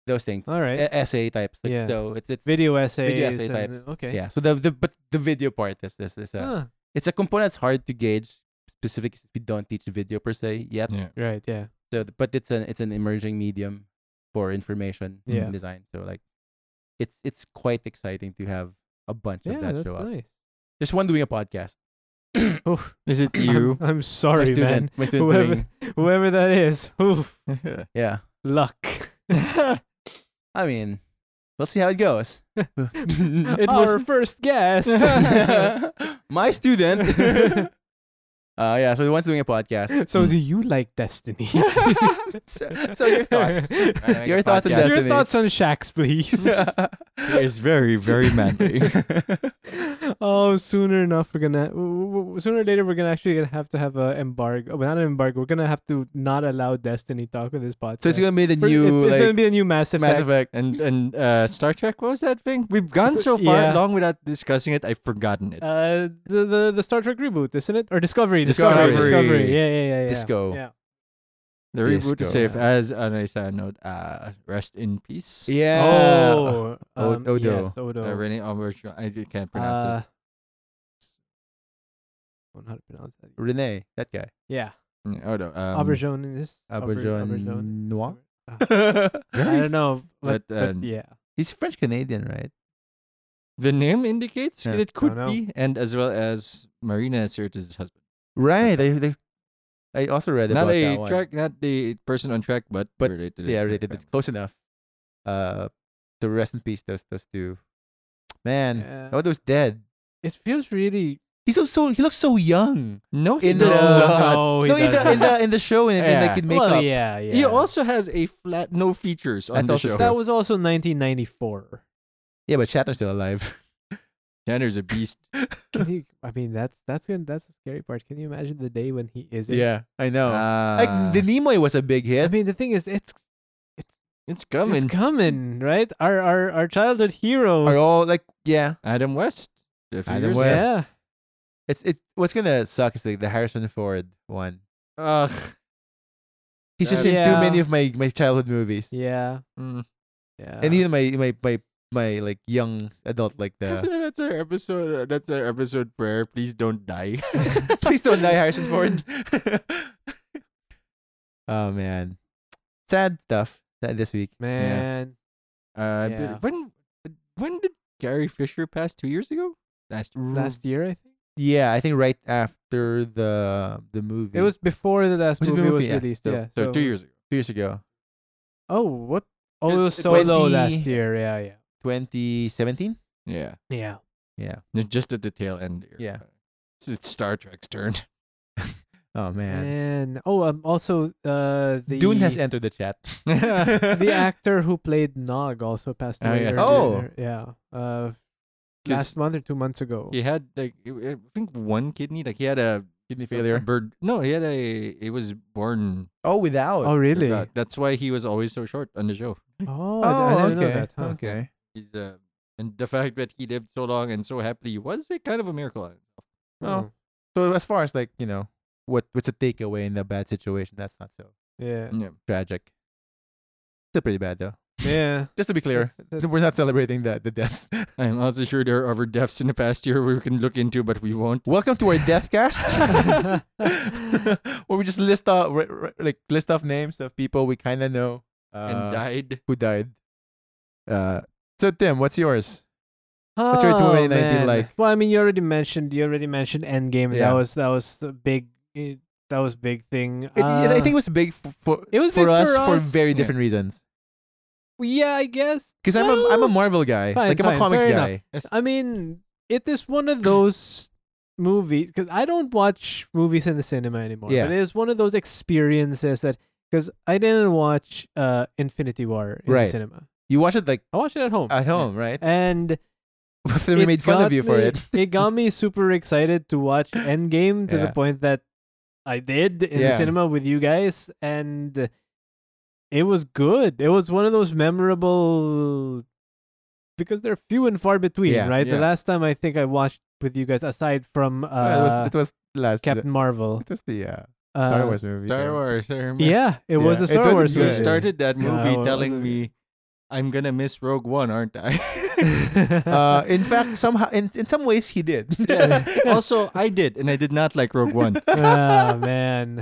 Speaker 2: those things.
Speaker 3: All right.
Speaker 2: E- essay types. Like,
Speaker 3: Yeah.
Speaker 2: So it's it's
Speaker 3: video essays.
Speaker 2: essay
Speaker 3: and-
Speaker 2: types.
Speaker 3: Okay.
Speaker 2: yeah. So the the but the video part is this is uh,
Speaker 3: Huh.
Speaker 2: it's a component that's hard to gauge specifically since we don't teach video per se yet.
Speaker 1: yeah.
Speaker 3: Right. Yeah.
Speaker 2: So, th- but it's an it's an emerging medium for information and
Speaker 3: Yeah.
Speaker 2: design. So like, it's it's quite exciting to have a bunch of
Speaker 3: Yeah.
Speaker 2: that
Speaker 3: that's
Speaker 2: show up.
Speaker 3: nice.
Speaker 2: There's one doing a podcast.
Speaker 3: Oh,
Speaker 1: Is it
Speaker 3: I'm,
Speaker 1: you?
Speaker 3: I'm
Speaker 2: My
Speaker 3: sorry, man.
Speaker 2: student, my student
Speaker 3: Whoever-
Speaker 2: doing,
Speaker 3: Whoever that is. Oof.
Speaker 2: yeah.
Speaker 3: Luck.
Speaker 2: I mean, we'll see how it goes.
Speaker 1: It
Speaker 3: Our
Speaker 1: was-
Speaker 3: first guest.
Speaker 2: my student. uh, yeah. So the one's doing a podcast.
Speaker 3: so, do you like Destiny?
Speaker 2: So, so your thoughts. Your thoughts on
Speaker 1: podcast.
Speaker 2: Destiny.
Speaker 3: Your thoughts on Shax, please.
Speaker 1: it's very, very manly.
Speaker 3: oh, sooner enough, we're gonna. w- w- Sooner or later, we're gonna actually gonna have to have a embargo. Well, not an embargo. We're gonna have to not allow Destiny talk on this podcast.
Speaker 2: so it's gonna be the
Speaker 3: We're-
Speaker 2: new
Speaker 3: It's, it's gonna
Speaker 2: like,
Speaker 3: be a new Mass Effect.
Speaker 2: Mass Effect.
Speaker 1: and and uh, Star Trek, what was that thing? We've gone so far
Speaker 3: Yeah.
Speaker 1: long without discussing it. I've forgotten it.
Speaker 3: Uh, the, the the Star Trek reboot, isn't it? Or Discovery?
Speaker 2: Discovery.
Speaker 3: Discovery. Yeah, yeah, yeah. yeah.
Speaker 2: Disco.
Speaker 3: Yeah.
Speaker 1: the reboot is
Speaker 2: disco.
Speaker 1: safe. As on a side note, uh, rest in peace.
Speaker 2: Yeah.
Speaker 3: Oh.
Speaker 2: Eh, O-
Speaker 3: um,
Speaker 2: Odo.
Speaker 3: Yes, Odo.
Speaker 1: Uh, Rene Auberjonois- I can't pronounce
Speaker 3: Uh,
Speaker 1: it.
Speaker 3: I don't know how to pronounce that.
Speaker 2: Renee, that guy.
Speaker 3: Yeah.
Speaker 1: Mm, Oh no. Um,
Speaker 3: Aubergine is Auber- Aubergine?
Speaker 2: Auberginois.
Speaker 3: I don't know, but,
Speaker 1: But,
Speaker 3: but
Speaker 1: um,
Speaker 3: yeah.
Speaker 2: He's French Canadian, right?
Speaker 1: The name indicates
Speaker 2: Yeah.
Speaker 1: it could
Speaker 3: know.
Speaker 1: be, and as well as Marina Sirtis's husband.
Speaker 2: Right. They, they, I also read
Speaker 1: not
Speaker 2: about
Speaker 1: a
Speaker 2: that one.
Speaker 1: track, not the person on track, but,
Speaker 2: But,
Speaker 1: related. to the
Speaker 2: Yeah,
Speaker 1: track
Speaker 2: related. It's
Speaker 1: family.
Speaker 2: close enough. Uh, to rest in peace, those those two. Man,
Speaker 3: Yeah.
Speaker 2: Odo's dead.
Speaker 3: It feels really.
Speaker 2: He's so, so he looks so young.
Speaker 1: No, he
Speaker 2: In the-
Speaker 1: does not.
Speaker 3: no, Oh, he
Speaker 2: no, in the,
Speaker 3: doesn't.
Speaker 2: in the in the show and in, like in makeup.
Speaker 3: Well, yeah, yeah.
Speaker 1: He also has a flat no features on
Speaker 2: That's
Speaker 1: the
Speaker 2: also
Speaker 1: show.
Speaker 2: true.
Speaker 3: that was also 1994.
Speaker 2: Yeah, but Shatner's still alive.
Speaker 1: Tanner's a beast.
Speaker 3: Can you, I mean, that's that's gonna, that's the scary part. Can you imagine the day when he isn't?
Speaker 2: Oh. I know.
Speaker 1: Ah,
Speaker 2: like the Nimoy was a big
Speaker 3: I
Speaker 2: hit.
Speaker 3: mean, the thing is, it's
Speaker 1: it's coming.
Speaker 3: it's coming, right? Our our our childhood heroes
Speaker 2: Are all like yeah.
Speaker 1: Adam West. a few
Speaker 2: Adam
Speaker 1: years
Speaker 2: West.
Speaker 1: ago.
Speaker 3: Yeah.
Speaker 2: It's it's what's gonna suck is like the Harrison Ford one.
Speaker 1: Ugh.
Speaker 2: He's just
Speaker 1: Yeah.
Speaker 2: in too
Speaker 3: Yeah.
Speaker 2: many of my my childhood movies.
Speaker 3: Yeah.
Speaker 1: Mm.
Speaker 3: Yeah.
Speaker 2: and even my my my my like young adult like the
Speaker 1: that's our episode. uh, That's our episode prayer. Please don't die.
Speaker 2: please don't die Harrison Ford. oh man, sad stuff that this week.
Speaker 3: man.
Speaker 1: Uh,
Speaker 3: Yeah.
Speaker 1: but when when did Gary Fisher pass? Two years ago. Last
Speaker 3: Last year, I think.
Speaker 2: yeah, I think right after the the movie.
Speaker 3: It was before the last
Speaker 2: Was it
Speaker 3: movie,
Speaker 2: the movie?
Speaker 3: was
Speaker 2: Yeah.
Speaker 3: released.
Speaker 2: So-
Speaker 3: yeah.
Speaker 1: So two years ago.
Speaker 2: two years ago,
Speaker 3: Oh, what? Oh, it
Speaker 2: It's
Speaker 3: was so low last
Speaker 2: 20
Speaker 3: year. Yeah, yeah,
Speaker 2: 2017.
Speaker 1: Yeah.
Speaker 3: yeah.
Speaker 2: Yeah.
Speaker 1: They're Just at the tail end. Here.
Speaker 2: Yeah.
Speaker 1: It's, it's Star Trek's turn.
Speaker 2: Oh man,
Speaker 3: And oh, um, also uh, the
Speaker 2: Dune has entered the chat.
Speaker 3: the actor who played Nog also passed
Speaker 1: Oh,
Speaker 3: away.
Speaker 1: yes.
Speaker 3: earlier. yeah. Uh,
Speaker 1: 'Cause
Speaker 3: last month or two months ago.
Speaker 1: He had like it- I think one kidney. Like he had a
Speaker 2: Kidney
Speaker 1: a
Speaker 2: failure.
Speaker 1: bird. No, he had a. He was born.
Speaker 2: Oh, without.
Speaker 3: Oh, really?
Speaker 1: without- That's why he was always so short on the show.
Speaker 3: Oh, I, I didn't know that. Huh?
Speaker 2: Okay.
Speaker 1: He's uh, and the fact that he lived so long and so happily was a kind of a miracle.
Speaker 2: Oh.
Speaker 3: Hmm.
Speaker 2: So as far as like you know, what what's a takeaway in a bad situation? That's not so
Speaker 3: Yeah.
Speaker 1: Yeah.
Speaker 2: tragic. Still pretty bad though.
Speaker 3: Yeah.
Speaker 2: Just to be clear,
Speaker 3: That's- that's-
Speaker 2: we're not celebrating the the death.
Speaker 1: I'm also sure there are other deaths in the past year we can look into, but we won't.
Speaker 2: Welcome to our death cast, where we just list off r- r- like list off names of people we kind of know uh,
Speaker 1: and died.
Speaker 2: who died. Uh, so Tim, what's yours? What's your 2019
Speaker 3: Oh, man.
Speaker 2: like?
Speaker 3: Well, I mean, you already mentioned you already mentioned Endgame. and
Speaker 2: Yeah.
Speaker 3: That was that was the big it, that was big thing.
Speaker 2: It, I
Speaker 3: Uh,
Speaker 2: think it was big f- for
Speaker 3: It was
Speaker 2: for,
Speaker 3: big
Speaker 2: us,
Speaker 3: for
Speaker 2: for
Speaker 3: us.
Speaker 2: very
Speaker 1: Yeah.
Speaker 2: different reasons.
Speaker 3: yeah, I guess
Speaker 2: Because I'm a I'm a Marvel guy,
Speaker 3: Fine,
Speaker 2: like I'm a
Speaker 3: fine,
Speaker 2: comics
Speaker 3: fair
Speaker 2: guy.
Speaker 3: I mean, it is one of those movies because I don't watch movies in the cinema anymore.
Speaker 2: Yeah.
Speaker 3: But it is one of those experiences that because I didn't watch uh, Infinity War in
Speaker 2: Right.
Speaker 3: the cinema.
Speaker 2: You watch it like
Speaker 3: I watched it at home.
Speaker 2: at home, right?
Speaker 3: and
Speaker 2: Then we
Speaker 3: it
Speaker 2: made fun of
Speaker 3: got
Speaker 2: you for
Speaker 3: me-
Speaker 2: it.
Speaker 3: it got me super excited to watch Endgame to
Speaker 2: Yeah.
Speaker 3: the point that I did in
Speaker 2: Yeah.
Speaker 3: the cinema with you guys, and it was good. It was one of those memorable because they're few and far between,
Speaker 2: Yeah,
Speaker 3: right?
Speaker 1: yeah.
Speaker 3: The last time I think I watched with you guys, aside from uh,
Speaker 2: Yeah, it was it was last
Speaker 3: Captain Marvel,
Speaker 2: It was the uh,
Speaker 3: uh,
Speaker 2: Star Wars movie.
Speaker 1: Star
Speaker 2: yeah.
Speaker 1: Wars. I remember.
Speaker 3: Yeah, it was
Speaker 2: Yeah. It was
Speaker 3: a Star
Speaker 2: a
Speaker 3: Wars
Speaker 1: You
Speaker 2: good-
Speaker 3: movie.
Speaker 2: Yeah.
Speaker 1: started that
Speaker 3: Yeah,
Speaker 1: movie
Speaker 3: well,
Speaker 1: telling me,
Speaker 3: okay.
Speaker 1: "I'm gonna miss Rogue One, aren't I?"
Speaker 2: Uh, in fact, somehow in, in some ways he did.
Speaker 1: yes. Also, I did, and I did not like Rogue One.
Speaker 2: Ah,
Speaker 3: oh man.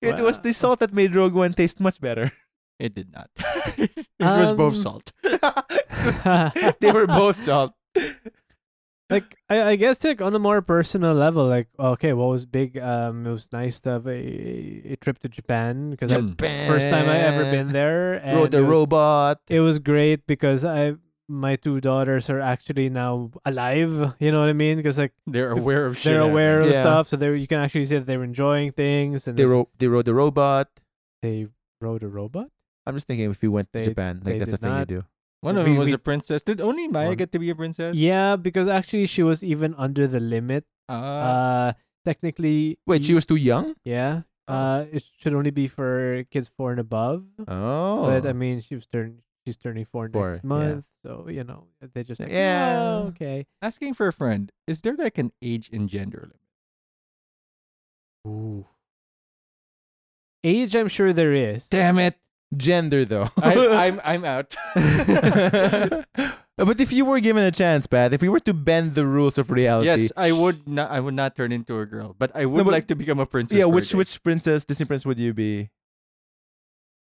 Speaker 2: It was the salt that made Rogue One taste much better.
Speaker 1: It did not. it was both
Speaker 3: Um,
Speaker 1: salt.
Speaker 2: they were both salt.
Speaker 3: like I, I guess like on a more personal level, like okay, what was big? Um, it was nice to have a, a trip to Japan because that's the first time I ever been there. And
Speaker 2: Rode the
Speaker 3: it was,
Speaker 2: robot.
Speaker 3: It was great because I my two daughters are actually now alive. You know what I mean? Because like
Speaker 1: They're aware of shit.
Speaker 3: they're aware of
Speaker 2: Yeah.
Speaker 3: stuff, so they you can actually see that they're enjoying things and
Speaker 2: They
Speaker 3: there's-
Speaker 2: ro- they rode the robot.
Speaker 3: they rode a robot.
Speaker 2: I'm just thinking if you went to
Speaker 3: They-
Speaker 2: Japan, like
Speaker 3: they
Speaker 2: that's the
Speaker 3: did
Speaker 2: thing
Speaker 3: not.
Speaker 2: you do.
Speaker 1: One of
Speaker 3: We-
Speaker 1: them was
Speaker 3: we-
Speaker 1: a princess. Did only Maya
Speaker 3: One-
Speaker 1: get to be a princess?
Speaker 3: Yeah, because actually she was even under the limit.
Speaker 1: Ah,
Speaker 3: Uh, technically,
Speaker 2: Wait, she was too young.
Speaker 3: yeah. Uh, it should only be for kids four and above.
Speaker 2: Oh,
Speaker 3: But I mean, she was turn she's turning four
Speaker 2: Four,
Speaker 3: next
Speaker 2: yeah.
Speaker 3: month, so you know they just like,
Speaker 2: Yeah.
Speaker 3: yeah okay.
Speaker 1: asking for a friend. Is there like an age and gender limit?
Speaker 3: Ooh. Age, I'm sure there is.
Speaker 1: Damn it!
Speaker 2: gender though.
Speaker 1: I, I'm I'm out.
Speaker 2: but if you were given a chance, Pat, if we were to bend the rules of reality,
Speaker 1: yes, I would not. I would not turn into a girl, but I would
Speaker 2: but-
Speaker 1: like to become a princess.
Speaker 2: yeah.
Speaker 1: for a
Speaker 2: Which
Speaker 1: day.
Speaker 2: which princess, Disney princess, would you be?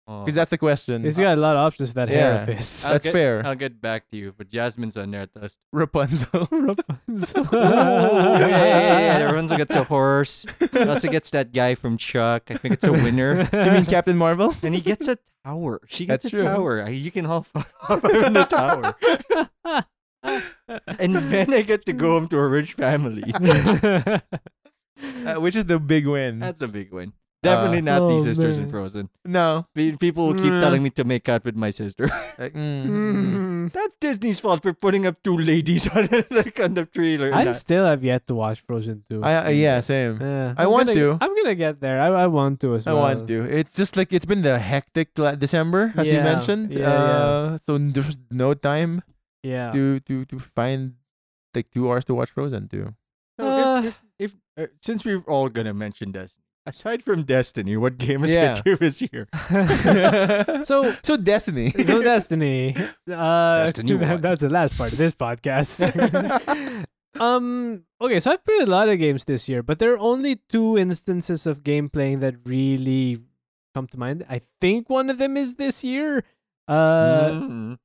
Speaker 1: Oh.
Speaker 2: Because that's the question.
Speaker 3: He's got a lot of options for that hair of
Speaker 2: Yeah.
Speaker 3: his.
Speaker 1: I'll
Speaker 2: that's
Speaker 1: get-
Speaker 2: fair.
Speaker 1: I'll get back to you, but Jasmine's on there at us.
Speaker 2: Rapunzel.
Speaker 1: Oh, yeah, yeah, yeah. Everyone's gets a horse. He also gets that guy from Chuck. I think it's a winner.
Speaker 2: you mean Captain Marvel?
Speaker 1: And he gets a tower. She gets
Speaker 2: That's
Speaker 1: a
Speaker 2: true.
Speaker 1: tower. I- You can all fuck off. I'm in the tower. And then I get to go home to a rich family.
Speaker 2: Uh, which is the big win?
Speaker 1: That's a big win.
Speaker 2: Uh,
Speaker 1: Definitely not
Speaker 3: Oh,
Speaker 1: these sisters in
Speaker 3: man.
Speaker 1: Frozen.
Speaker 2: no.
Speaker 1: Pe- People will keep
Speaker 3: Mm.
Speaker 1: telling me to make out with my sister.
Speaker 2: Like, mm, mm.
Speaker 3: Mm.
Speaker 1: That's Disney's fault for putting up two ladies on it, like on the trailer.
Speaker 3: I
Speaker 1: Nah.
Speaker 3: still have yet to watch Frozen 2.
Speaker 2: I, uh, yeah, same.
Speaker 3: Yeah.
Speaker 2: I
Speaker 3: I'm
Speaker 2: want
Speaker 3: gonna-
Speaker 2: to.
Speaker 3: I'm gonna get there. I, I want to as
Speaker 2: I
Speaker 3: well.
Speaker 2: want to. It's just like it's been the hectic la- December, as you
Speaker 3: Yeah,
Speaker 2: mentioned.
Speaker 3: yeah, yeah.
Speaker 2: uh, So there's no time
Speaker 3: Yeah.
Speaker 2: to to to find like two hours to watch Frozen too.
Speaker 1: No,
Speaker 3: Uh,
Speaker 1: if, if, if uh, since we're all gonna mention Destiny, aside from Destiny, what game is
Speaker 2: Yeah.
Speaker 1: with you
Speaker 2: Uh,
Speaker 1: this year?
Speaker 3: So
Speaker 2: So Destiny.
Speaker 3: so Destiny. Uh,
Speaker 1: Destiny one.
Speaker 3: that- that's the last part of this podcast. um. Okay, so I've played a lot of games this year, but there are only two instances of game playing that really come to mind. I think one of them is this year. Uh,
Speaker 1: Mm.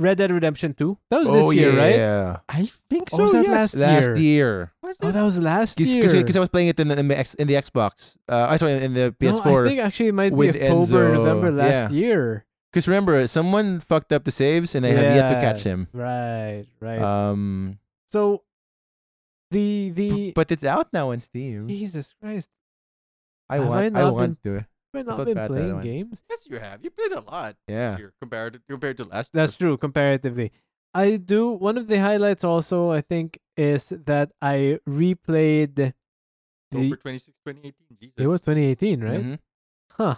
Speaker 3: Red Dead Redemption 2. That was this year, right?
Speaker 2: Yeah.
Speaker 1: I think
Speaker 3: Or
Speaker 1: so.
Speaker 3: was that
Speaker 1: yes.
Speaker 3: last year?
Speaker 2: Last year.
Speaker 1: Was it?
Speaker 3: Oh, that was last year.
Speaker 2: Because I was playing it in the, in the, X, in the Xbox. Uh, I sorry, in the
Speaker 3: No, I
Speaker 2: PS4.
Speaker 3: think actually it might be
Speaker 2: with
Speaker 3: October,
Speaker 2: Enzo.
Speaker 3: November last year.
Speaker 2: Because remember, someone fucked up the saves and I have yet to catch
Speaker 3: Yes.
Speaker 2: him.
Speaker 3: Right, right.
Speaker 2: Um,
Speaker 3: so the the
Speaker 2: b- but it's out now on Steam.
Speaker 3: Jesus Christ,
Speaker 2: I
Speaker 3: have
Speaker 2: want.
Speaker 3: I
Speaker 2: I,
Speaker 3: not
Speaker 2: want to.
Speaker 3: have I
Speaker 2: felt
Speaker 3: not
Speaker 2: bad
Speaker 3: been
Speaker 2: that I
Speaker 3: playing
Speaker 2: went.
Speaker 3: games?
Speaker 1: Yes, you have. You played a lot.
Speaker 2: Yeah.
Speaker 1: Here, compared to, compared to last.
Speaker 3: That's true comparatively. I do one of the highlights also I think is that I replayed
Speaker 1: October
Speaker 3: the
Speaker 1: 26, 2018. Jesus.
Speaker 3: it was 2018, right?
Speaker 2: Mhm.
Speaker 3: Huh.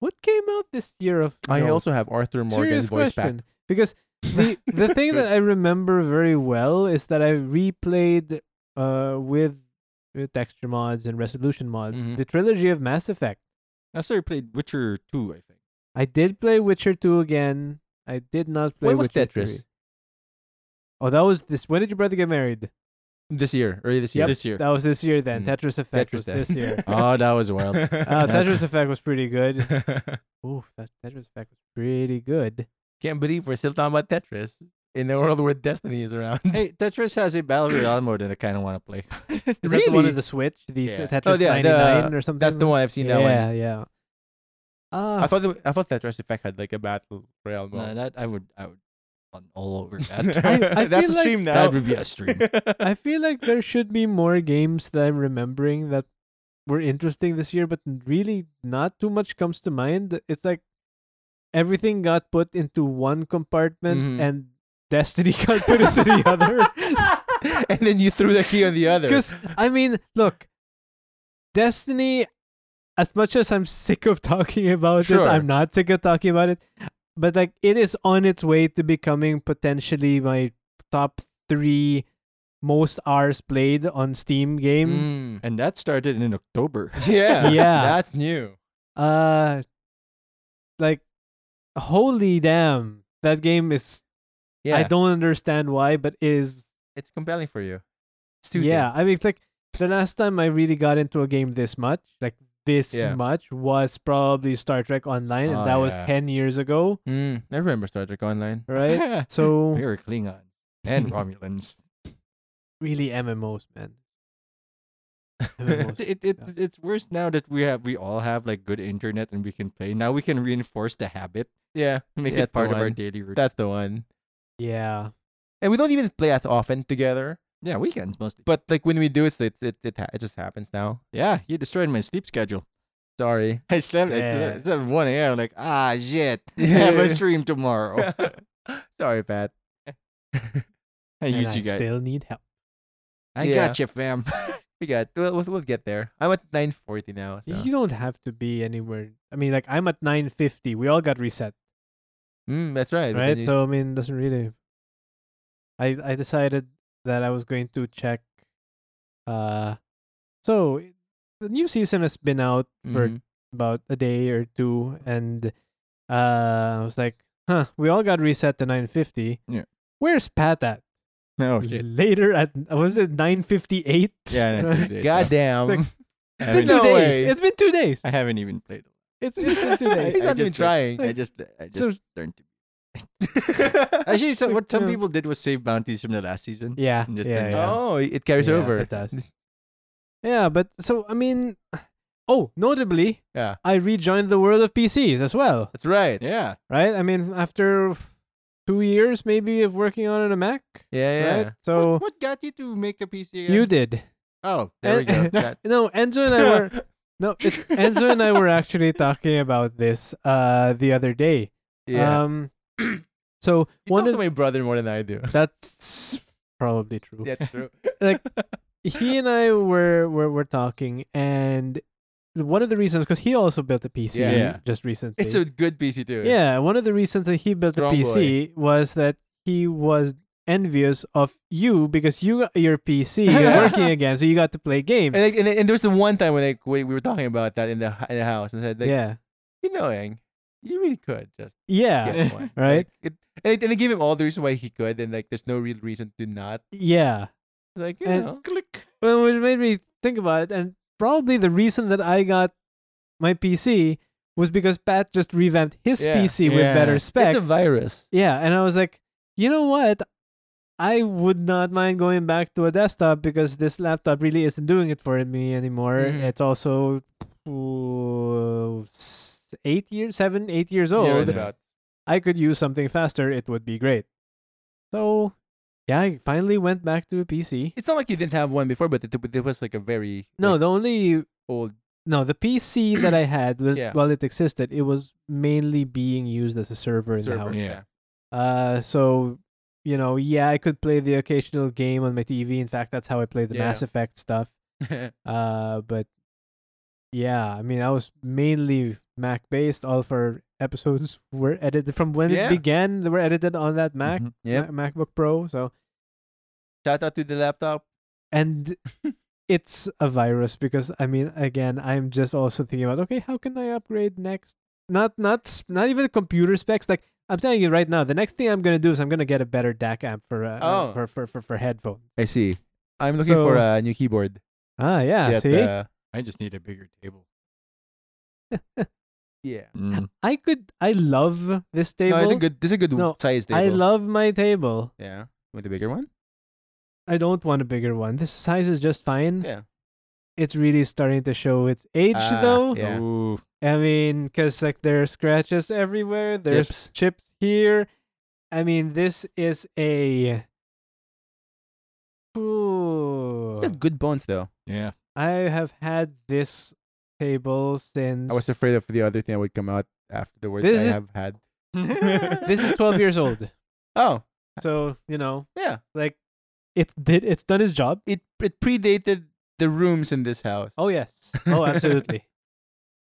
Speaker 3: What came out this year of
Speaker 2: I
Speaker 3: note?
Speaker 2: also have Arthur Morgan's
Speaker 3: Serious
Speaker 2: voice
Speaker 3: question.
Speaker 2: back.
Speaker 3: Because the the thing that I remember very well is that I replayed uh with, with texture mods and resolution mods
Speaker 2: Mhm.
Speaker 3: the trilogy of Mass Effect.
Speaker 1: I started played Witcher 2, I think.
Speaker 3: I did play Witcher 2 again. I did not play
Speaker 2: When was
Speaker 3: Witcher
Speaker 2: Tetris?
Speaker 3: 3. Oh, that was this. When did your brother get married?
Speaker 2: This year, early this year.
Speaker 3: Yep.
Speaker 1: This year.
Speaker 3: That was this year then.
Speaker 2: Mm.
Speaker 3: Tetris Effect
Speaker 2: Tetris
Speaker 3: was
Speaker 2: then.
Speaker 3: this year.
Speaker 1: oh, that was wild.
Speaker 3: Uh, Tetris Effect was pretty good. Ooh, that Tetris Effect was pretty good.
Speaker 2: Can't believe we're still talking about Tetris in a world where Destiny is around.
Speaker 1: hey, Tetris has a battle royale mode that I kind of want to play.
Speaker 3: Is that the one
Speaker 2: Really?
Speaker 3: of the Switch? The
Speaker 1: Yeah.
Speaker 2: Oh,
Speaker 3: Tetris
Speaker 2: yeah, the-
Speaker 3: 99 or something?
Speaker 2: That's the one I've seen.
Speaker 3: yeah,
Speaker 2: That one.
Speaker 3: Yeah, yeah. Ah,
Speaker 2: I thought the, I thought Tetris Effect had like a battle royale mode.
Speaker 1: No, that I would I would run all over that.
Speaker 3: I
Speaker 2: That's
Speaker 3: feel
Speaker 2: the
Speaker 3: like
Speaker 2: stream now.
Speaker 1: that would be a stream.
Speaker 3: I feel like there should be more games that I'm remembering that were interesting this year, but really not too much comes to mind. It's like everything got put into one compartment
Speaker 2: Mhm.
Speaker 3: and Destiny got put into the other.
Speaker 2: and then you threw the key on the other.
Speaker 3: Because, I mean, look, Destiny, as much as I'm sick of talking about
Speaker 2: Sure.
Speaker 3: it, I'm not sick of talking about it, but like it is on its way to becoming potentially my top three most hours played on Steam
Speaker 2: Mm.
Speaker 3: game.
Speaker 1: And that started in October.
Speaker 2: Yeah.
Speaker 3: Yeah.
Speaker 2: That's new.
Speaker 3: Uh, like, holy damn. That game is,
Speaker 2: Yeah.
Speaker 3: I don't understand why, but is
Speaker 2: It's compelling for you. It's too
Speaker 3: yeah, I mean, like the last time I really got into a game this much, like this
Speaker 2: Yeah.
Speaker 3: much, was probably Star Trek Online, and
Speaker 2: Oh,
Speaker 3: that was
Speaker 2: yeah.
Speaker 3: ten years ago,
Speaker 2: thin. Mm. I remember Star Trek Online.
Speaker 3: right? so
Speaker 1: we were Klingons and Romulans.
Speaker 3: really MMOs, man.
Speaker 1: It,
Speaker 3: MMOs.
Speaker 1: it, it's- it's worse now that we have we all have like good internet and we can play. Now we can reinforce the habit,
Speaker 2: Yeah.
Speaker 1: make
Speaker 2: That's
Speaker 1: it
Speaker 2: the
Speaker 1: part of our
Speaker 2: one.
Speaker 1: daily routine.
Speaker 2: That's the one.
Speaker 3: yeah,
Speaker 2: And we don't even play as often together.
Speaker 1: Yeah, weekends mostly.
Speaker 2: But like when we do, it's it's it it, ha- it just happens now.
Speaker 1: Yeah, you destroyed my sleep schedule.
Speaker 2: Sorry.
Speaker 1: I slept
Speaker 3: Yeah.
Speaker 1: at, it's at 1 a.m. Like, ah, shit. I
Speaker 2: Yeah.
Speaker 1: have a stream tomorrow.
Speaker 2: Sorry, Pat.
Speaker 1: I
Speaker 3: and
Speaker 1: use
Speaker 3: I
Speaker 1: you guys.
Speaker 3: still need help.
Speaker 1: I
Speaker 2: Yeah.
Speaker 1: got you, fam.
Speaker 2: We got. We'll, we'll, we'll get there. I'm at 9:40 now. So.
Speaker 3: You don't have to be anywhere. I mean, like I'm at nine fifty. We all got reset,
Speaker 2: Mm, that's right. but then
Speaker 3: right?
Speaker 2: you-
Speaker 3: So I mean, doesn't really. I I decided that I was going to check. Uh, so the new season has been out for
Speaker 2: Mhm.
Speaker 3: about a day or two and uh I was like, huh, we all got reset to nine fifty.
Speaker 1: Yeah.
Speaker 3: Where's Pat at?
Speaker 1: no,
Speaker 3: Later at was it nine fifty eight?
Speaker 1: Yeah, no, dude,
Speaker 2: Goddamn.
Speaker 1: I
Speaker 3: it's been
Speaker 1: haven't,
Speaker 3: two
Speaker 2: No
Speaker 3: days.
Speaker 2: way.
Speaker 3: It's been two days.
Speaker 1: I haven't even played it.
Speaker 3: It's, it's been two
Speaker 2: He's
Speaker 3: days.
Speaker 1: I
Speaker 2: not even
Speaker 1: just-
Speaker 2: trying.
Speaker 1: I just, I just
Speaker 3: So-
Speaker 1: learned to. Actually, so, what some people did was save bounties from the last season.
Speaker 3: Yeah.
Speaker 1: Just
Speaker 3: yeah,
Speaker 1: turned
Speaker 3: yeah.
Speaker 2: Oh, it carries
Speaker 3: Yeah,
Speaker 2: over.
Speaker 3: It does. yeah, but so I mean Oh, notably,
Speaker 2: Yeah.
Speaker 3: I rejoined the world of PCs as well.
Speaker 2: That's right.
Speaker 1: Yeah.
Speaker 3: Right? I mean, after two years maybe of working on a Mac.
Speaker 2: Yeah, yeah.
Speaker 3: Right? So
Speaker 1: what, what got you to make a PC? again?
Speaker 3: you did.
Speaker 1: oh,
Speaker 2: There we go.
Speaker 3: And-
Speaker 2: That-
Speaker 3: No, Enzo and I were no it, Enzo and I were actually talking about this uh the other day.
Speaker 2: yeah.
Speaker 3: Um so
Speaker 2: you
Speaker 3: one
Speaker 2: talk
Speaker 3: of
Speaker 2: to my brother more than I do.
Speaker 3: that's probably true.
Speaker 2: That's true.
Speaker 3: Like, He and I were were were talking and one of the reasons cuz he also built a PC
Speaker 2: Yeah.
Speaker 1: Yeah.
Speaker 3: just recently.
Speaker 2: it's a good PC too.
Speaker 3: yeah, one of the reasons that he built
Speaker 2: Strong
Speaker 3: a PC was that he was envious of you because you got your PC
Speaker 2: Yeah.
Speaker 3: working again so you got to play games.
Speaker 2: And, like, and, and there was the one time when like we, we were talking about that in the in the house and said like
Speaker 3: yeah.
Speaker 2: you know Ang, you really could just
Speaker 3: Yeah.
Speaker 2: get one
Speaker 3: Right?
Speaker 2: Like, it, and, it, and it gave him all the reason why he could and like there's no real reason to not
Speaker 3: Yeah.
Speaker 2: It's like you
Speaker 3: And-
Speaker 2: know
Speaker 1: click.
Speaker 3: well, which made me think about it, and probably the reason that I got my PC was because Pat just revamped his
Speaker 2: Yeah.
Speaker 3: PC with
Speaker 1: Yeah.
Speaker 3: better
Speaker 1: It's
Speaker 2: It's
Speaker 3: specs.
Speaker 2: a virus.
Speaker 3: Yeah, and I was like, you know what? I would not mind going back to a desktop because this laptop really isn't doing it for me anymore.
Speaker 2: Mhm.
Speaker 3: It's also uh, s- eight years, seven, eight years
Speaker 2: Yeah,
Speaker 3: old.
Speaker 2: right about.
Speaker 3: I could use something faster. It would be great. So, yeah, I finally went back to a PC.
Speaker 2: It's not like you didn't have one before, but it, it was like a very
Speaker 3: No,
Speaker 2: like,
Speaker 3: the only
Speaker 2: old.
Speaker 3: no the PC that I had was,
Speaker 2: Yeah.
Speaker 3: while it existed, it was mainly being used as a server in the
Speaker 2: server.
Speaker 3: house.
Speaker 1: Yeah.
Speaker 3: Uh, so you know, yeah, I could play the occasional game on my TV. In fact, that's how I played the
Speaker 2: Yeah.
Speaker 3: Mass Effect stuff.
Speaker 2: yeah.
Speaker 3: Uh, but yeah, I mean, I was mainly Mac based. All of our episodes were edited from when
Speaker 2: Yeah. Mm-hmm.
Speaker 3: it began. They were edited on that Mac,
Speaker 1: Mhm.
Speaker 2: Yep.
Speaker 3: Ma- MacBook Pro. So
Speaker 2: Shout out to the laptop.
Speaker 3: and. It's a virus because I mean again I'm just also thinking about okay how can I upgrade next not not s- not even computer specs like I'm telling you right now the next thing I'm gonna do is I'm gonna get a better DAC amp for uh,
Speaker 2: Oh.
Speaker 3: for, for for for headphone
Speaker 2: I see. I'm looking
Speaker 3: So-
Speaker 2: for a new keyboard.
Speaker 3: Ah, yeah.
Speaker 2: that,
Speaker 3: see,
Speaker 2: uh,
Speaker 1: I just need a bigger table.
Speaker 2: yeah.
Speaker 1: Mm.
Speaker 3: I could. I love this table.
Speaker 2: No, it's a good. This is a good
Speaker 3: No,
Speaker 2: size table.
Speaker 3: I love my table.
Speaker 2: Yeah. With the bigger one.
Speaker 3: I don't want a bigger one. This size is just fine.
Speaker 2: Yeah.
Speaker 3: It's really starting to show its age,
Speaker 2: Ah,
Speaker 3: though.
Speaker 2: Yeah.
Speaker 1: Ooh.
Speaker 3: I mean, because like there are scratches everywhere. There's
Speaker 2: Dips.
Speaker 3: chips here. I mean, this is a. Ooh.
Speaker 2: You have good bones though.
Speaker 1: Yeah.
Speaker 3: I have had this table since
Speaker 2: I was afraid of the other thing that would come out afterwards.
Speaker 3: This
Speaker 2: I
Speaker 3: is-
Speaker 2: have had.
Speaker 3: this is 12 years old.
Speaker 2: Oh
Speaker 3: So you know,
Speaker 2: yeah.
Speaker 3: like, it's did it's done its job.
Speaker 2: It it predated the rooms in this house.
Speaker 3: Oh yes. Oh, absolutely.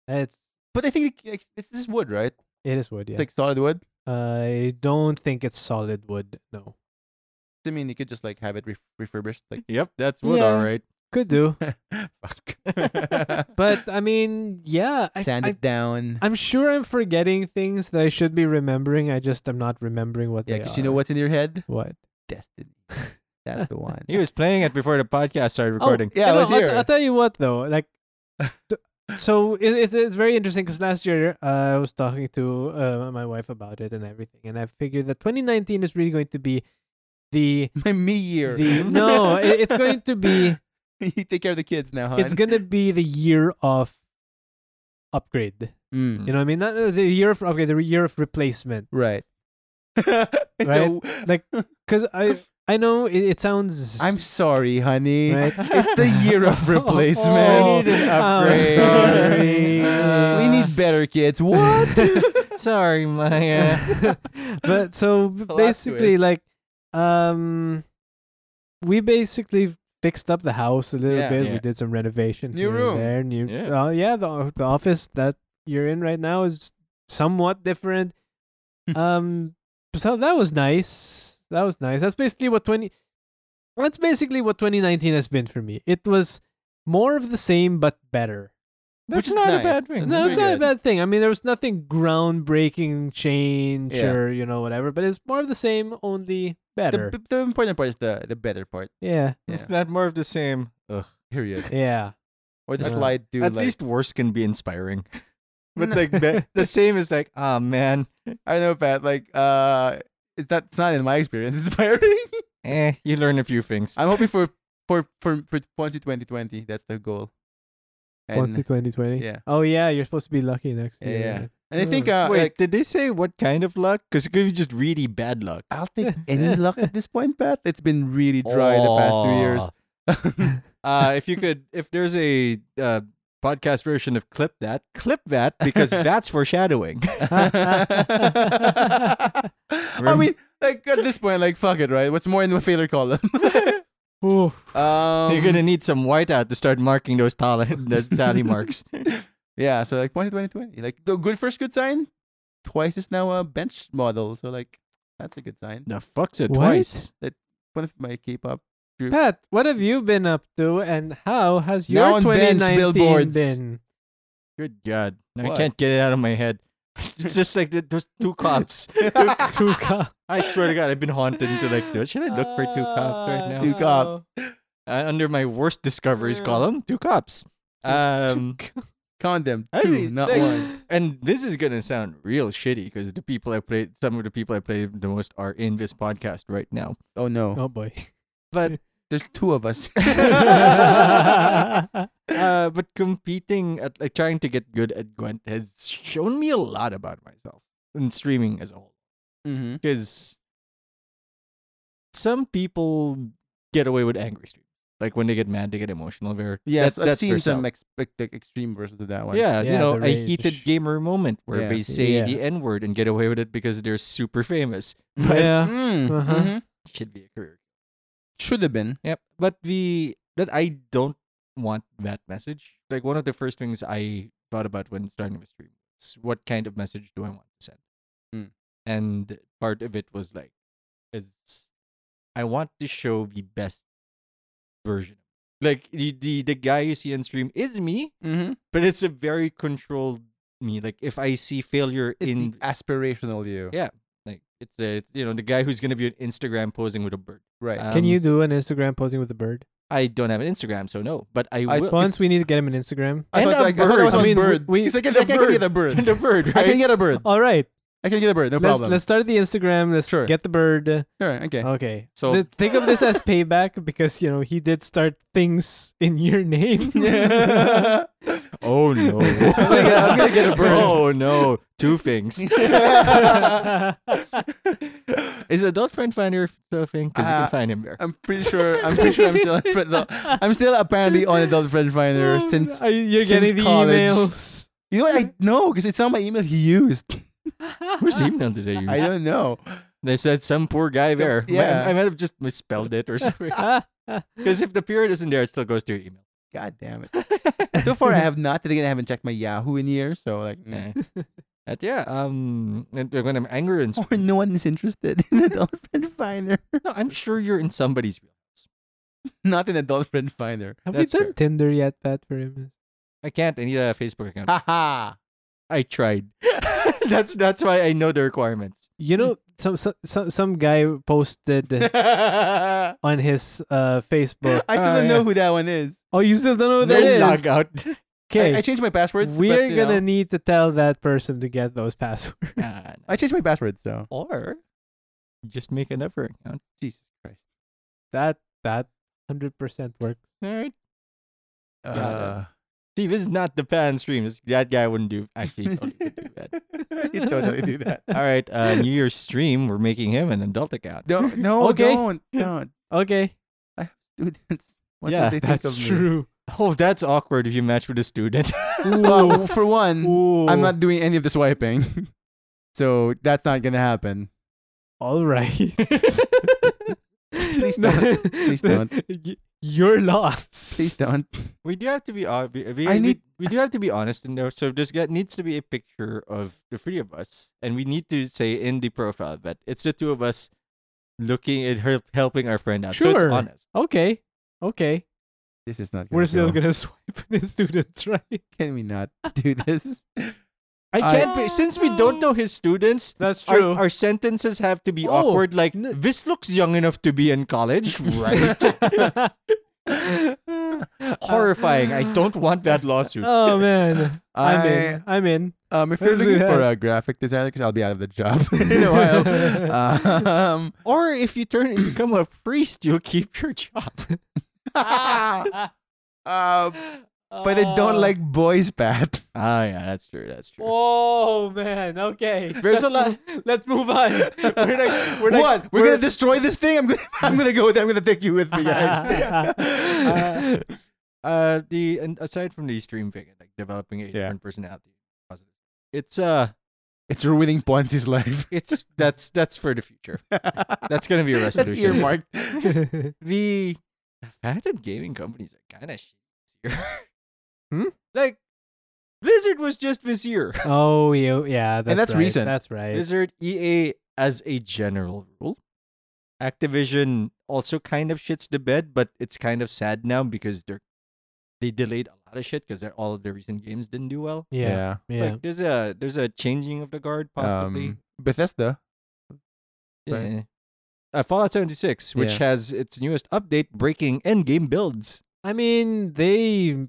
Speaker 3: it's
Speaker 2: But I think like, this is wood, right?
Speaker 3: it is wood. Yeah.
Speaker 2: It's like solid wood.
Speaker 3: I don't think it's solid wood. No.
Speaker 2: I mean, you could just like have it ref- refurbished, like
Speaker 1: Yep, that's wood,
Speaker 3: Yeah.
Speaker 1: all right.
Speaker 3: Could do.
Speaker 2: fuck.
Speaker 3: But I mean, yeah. I,
Speaker 2: sand
Speaker 3: I,
Speaker 2: it down.
Speaker 3: I'm sure I'm forgetting things that I should be remembering. I just am not remembering what
Speaker 2: Yeah,
Speaker 3: they are.
Speaker 2: because you know what's in your head?
Speaker 3: What?
Speaker 2: Destiny. That's the one.
Speaker 1: He was playing it before the podcast started
Speaker 2: Oh,
Speaker 1: recording.
Speaker 2: Yeah, I was
Speaker 3: Oh, I'll,
Speaker 2: here.
Speaker 3: I'll tell you what though. Like, t- so it, it's it's very interesting because last year uh, I was talking to uh, my wife about it and everything, and I figured that 2019 is really going to be the
Speaker 2: My me year.
Speaker 3: the no, it, it's going to be
Speaker 2: you take care of the kids now, huh?
Speaker 3: it's gonna be the year of upgrade.
Speaker 2: Mm.
Speaker 3: You know what I mean? Not uh, the year of upgrade, the year of replacement.
Speaker 2: Right. So,
Speaker 3: Like, because I I know it, it sounds
Speaker 2: I'm sorry, honey.
Speaker 3: Right.
Speaker 2: It's the year of replacement.
Speaker 3: Oh,
Speaker 1: We need an
Speaker 3: I'm
Speaker 1: upgrade.
Speaker 3: sorry.
Speaker 1: Uh,
Speaker 2: we need better kids. What?
Speaker 1: Sorry,
Speaker 2: uh,
Speaker 1: Maya.
Speaker 3: but so b-
Speaker 2: Plot
Speaker 3: basically
Speaker 2: twist.
Speaker 3: like um we basically fixed up the house a little
Speaker 2: Yeah.
Speaker 3: bit
Speaker 1: Yeah.
Speaker 3: we did some renovation
Speaker 2: New
Speaker 3: here and
Speaker 2: room.
Speaker 3: there new
Speaker 1: Yeah.
Speaker 3: yeah, uh, yeah the, the office that you're in right now is somewhat different
Speaker 1: Hmm.
Speaker 3: um so that was nice that was nice that's basically what 20 that's basically what 2019 has been for me it was more of the same but better
Speaker 1: That's
Speaker 2: Which is
Speaker 1: not
Speaker 2: nice.
Speaker 1: a bad thing.
Speaker 3: no,
Speaker 2: Very
Speaker 3: it's not a
Speaker 2: good.
Speaker 3: bad thing. I mean, there was nothing groundbreaking change
Speaker 2: Yeah.
Speaker 3: or you know whatever, but it's more of the same, only better.
Speaker 2: The, the important part is the, the better part.
Speaker 3: yeah,
Speaker 2: Yeah.
Speaker 1: It's not more of the same. Ugh.
Speaker 2: Period.
Speaker 3: yeah.
Speaker 2: Or the
Speaker 3: At-
Speaker 2: slide to
Speaker 1: At
Speaker 2: like
Speaker 1: least worse can be inspiring. But
Speaker 2: No.
Speaker 1: like the, the same is like, ah man,
Speaker 2: I don't know, Pat. Like, uh, it's not. It's not in my experience inspiring.
Speaker 1: eh, you learn a few things.
Speaker 2: I'm hoping for for for for 2020. That's the goal.
Speaker 3: Once
Speaker 2: And,
Speaker 3: twenty twenty.
Speaker 2: yeah.
Speaker 3: Oh yeah, you're supposed to be lucky next
Speaker 2: Yeah,
Speaker 3: year.
Speaker 2: yeah. and I think
Speaker 3: Mm.
Speaker 2: uh,
Speaker 1: Wait,
Speaker 2: like,
Speaker 1: did they say what kind of luck? Because it could be just really bad luck.
Speaker 2: I'll take any luck at this point, Pat. It's been really dry the past two years.
Speaker 1: uh, if you could, if there's a uh, podcast version of clip that, clip that because that's foreshadowing.
Speaker 2: I mean, like at this point, like fuck it, right? What's more in the failure column?
Speaker 3: Ooh,
Speaker 2: um,
Speaker 1: You're gonna need some whiteout to start marking those tally, those tally marks.
Speaker 2: yeah. So like 2020, like the good first good sign. Twice is now a bench model, so like that's a good sign.
Speaker 1: The fuck's it
Speaker 3: What?
Speaker 1: twice?
Speaker 2: One of my K-pop groups.
Speaker 3: Pat, what have you been up to, and how has your
Speaker 2: Now on bench
Speaker 3: 2019
Speaker 2: billboards.
Speaker 3: been?
Speaker 1: Good God, Now I
Speaker 2: What?
Speaker 1: can't get it out of my head. It's just like the, those two cops. Two-
Speaker 3: Two cops.
Speaker 1: I swear to God, I've been haunted into like, dude, should I look for Ah. two cops
Speaker 3: Ah.
Speaker 1: right now?
Speaker 2: Two cops.
Speaker 1: Uh, under my worst discoveries
Speaker 3: Yeah.
Speaker 1: column, two cops. Um,
Speaker 2: Condemned.
Speaker 1: I
Speaker 2: Two,
Speaker 1: mean,
Speaker 2: not
Speaker 1: like-
Speaker 2: one.
Speaker 1: And this is gonna sound real shitty because the people I played, some of the people I played the most are in this podcast right now.
Speaker 2: Oh no.
Speaker 3: Oh boy.
Speaker 1: But
Speaker 2: There's two of us.
Speaker 3: Mm-hmm. yeah,
Speaker 1: uh, but competing at like trying to get good at Gwent has shown me a lot about myself and streaming as a whole.
Speaker 2: mm-hmm.
Speaker 1: Because some people get away with angry streams. Like when they get mad, they get emotional. Very
Speaker 2: Yes,
Speaker 1: that-
Speaker 2: I've
Speaker 1: that's
Speaker 2: seen
Speaker 1: their
Speaker 2: some
Speaker 1: self.
Speaker 2: ex- ex- extreme versions of that one.
Speaker 1: Yeah, you
Speaker 3: Yeah,
Speaker 1: know,
Speaker 3: the
Speaker 1: a heated
Speaker 3: rage.
Speaker 1: gamer moment where
Speaker 2: Yeah.
Speaker 1: they say
Speaker 3: Yeah.
Speaker 1: the N word and get away with it because they're super famous. But
Speaker 2: Mm,
Speaker 3: Uh-huh.
Speaker 2: mhm.
Speaker 1: should be a career.
Speaker 2: Should have been.
Speaker 1: Yep. But the that I don't want that message. Like one of the first things I thought about when starting the stream is what kind of message do I want to send?
Speaker 2: Mm.
Speaker 1: And part of it was like, is I want to show the best version. Like the, the the guy you see on stream is me,
Speaker 2: Mm-hmm.
Speaker 1: but it's a very controlled me. Like if I see failure
Speaker 2: It's
Speaker 1: in
Speaker 2: the aspirational you.
Speaker 1: Yeah. like it's a you know the guy who's gonna be on Instagram posing with a bird.
Speaker 2: Right.
Speaker 1: Uh,
Speaker 3: Can you
Speaker 1: Um,
Speaker 3: do an Instagram posing with a bird?
Speaker 1: I don't have an Instagram, so no. But I
Speaker 2: I
Speaker 1: will.
Speaker 2: thought-
Speaker 3: Once we need to get him an Instagram.
Speaker 2: I
Speaker 1: and
Speaker 2: thought,
Speaker 1: a
Speaker 2: like, I thought it
Speaker 1: bird.
Speaker 2: was
Speaker 1: I
Speaker 2: on
Speaker 3: mean,
Speaker 2: bird.
Speaker 3: we-
Speaker 2: He's like, I,
Speaker 1: the
Speaker 2: I can
Speaker 1: bird.
Speaker 2: get a bird.
Speaker 1: the bird,
Speaker 2: I
Speaker 1: right?
Speaker 2: can get a bird.
Speaker 3: All right.
Speaker 2: I can get a bird. No
Speaker 3: let's
Speaker 2: problem.
Speaker 3: let's start the Instagram. Let's
Speaker 2: Sure.
Speaker 3: get the bird.
Speaker 2: All right. Okay.
Speaker 3: Okay.
Speaker 1: So-
Speaker 3: So think of this as payback because you know he did start things in your name.
Speaker 1: Oh no!
Speaker 2: I'm gonna get a bird.
Speaker 1: Oh no! Two things. Is adult friend finder still a thing? Because you
Speaker 2: Uh,
Speaker 1: can find him there.
Speaker 2: I'm pretty sure. I'm pretty sure I'm still. on Friend- no, I'm still apparently on Adult Friend Finder
Speaker 3: Oh,
Speaker 2: since.
Speaker 3: are you- you're
Speaker 2: since
Speaker 3: getting the
Speaker 2: college.
Speaker 3: emails.
Speaker 2: You know what? I know because it's not my email he used.
Speaker 1: Whose email did they use?
Speaker 2: I don't know.
Speaker 1: They said some poor guy there. I-
Speaker 2: yeah.
Speaker 1: I, might have just misspelled it or something.
Speaker 3: Ah.
Speaker 1: Because if the period isn't there, it still goes to your email.
Speaker 2: God damn it. so far, I have not. Then again, I haven't checked my Yahoo in years. So like, mm.
Speaker 1: Eh. But yeah, um, and when I'm angry and
Speaker 2: or no one is interested in Adult Friend Finder.
Speaker 1: no, I'm sure you're in somebody's wheelhouse.
Speaker 2: Not in Adult Friend Finder.
Speaker 3: Have
Speaker 1: That's
Speaker 3: we done
Speaker 1: fair.
Speaker 3: Tinder yet, Pat? For him,
Speaker 1: I can't. I need a Facebook account.
Speaker 2: Ha ha.
Speaker 1: I tried. that's that's why I know the requirements.
Speaker 3: you know, some some some, some guy posted
Speaker 2: I
Speaker 3: on his uh, Facebook.
Speaker 2: still
Speaker 1: Oh,
Speaker 2: don't know
Speaker 1: yeah.
Speaker 2: who that one is.
Speaker 3: Oh, you still don't know who
Speaker 1: No
Speaker 3: that is?
Speaker 1: log out.
Speaker 3: Okay,
Speaker 2: I, I changed my passwords. but,
Speaker 3: we're
Speaker 2: you
Speaker 3: gonna
Speaker 2: know,
Speaker 3: need to tell that person to get those passwords.
Speaker 1: Nah, nah.
Speaker 2: I changed my passwords. So
Speaker 1: or just make another account.
Speaker 2: Jesus Christ.
Speaker 3: That that hundred percent works.
Speaker 1: All right. it.
Speaker 2: Uh,
Speaker 1: See, this is not the pan stream. This, that guy wouldn't do actually. he totally would do that.
Speaker 2: you totally do that.
Speaker 1: All right, uh, New Year's stream. We're making him an adult account.
Speaker 2: Don't, no,
Speaker 3: Okay.
Speaker 2: don't, don't.
Speaker 3: Okay,
Speaker 2: Students, what
Speaker 1: Yeah,
Speaker 2: would they think
Speaker 3: that's
Speaker 2: of me?
Speaker 3: true.
Speaker 1: Oh, that's awkward if you match with a student.
Speaker 2: Well, for one, I'm
Speaker 3: Ooh.
Speaker 2: not doing any of the swiping, so that's not gonna happen.
Speaker 3: All right. Please
Speaker 2: don't. Please don't.
Speaker 3: Your loss.
Speaker 2: Please don't.
Speaker 1: we do have to be obvious. We,
Speaker 2: I
Speaker 1: we-
Speaker 2: need-
Speaker 1: we do have to be honest in there. So there's got needs to be a picture of the three of us, and we need to say in the profile that it's the two of us looking at her helping our friend out. So
Speaker 3: Sure.
Speaker 1: it's honest.
Speaker 3: Okay. Okay.
Speaker 2: This is not. Gonna
Speaker 3: We're still
Speaker 2: go.
Speaker 3: gonna swipe in his students, right?
Speaker 2: Can we not do this?
Speaker 1: I
Speaker 2: I-
Speaker 1: can't. be- since we don't know his students,
Speaker 3: That's
Speaker 1: our-
Speaker 3: true.
Speaker 1: Our, sentences have to be
Speaker 3: Oh,
Speaker 1: awkward. Like
Speaker 3: n-
Speaker 1: this looks young enough to be in college, right? Horrifying. I don't want that lawsuit.
Speaker 3: oh man. I'm
Speaker 2: I
Speaker 3: in. I'm in.
Speaker 2: um, if you're
Speaker 3: Let's do
Speaker 2: looking for
Speaker 3: that.
Speaker 2: a graphic designer, because I'll be out of the job in a while. Um,
Speaker 1: or if you turn and become a priest, you'll keep your job.
Speaker 2: uh, but I
Speaker 3: Uh,
Speaker 2: don't like boys, Pat.
Speaker 1: Ah, yeah, that's true. That's true.
Speaker 3: Oh man. Okay.
Speaker 1: There's a lot.
Speaker 3: Let's move on. We're not, we're not,
Speaker 2: what? We're, gonna destroy this thing. I'm gonna, I'm gonna go with. I'm gonna take you with me, guys.
Speaker 1: Uh, uh, the and aside from the stream thing, like developing a different personality, positive. It's uh,
Speaker 2: it's ruining Ponzi's life.
Speaker 1: it's that's that's for the future. That's gonna be a
Speaker 2: That's
Speaker 1: resolution.
Speaker 2: earmarked.
Speaker 1: the fact that gaming companies are kind of shit this year.
Speaker 3: Hmm?
Speaker 1: Like, Blizzard was just this year.
Speaker 3: oh, you. Yeah. That's
Speaker 2: that's
Speaker 3: right.
Speaker 2: recent.
Speaker 3: That's right.
Speaker 1: Blizzard, EA, as E a general rule. Activision also kind of shits the bed, but it's kind of sad now because they're they delayed a lot of shit because all of their recent games didn't do well.
Speaker 3: yeah. Yeah.
Speaker 1: Like, there's a there's a changing of the guard possibly.
Speaker 2: Um, Bethesda. right.
Speaker 1: Yeah. Uh, Fallout 76, which
Speaker 2: Yeah.
Speaker 1: has its newest update breaking endgame builds.
Speaker 3: I mean, they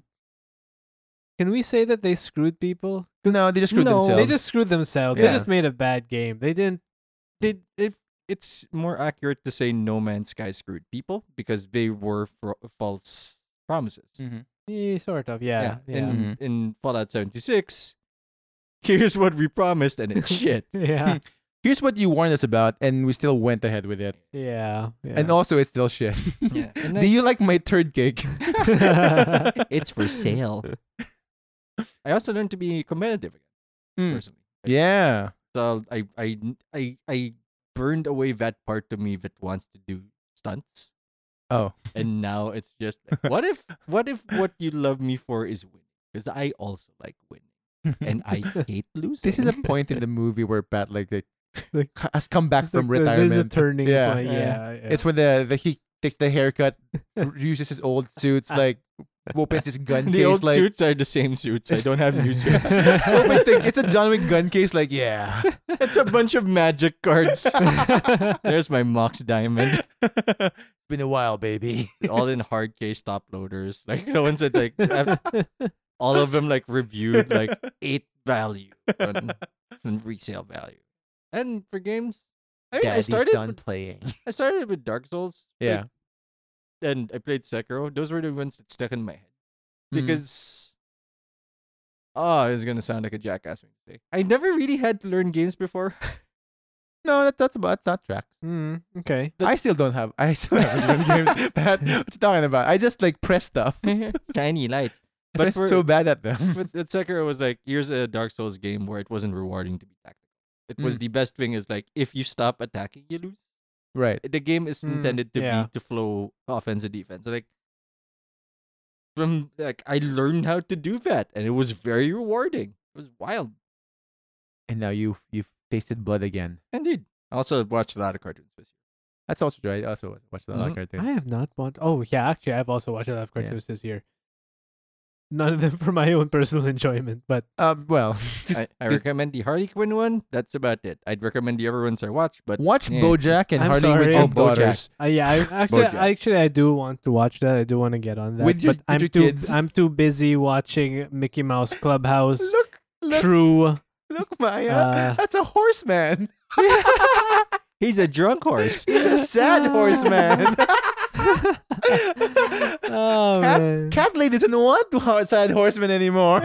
Speaker 3: Can we say that they screwed people?
Speaker 2: No, they just screwed
Speaker 3: no,
Speaker 2: themselves.
Speaker 3: they just screwed themselves. They
Speaker 2: Yeah.
Speaker 3: just made a bad game. They didn't.
Speaker 1: They, if it's more accurate to say No Man's Sky screwed people because they were fro- false promises.
Speaker 2: Mhm.
Speaker 3: eh, Sort of. Yeah. Yeah.
Speaker 1: In,
Speaker 2: Mhm.
Speaker 1: in Fallout 76, here's what we promised, and it's shit.
Speaker 3: Yeah.
Speaker 2: Here's what you warned us about, and we still went ahead with it.
Speaker 3: yeah. yeah.
Speaker 2: And also, it's still shit.
Speaker 1: Yeah. And
Speaker 2: Do you like my third gig?
Speaker 1: it's for sale. I also learned to be competitive again,
Speaker 2: Mm.
Speaker 1: personally.
Speaker 2: Yeah.
Speaker 1: So I, I, I, I burned away that part of me that wants to do stunts,
Speaker 2: Oh.
Speaker 1: and now it's just like, what if, what if what you love me for is winning? Because I also like winning, and I hate losing.
Speaker 2: This is a point in the movie where Pat like, like
Speaker 3: Like-
Speaker 2: has come back from
Speaker 3: Like, There's a
Speaker 2: retirement.
Speaker 3: turning
Speaker 2: Yeah.
Speaker 3: point.
Speaker 1: Yeah.
Speaker 3: Yeah. yeah.
Speaker 2: It's when the, the he takes the haircut, r- uses his old suits, like opens his gun
Speaker 1: the
Speaker 2: case,
Speaker 1: old
Speaker 2: like
Speaker 1: suits are the same suits. I don't have new suits.
Speaker 2: opens the- it's a John Wick gun case, like yeah.
Speaker 1: it's a bunch of magic cards. There's my Mox diamond.
Speaker 2: Been a while, baby.
Speaker 1: all in hard case top loaders. Like the ones that like have, all of them like reviewed like eight value on, on resale value. And for games, I mean, I
Speaker 2: Daddy's
Speaker 1: started
Speaker 2: done
Speaker 1: with,
Speaker 2: playing.
Speaker 1: I started with Dark Souls. like,
Speaker 2: Yeah.
Speaker 1: and I played Sekiro. Those were the ones that stuck in my head
Speaker 2: Hmm. Mm.
Speaker 1: because. Oh, it's gonna sound like a jackass mistake. I never really had to learn games before.
Speaker 2: no, that, that's about that's not tracks.
Speaker 3: Mm, okay.
Speaker 2: I still don't have. I still haven't done games. Pat, what you talking about? I just like press stuff.
Speaker 1: Shiny lights. But
Speaker 2: But
Speaker 1: for-
Speaker 2: I'm so bad at them.
Speaker 1: but that Sekiro was like, here's a Dark Souls game where it wasn't rewarding to be tactical. It was
Speaker 2: Mm.
Speaker 1: the best thing is like if you stop attacking, you lose.
Speaker 2: right.
Speaker 1: The game is
Speaker 3: Mm,
Speaker 1: intended to
Speaker 3: yeah.
Speaker 1: be to flow offense and defense. Like from like I learned how to do that, and it was very rewarding. It was wild.
Speaker 2: And now you you've tasted blood again.
Speaker 1: Indeed. I also watched a lot of cartoons this
Speaker 2: That's also true. I also watched a lot
Speaker 1: Mhm.
Speaker 2: of cartoons.
Speaker 3: I have not watched. Oh yeah, actually, I've also watched a lot of cartoons this year. None of them for my own personal enjoyment, but
Speaker 2: Um, well,
Speaker 1: year.
Speaker 2: just,
Speaker 1: I, I
Speaker 2: just
Speaker 1: recommend the Harley Quinn one. That's about it. I'd recommend the other ones I watched, but
Speaker 2: watch
Speaker 1: Yeah.
Speaker 2: BoJack and
Speaker 3: I'm
Speaker 2: Harley
Speaker 3: sorry.
Speaker 2: with
Speaker 3: Oh,
Speaker 2: your
Speaker 1: BoJack.
Speaker 2: daughters.
Speaker 3: uh, yeah, I actually,
Speaker 1: Bojack.
Speaker 3: actually, I do want to watch that. I do want to get on that.
Speaker 2: With your-
Speaker 3: but
Speaker 2: with
Speaker 3: I'm
Speaker 2: your
Speaker 3: too,
Speaker 2: kids.
Speaker 3: I'm too busy watching Mickey Mouse Clubhouse.
Speaker 2: Look, look,
Speaker 3: True.
Speaker 2: look, Maya.
Speaker 3: Uh,
Speaker 2: that's a horseman.
Speaker 1: he's a drunk horse.
Speaker 2: He's a sad horseman.
Speaker 3: Oh
Speaker 2: Cat-
Speaker 3: man.
Speaker 2: Cat Lady doesn't want hor- sad horseman anymore.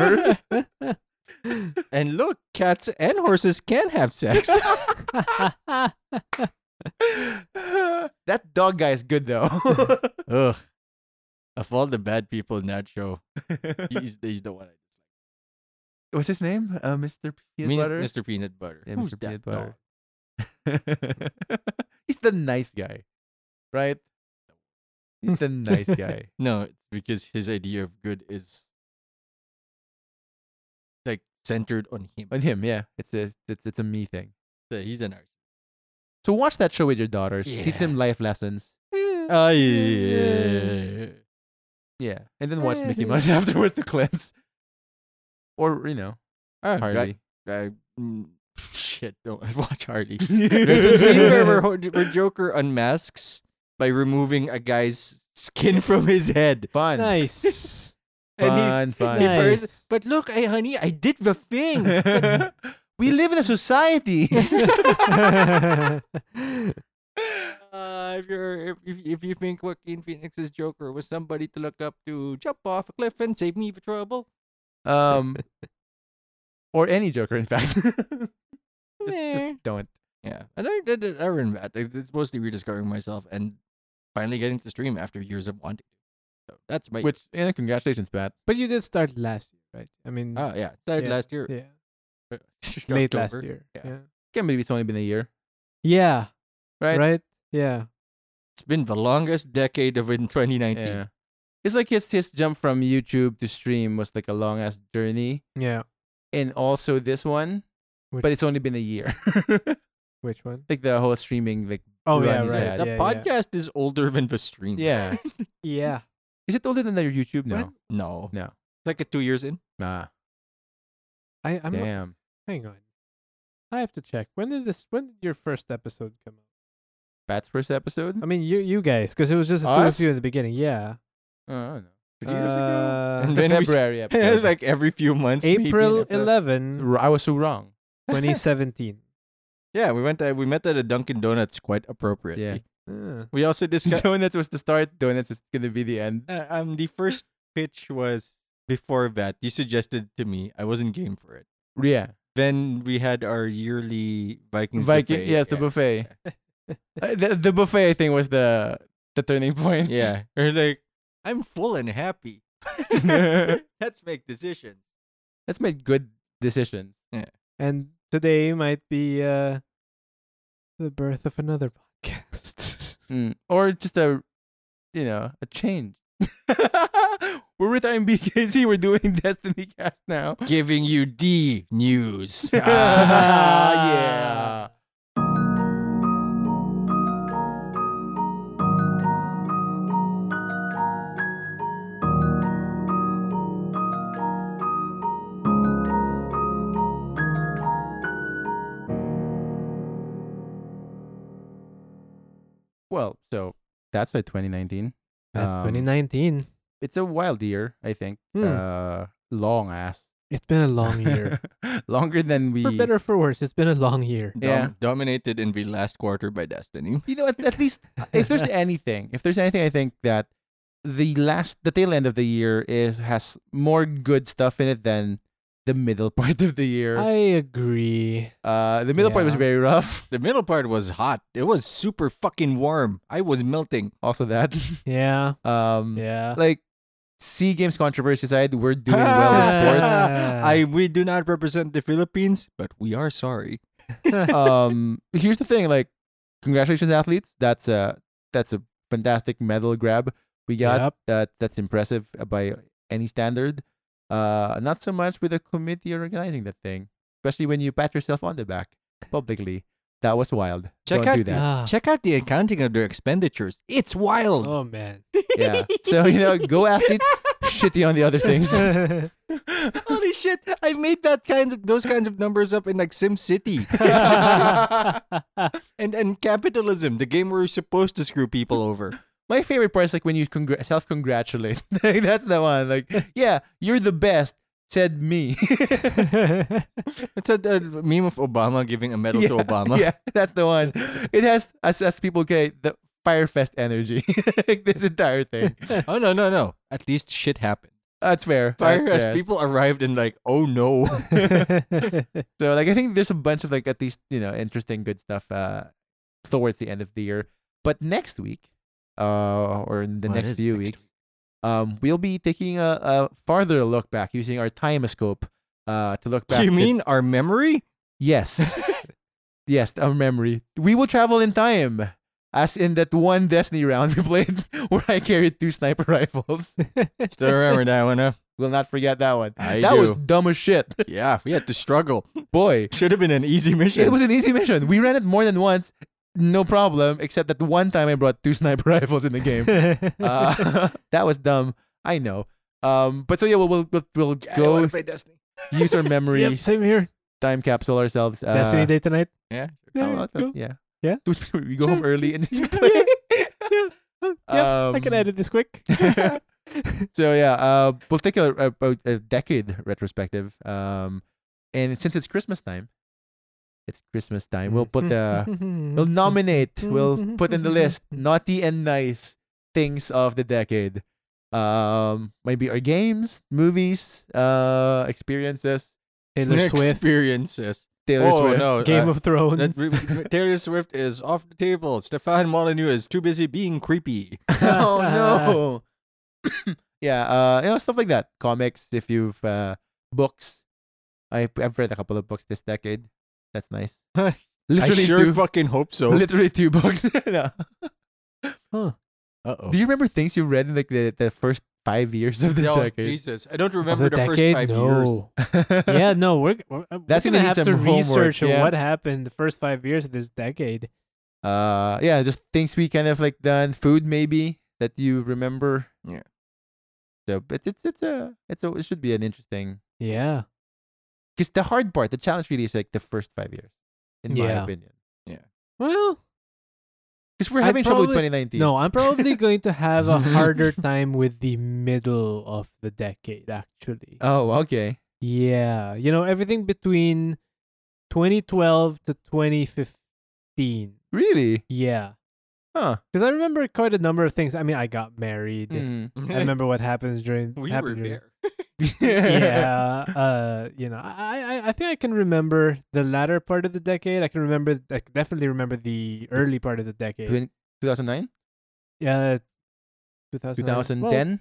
Speaker 1: and look, cats and horses can have sex.
Speaker 2: that dog guy is good though.
Speaker 1: Ugh. Of all the bad people in that show, he's, he's the one I dislike.
Speaker 2: What's his name? Uh, Mr. Peanut
Speaker 1: Mean-
Speaker 2: Butter.
Speaker 1: Mr. Peanut Butter.
Speaker 2: Yeah,
Speaker 1: Who's
Speaker 2: Mr.
Speaker 1: that
Speaker 2: Peanut Butter. He's the nice guy, right? He's the nice guy.
Speaker 1: dog? No, it's because his idea of good is like centered on him.
Speaker 2: On him, yeah. It's a it's it's a me thing.
Speaker 1: So he's an artist.
Speaker 2: So watch that show with your daughters. Teach
Speaker 1: Yeah.
Speaker 2: them life lessons.
Speaker 1: Oh, yeah.
Speaker 2: Yeah, and then watch Mickey Mouse afterwards to cleanse, or you know
Speaker 1: Oh,
Speaker 2: Harley.
Speaker 1: I, I, mm, shit, don't watch Harley. There's a scene where, where, Ho- where Joker unmasks by removing a guy's skin from his head.
Speaker 2: Fun,
Speaker 3: nice.
Speaker 1: And he,
Speaker 2: fun, fun.
Speaker 1: he burns-
Speaker 3: Nice.
Speaker 1: But look, I, honey, I did the thing.
Speaker 2: we live in a society.
Speaker 1: Uh, if you're if, if if you think Joaquin Phoenix's Joker was somebody to look up to, jump off a cliff and save me for trouble.
Speaker 2: um, or any Joker, in fact. just, just don't.
Speaker 1: Yeah, and I did it. I learned that. It- It's mostly rediscovering myself and finally getting to stream after years of wanting. to. So that's my
Speaker 2: Which, yeah, congratulations, Pat.
Speaker 3: but you did start last year, right? I mean,
Speaker 2: Ah,
Speaker 1: Oh yeah, started
Speaker 3: Yeah,
Speaker 1: last year.
Speaker 3: yeah,
Speaker 2: Uh,
Speaker 3: late last
Speaker 1: October.
Speaker 3: year.
Speaker 1: Yeah.
Speaker 3: yeah.
Speaker 2: Can't believe it's only been a year,
Speaker 3: Yeah.
Speaker 2: right?
Speaker 3: Right. Yeah.
Speaker 1: It's been the longest decade of in 2019.
Speaker 2: Yeah. It's like his his jump from YouTube to stream was like a long ass journey,
Speaker 3: Yeah.
Speaker 2: and also this one,
Speaker 3: Which-
Speaker 2: but it's only been a year.
Speaker 3: Which one?
Speaker 2: like the whole streaming, like
Speaker 3: Oh
Speaker 2: Run
Speaker 3: yeah,
Speaker 2: is
Speaker 3: right.
Speaker 2: that.
Speaker 1: The
Speaker 3: yeah,
Speaker 1: podcast is older than the stream.
Speaker 2: yeah.
Speaker 3: Yeah.
Speaker 2: Is it older than your YouTube? No.
Speaker 3: What?
Speaker 1: No.
Speaker 2: No.
Speaker 1: Like a two years in.
Speaker 2: Nah.
Speaker 3: I I'm not-
Speaker 2: damn.
Speaker 3: hang on. I have to check. When did this? When did your first episode come out?
Speaker 2: Pat's first episode.
Speaker 3: I mean, you you guys, because it was just the two
Speaker 2: Us?
Speaker 3: of you in the beginning. Yeah.
Speaker 2: Oh, I don't know. three years ago.
Speaker 3: Uh,
Speaker 1: And
Speaker 2: The
Speaker 1: then we s-
Speaker 2: February episode.
Speaker 1: It's like every few months. maybe,
Speaker 3: April
Speaker 1: that's a-
Speaker 3: 11,
Speaker 2: R- I was so wrong.
Speaker 3: 2017.
Speaker 1: Yeah, we went. To, we met at a Dunkin' Donuts quite appropriately.
Speaker 2: Yeah.
Speaker 3: Uh,
Speaker 1: We also discussed.
Speaker 2: Donuts was the start. Donuts is gonna be the end.
Speaker 1: Uh, um, the first pitch was before that. You suggested to me. I wasn't game for it.
Speaker 2: Yeah,
Speaker 1: Then we had our yearly Vikings.
Speaker 2: Viking.
Speaker 1: buffet.
Speaker 2: Yes,
Speaker 1: yeah.
Speaker 2: the buffet. Uh, the, the buffet I think was the the turning point.
Speaker 1: Yeah, or like I'm full and happy. Let's make decisions.
Speaker 2: Let's make good decisions.
Speaker 3: and today might be uh, the birth of another podcast.
Speaker 2: Mm. Or just a, you know, a change. we're retiring BKC. We're doing Destiny Cast now.
Speaker 1: Giving you D news.
Speaker 2: Ah, Well, so that's my 2019.
Speaker 3: That's
Speaker 2: Um,
Speaker 3: 2019.
Speaker 2: It's a wild year, I think.
Speaker 3: Hmm.
Speaker 2: Uh, long ass.
Speaker 3: It's been a long year.
Speaker 2: Longer than we.
Speaker 3: for better or for worse, it's been a long year.
Speaker 1: Dom-
Speaker 2: Yeah.
Speaker 1: Dominated in the last quarter by Destiny.
Speaker 2: You know, at, at least if there's anything, if there's anything, I think that the last, the tail end of the year is has more good stuff in it than the middle part of the year.
Speaker 3: I agree.
Speaker 2: uh, the middle part was
Speaker 3: Yeah.
Speaker 2: very rough.
Speaker 1: The middle part was hot. It was super fucking warm. I was melting.
Speaker 2: Also that,
Speaker 3: Yeah.
Speaker 2: um,
Speaker 3: Yeah.
Speaker 2: like sea games controversy aside, we're doing well in sports.
Speaker 1: I we do not represent the Philippines, but we are sorry.
Speaker 2: um here's the thing like congratulations athletes that's a that's a fantastic medal grab we got
Speaker 3: Yep.
Speaker 2: that that's impressive uh, by any standard uh not so much with the committee organizing that thing especially when you pat yourself on the back publicly that was wild
Speaker 1: Check
Speaker 2: don't
Speaker 1: out
Speaker 2: do that
Speaker 3: Ah.
Speaker 1: Check out the accounting of their expenditures. It's wild.
Speaker 3: Oh man.
Speaker 2: yeah so you know go athletes shitty on the other things
Speaker 1: Holy shit! I made that kinds of those kinds of numbers up in like Sim City and and capitalism, the game where you're supposed to screw people over.
Speaker 2: my favorite part is like when you congr- self-congratulate like, that's the one like yeah you're the best said me
Speaker 1: It's a, a meme of Obama giving a medal to Obama.
Speaker 2: Yeah, that's the one. It has as as people get the Firefest energy. like this entire thing.
Speaker 1: Oh no no no! At least shit happened.
Speaker 2: That's fair. that's
Speaker 1: Fire as
Speaker 2: fair.
Speaker 1: people arrived and like, oh no.
Speaker 2: So like I think there's a bunch of like at least, you know, interesting good stuff uh towards the end of the year. But next week, uh or in the
Speaker 1: What
Speaker 2: next
Speaker 1: is
Speaker 2: few
Speaker 1: next
Speaker 2: weeks, um, we'll be taking a, a farther look back using our timescope uh to look back.
Speaker 1: you
Speaker 2: at-
Speaker 1: mean our memory?
Speaker 2: Yes. yes, our memory. We will travel in time. As in that one Destiny round we played where I carried two sniper rifles.
Speaker 1: Still remember that one, huh?
Speaker 2: Will not forget that one.
Speaker 1: I
Speaker 2: that was
Speaker 1: do.
Speaker 2: dumb as shit.
Speaker 1: Yeah, we had to struggle.
Speaker 2: Boy,
Speaker 1: Should have been an easy mission.
Speaker 2: it was an easy mission. We ran it more than once. No problem, except that one time I brought two sniper rifles in the game. Uh, that was dumb. I know. Um, but so yeah, we'll we'll, we'll, we'll
Speaker 1: Yeah, I wanna
Speaker 2: go
Speaker 1: play Destiny.
Speaker 2: use our memory,
Speaker 3: Yep, same here.
Speaker 2: time capsule ourselves. Uh, oh,
Speaker 3: Destiny Day tonight.
Speaker 1: Yeah.
Speaker 2: how
Speaker 3: Yeah,
Speaker 2: about that?
Speaker 3: cool.
Speaker 2: yeah.
Speaker 3: Yeah.
Speaker 2: we go home
Speaker 3: Sure.
Speaker 2: early and
Speaker 3: Yeah.
Speaker 2: just play.
Speaker 3: Yeah. Oh, yep, I can
Speaker 2: Um,
Speaker 3: edit this quick.
Speaker 2: so yeah, uh, we'll take a, a- a, a decade retrospective. Um, and since it's Christmas time, it's Christmas time.
Speaker 3: Mm-hmm.
Speaker 2: We'll put the we'll nominate. We'll put in the list naughty and nice things of the decade. Um, maybe our games, movies, uh, experiences.
Speaker 3: Taylor Swift,
Speaker 1: Experiences.
Speaker 2: Taylor
Speaker 1: oh
Speaker 2: Swift.
Speaker 1: no.
Speaker 3: Game
Speaker 1: uh,
Speaker 3: of Thrones.
Speaker 1: that- we- we- Taylor Swift is off the table. Stefan Molyneux is too busy being creepy.
Speaker 2: oh no. yeah, uh, you know stuff like that. Comics, if you've uh, books. I I've read a couple of books this decade. That's nice.
Speaker 1: I
Speaker 2: literally
Speaker 1: sure
Speaker 2: two,
Speaker 1: fucking hope so.
Speaker 2: literally two books. No.
Speaker 1: Uh-oh.
Speaker 2: Do you remember things you read in like the, the first five years of this
Speaker 1: No,
Speaker 2: decade?
Speaker 1: Jesus. I don't
Speaker 3: Of
Speaker 1: remember the, first five years.
Speaker 3: no. yeah, no, we're, we're, uh, we're
Speaker 2: That's
Speaker 3: gonna,
Speaker 2: gonna need some
Speaker 3: have to
Speaker 2: homework,
Speaker 3: research
Speaker 2: yeah.
Speaker 3: what happened the first five years of this decade.
Speaker 2: Uh, yeah, just things we kind of like done. Food maybe that you remember.
Speaker 1: Yeah.
Speaker 2: So, but it's it's a it's a, it should be an interesting
Speaker 3: Yeah,
Speaker 2: because the hard part, the challenge really is like the first five years, in my
Speaker 3: Yeah.
Speaker 2: opinion.
Speaker 3: well,
Speaker 2: Because we're
Speaker 3: I'd
Speaker 2: having trouble with
Speaker 3: probably-
Speaker 2: 2019.
Speaker 3: No, I'm probably going to have a harder time with the middle of the decade, actually.
Speaker 2: Oh, okay.
Speaker 3: yeah. You know, everything between 2012 to 2015.
Speaker 2: Really?
Speaker 3: Yeah.
Speaker 2: Huh. Mm.
Speaker 3: Because I remember quite a number of things. I mean, I got married. I remember what happens during.
Speaker 1: we
Speaker 3: happened
Speaker 1: were
Speaker 3: during this.
Speaker 1: there.
Speaker 3: yeah, uh, you know, I, I I think I can remember the latter part of the decade. I can remember, I can definitely remember the early part of the decade.
Speaker 2: Twen- 2009?
Speaker 3: Yeah, two thousand
Speaker 2: 2010?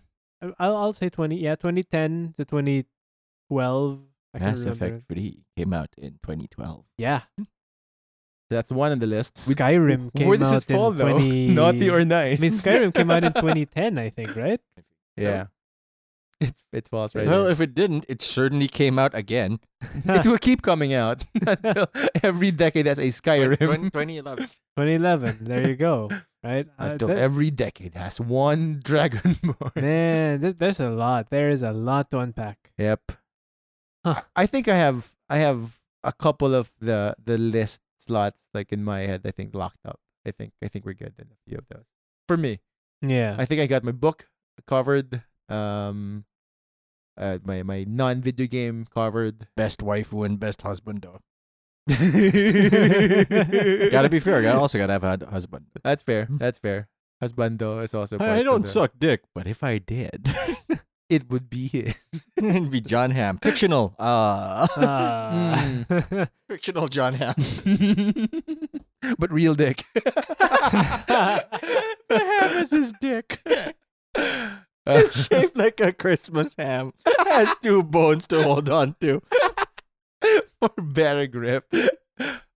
Speaker 3: I'll I'll say twenty. Yeah, twenty ten to twenty twelve. I can
Speaker 1: Mass
Speaker 3: remember.
Speaker 1: Effect 3 came out in 2012.
Speaker 3: Yeah,
Speaker 2: That's one on the list. We-
Speaker 3: Skyrim came
Speaker 2: Where does
Speaker 3: out
Speaker 2: it fall,
Speaker 3: in
Speaker 2: though?
Speaker 3: twenty.
Speaker 2: Naughty or nice?
Speaker 3: I mean, Skyrim came out in twenty ten, I think, right?
Speaker 2: Yeah. It's, it falls right
Speaker 1: well,
Speaker 2: there.
Speaker 1: if it didn't, it certainly came out again.
Speaker 2: it will keep coming out until every decade has a Skyrim.
Speaker 1: 20- 2011.
Speaker 3: Twenty eleven. There you go. Right. Uh,
Speaker 2: Until
Speaker 3: that-
Speaker 2: every decade has one Dragonborn.
Speaker 3: Man, th- there's a lot. There is a lot to unpack.
Speaker 2: Yep.
Speaker 3: Huh.
Speaker 2: I think I have I have a couple of the the list slots like in my head. I think locked up. I think I think we're good in a few of those. For me,
Speaker 3: Yeah.
Speaker 2: I think I got my book covered. Um, uh, my my non video game covered.
Speaker 1: Best waifu and best husband, though.
Speaker 2: gotta
Speaker 1: gotta be fair. I also gotta have a husband.
Speaker 2: That's fair. That's fair. Husbando is also. part
Speaker 1: Hmm. I
Speaker 2: of
Speaker 1: don't
Speaker 2: the-
Speaker 1: suck dick, but if I did,
Speaker 2: It would be his.
Speaker 1: it'd be John Ham. Fictional. Uh,
Speaker 3: Ah.
Speaker 1: fictional John Ham.
Speaker 2: but real dick.
Speaker 1: the ham is his dick. It's shaped like a Christmas ham. Has two bones to hold on to.
Speaker 2: for better grip.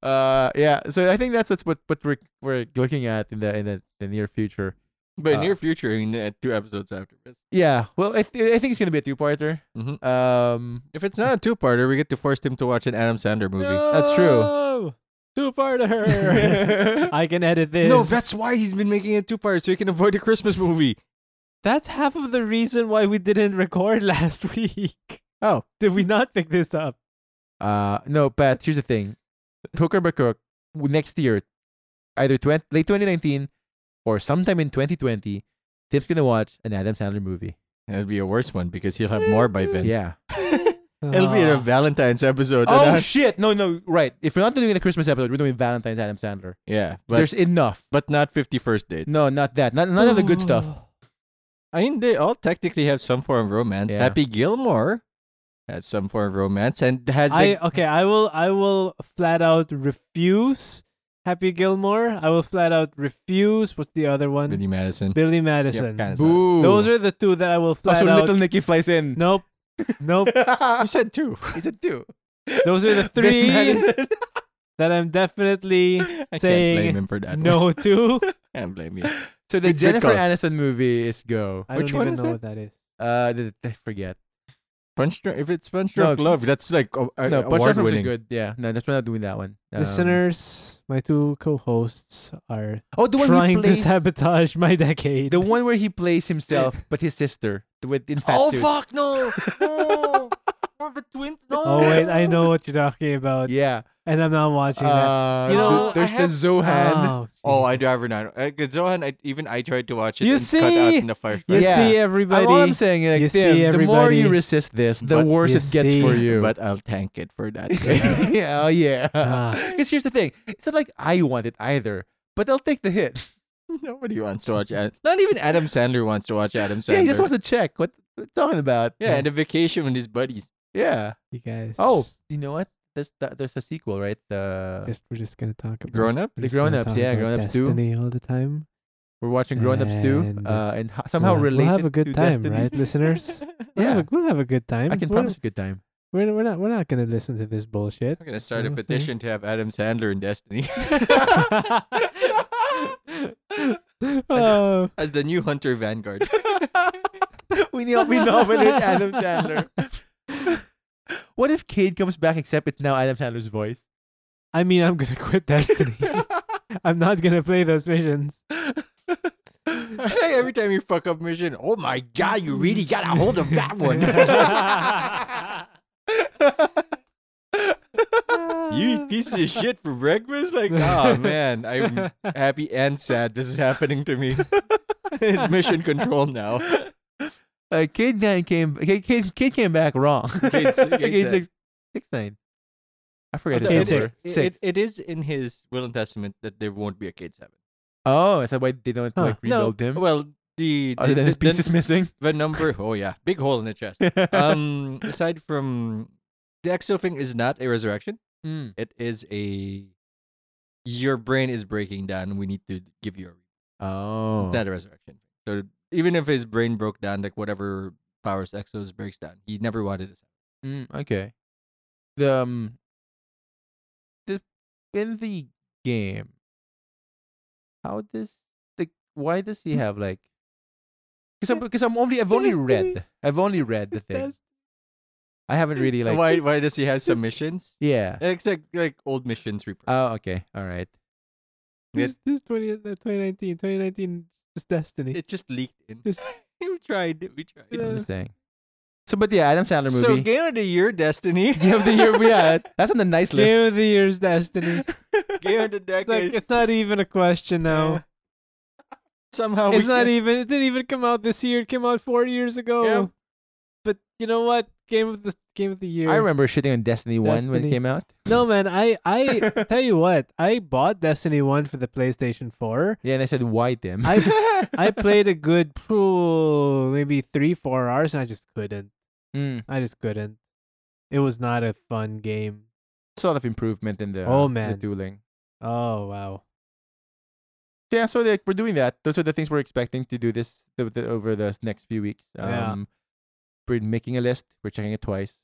Speaker 2: Uh, yeah. So I think that's that's what what we're we're looking at in the in the, the near future.
Speaker 1: But
Speaker 2: Uh,
Speaker 1: near future, I mean, uh, two episodes after this.
Speaker 2: Yeah. Well, I th- I think it's gonna be a two parter.
Speaker 1: Mhm.
Speaker 2: Um,
Speaker 1: If it's not a two-parter, we get to force him to watch an Adam Sandler movie.
Speaker 2: That's true.
Speaker 3: Two parter. I can edit this.
Speaker 1: No, that's why he's been making it two-parter so he can avoid a Christmas movie.
Speaker 3: that's half of the reason why we didn't record last week.
Speaker 2: Oh.
Speaker 3: did we not pick this up?
Speaker 2: uh, no, but here's the thing: Hooker by Crook w- next year, either 20, late 2019 or sometime in 2020, Tim's gonna watch an Adam Sandler movie.
Speaker 1: It'll be a worse one because he'll have more by then.
Speaker 2: Yeah.
Speaker 1: It'll be a
Speaker 3: Ah.
Speaker 1: Valentine's episode.
Speaker 2: Oh
Speaker 1: and I-
Speaker 2: shit! No, no, right. If we're not doing the Christmas episode, we're doing Valentine's Adam Sandler.
Speaker 1: yeah, but,
Speaker 2: There's enough.
Speaker 1: but not 51st dates.
Speaker 2: No, not that. Not, none of the good stuff.
Speaker 1: I mean, they all technically have some form of romance.
Speaker 2: Yeah.
Speaker 1: Happy Gilmore has some form of romance and has
Speaker 3: I
Speaker 1: the,
Speaker 3: okay. I will. I will flat out refuse. Happy Gilmore. I will flat out refuse. What's the other one?
Speaker 1: Billy Madison.
Speaker 3: Billy Madison.
Speaker 1: kinda sucks.
Speaker 2: Boo.
Speaker 3: Those are the two that I will flat
Speaker 2: also
Speaker 3: out.
Speaker 2: little Nicky flies in.
Speaker 3: Nope. Nope.
Speaker 1: He said two.
Speaker 2: He's a two.
Speaker 3: Those are the three
Speaker 2: Madison.
Speaker 3: that I'm definitely
Speaker 1: I
Speaker 3: Saying
Speaker 1: can't blame him for that. one.
Speaker 3: no to.
Speaker 1: I can't blame you.
Speaker 2: So the
Speaker 1: Big
Speaker 2: Jennifer
Speaker 1: Pickle.
Speaker 2: Aniston movie is go.
Speaker 3: I
Speaker 1: Which
Speaker 3: don't
Speaker 1: one
Speaker 3: even
Speaker 1: is
Speaker 3: know
Speaker 1: that?
Speaker 3: what that is.
Speaker 2: Uh, th- th- I forget.
Speaker 1: Punch Drunk. If it's Punch Drunk
Speaker 2: No.
Speaker 1: Love, that's like a, a,
Speaker 2: no, but
Speaker 1: award
Speaker 2: Jennifer was
Speaker 1: winning.
Speaker 2: good. Yeah, no, that's why not doing that one. Um,
Speaker 3: Listeners, my two co-hosts are
Speaker 2: Oh, the one he
Speaker 3: trying to
Speaker 2: plays.
Speaker 3: sabotage my decade.
Speaker 2: the one where he plays himself, but his sister with in fat
Speaker 1: oh
Speaker 2: suits.
Speaker 1: fuck no! No, no the twin. No.
Speaker 3: oh wait, I know what you're talking about,
Speaker 2: Yeah.
Speaker 3: and I'm not watching
Speaker 2: Uh,
Speaker 1: You know,
Speaker 2: th- there's
Speaker 1: I
Speaker 2: the
Speaker 1: have-
Speaker 3: that.
Speaker 2: Zohan.
Speaker 3: Oh,
Speaker 1: Oh, I
Speaker 3: Jesus.
Speaker 1: do every night. Uh, 'cause Zohan, I, even I tried to watch it.
Speaker 3: You
Speaker 1: and cut out
Speaker 3: see?
Speaker 1: in the first.
Speaker 3: you
Speaker 2: Yeah.
Speaker 3: see,
Speaker 2: Uh,
Speaker 3: everybody.
Speaker 2: all I'm saying is,
Speaker 3: You
Speaker 2: like,
Speaker 3: see
Speaker 2: Tim, the more
Speaker 3: everybody.
Speaker 2: you resist this, the
Speaker 1: But
Speaker 2: worse
Speaker 3: you
Speaker 2: it gets for
Speaker 3: see-
Speaker 2: you.
Speaker 1: But I'll tank it for that.
Speaker 2: yeah, oh, yeah.
Speaker 3: Ah.
Speaker 2: Because here's the thing: it's not like I want it either, but I'll take the hit.
Speaker 1: Nobody wants to watch. Ad- Not even Adam Sandler wants to watch Adam Sandler.
Speaker 2: Yeah, he just wants to check. What what you talking about?
Speaker 1: Yeah, and a vacation with his buddies.
Speaker 2: yeah.
Speaker 3: you guys.
Speaker 2: Oh, you know what? There's th- there's a sequel, right? The
Speaker 3: just, we're just gonna talk about
Speaker 1: Grown up?
Speaker 3: we're
Speaker 2: The
Speaker 3: just gonna
Speaker 2: grown-ups,
Speaker 3: talk
Speaker 2: yeah,
Speaker 3: about
Speaker 2: grown-ups too.
Speaker 3: Destiny all the time.
Speaker 2: we're watching Grown Ups too,
Speaker 3: And-
Speaker 2: uh, and ho- somehow
Speaker 3: we'll,
Speaker 2: related.
Speaker 3: We'll have a good
Speaker 2: to
Speaker 3: time,
Speaker 2: Destiny.
Speaker 3: right, listeners? We'll
Speaker 2: Yeah,
Speaker 3: have a, we'll have a good time.
Speaker 2: I can
Speaker 3: we're,
Speaker 2: promise a good time.
Speaker 3: We're, we're not we're not gonna listen to this bullshit.
Speaker 1: I'm gonna start a
Speaker 3: We'll see.
Speaker 1: petition to have Adam Sandler in Destiny
Speaker 3: Oh.
Speaker 1: as the new Hunter Vanguard.
Speaker 2: we know we nominate Adam Sandler. What if Cade comes back except it's now Adam Sandler's voice?
Speaker 3: I mean, I'm gonna quit Destiny. I'm not gonna play those missions.
Speaker 1: Every time you fuck up mission, oh my god, you really got a hold of that one. you eat pieces of shit for breakfast? Like, ah, man, I'm happy and sad this is happening to me. it's mission control now.
Speaker 2: Uh, kid nine came. Kid, kid, kid came back wrong.
Speaker 1: Kid si- kid
Speaker 2: Kid
Speaker 1: six.
Speaker 2: six, six nine. I forget
Speaker 1: Okay,
Speaker 2: his
Speaker 1: six.
Speaker 2: number.
Speaker 1: It-
Speaker 2: Six.
Speaker 1: it- it is in his will and testament that there won't be a kid seven.
Speaker 2: oh, is that why they don't
Speaker 3: Huh.
Speaker 2: like rebuild him?
Speaker 1: Well, the the,
Speaker 2: Other than
Speaker 1: the,
Speaker 2: his piece is
Speaker 1: the,
Speaker 2: missing.
Speaker 1: the number. Oh yeah, big hole in the chest. Um, aside from the exo thing is not a resurrection.
Speaker 2: Mm.
Speaker 1: It is a your brain is breaking down. We need to give you a
Speaker 2: Oh.
Speaker 1: that resurrection. So even if his brain broke down, like whatever powers Exos breaks down, he never wanted this.
Speaker 2: Mm, okay. The um, the in the game, how does the why does
Speaker 3: Mm.
Speaker 2: he have like? Because I'm because I'm only I've only
Speaker 3: Destiny.
Speaker 2: read I've only read the thing. I haven't really like
Speaker 1: why? Why does he have some missions?
Speaker 2: yeah.
Speaker 1: It's like like old missions repurposed.
Speaker 2: Oh okay, all right.
Speaker 3: This, this 20, uh, 2019, 2019 is destiny.
Speaker 1: it just leaked in.
Speaker 3: This-
Speaker 1: we tried. We tried.
Speaker 2: I'm
Speaker 3: Yeah.
Speaker 2: just saying. So, but yeah, Adam Sandler
Speaker 1: So
Speaker 2: movie.
Speaker 1: game of the year, Destiny.
Speaker 2: game of the year, yeah, that's on the nice list.
Speaker 3: Game of the year's destiny.
Speaker 1: game of the
Speaker 3: It's like
Speaker 1: decade.
Speaker 3: it's not even a question now.
Speaker 1: Somehow
Speaker 3: it's
Speaker 1: Oh, we
Speaker 3: not
Speaker 1: can-
Speaker 3: even. It didn't even come out this year. It came out four years ago.
Speaker 1: Yeah.
Speaker 3: But you know what? Game of the game of the year.
Speaker 2: I remember shitting on Destiny One when it
Speaker 3: Destiny.
Speaker 2: came out.
Speaker 3: No man, I I tell you what. I bought Destiny One for the PlayStation Four.
Speaker 2: Yeah, and I said, "Why them?"
Speaker 3: I I played a good pro maybe three four hours and I just couldn't.
Speaker 2: Mm,
Speaker 3: I just couldn't. It was not a fun game.
Speaker 2: sort of improvement in the
Speaker 3: Oh,
Speaker 2: the
Speaker 3: man.
Speaker 2: dueling.
Speaker 3: Oh wow.
Speaker 2: Yeah, so like we're doing that. Those are the things we're expecting to do this the, the, over the next few weeks. Um,
Speaker 3: Yeah.
Speaker 2: We're making a list. We're checking it twice.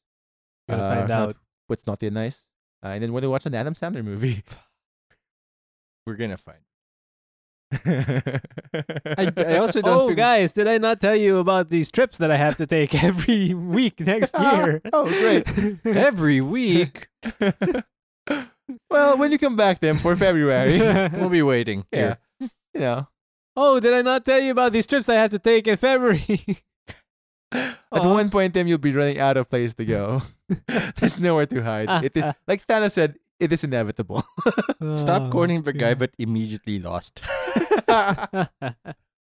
Speaker 3: Gotta
Speaker 2: Uh,
Speaker 3: find
Speaker 2: not-
Speaker 3: out.
Speaker 2: What's not yet nice, uh, and then we're gonna watch an Adam Sandler movie.
Speaker 1: We're gonna find.
Speaker 2: I,
Speaker 1: I, I also don't.
Speaker 3: Oh
Speaker 1: think-
Speaker 3: guys, did I not tell you about these trips that I have to take every week next year?
Speaker 2: oh, great.
Speaker 1: Every week
Speaker 2: well, when you come back then for February,
Speaker 1: we'll be waiting.
Speaker 2: yeah, you know,
Speaker 3: Oh, did I not tell you about these trips I have to take in February?
Speaker 2: at one point then you'll be running out of place to go. There's nowhere to hide. It, i- like Thanos said, it is inevitable.
Speaker 1: Here.
Speaker 3: Oh,
Speaker 1: Stop quoting the guy, but immediately lost.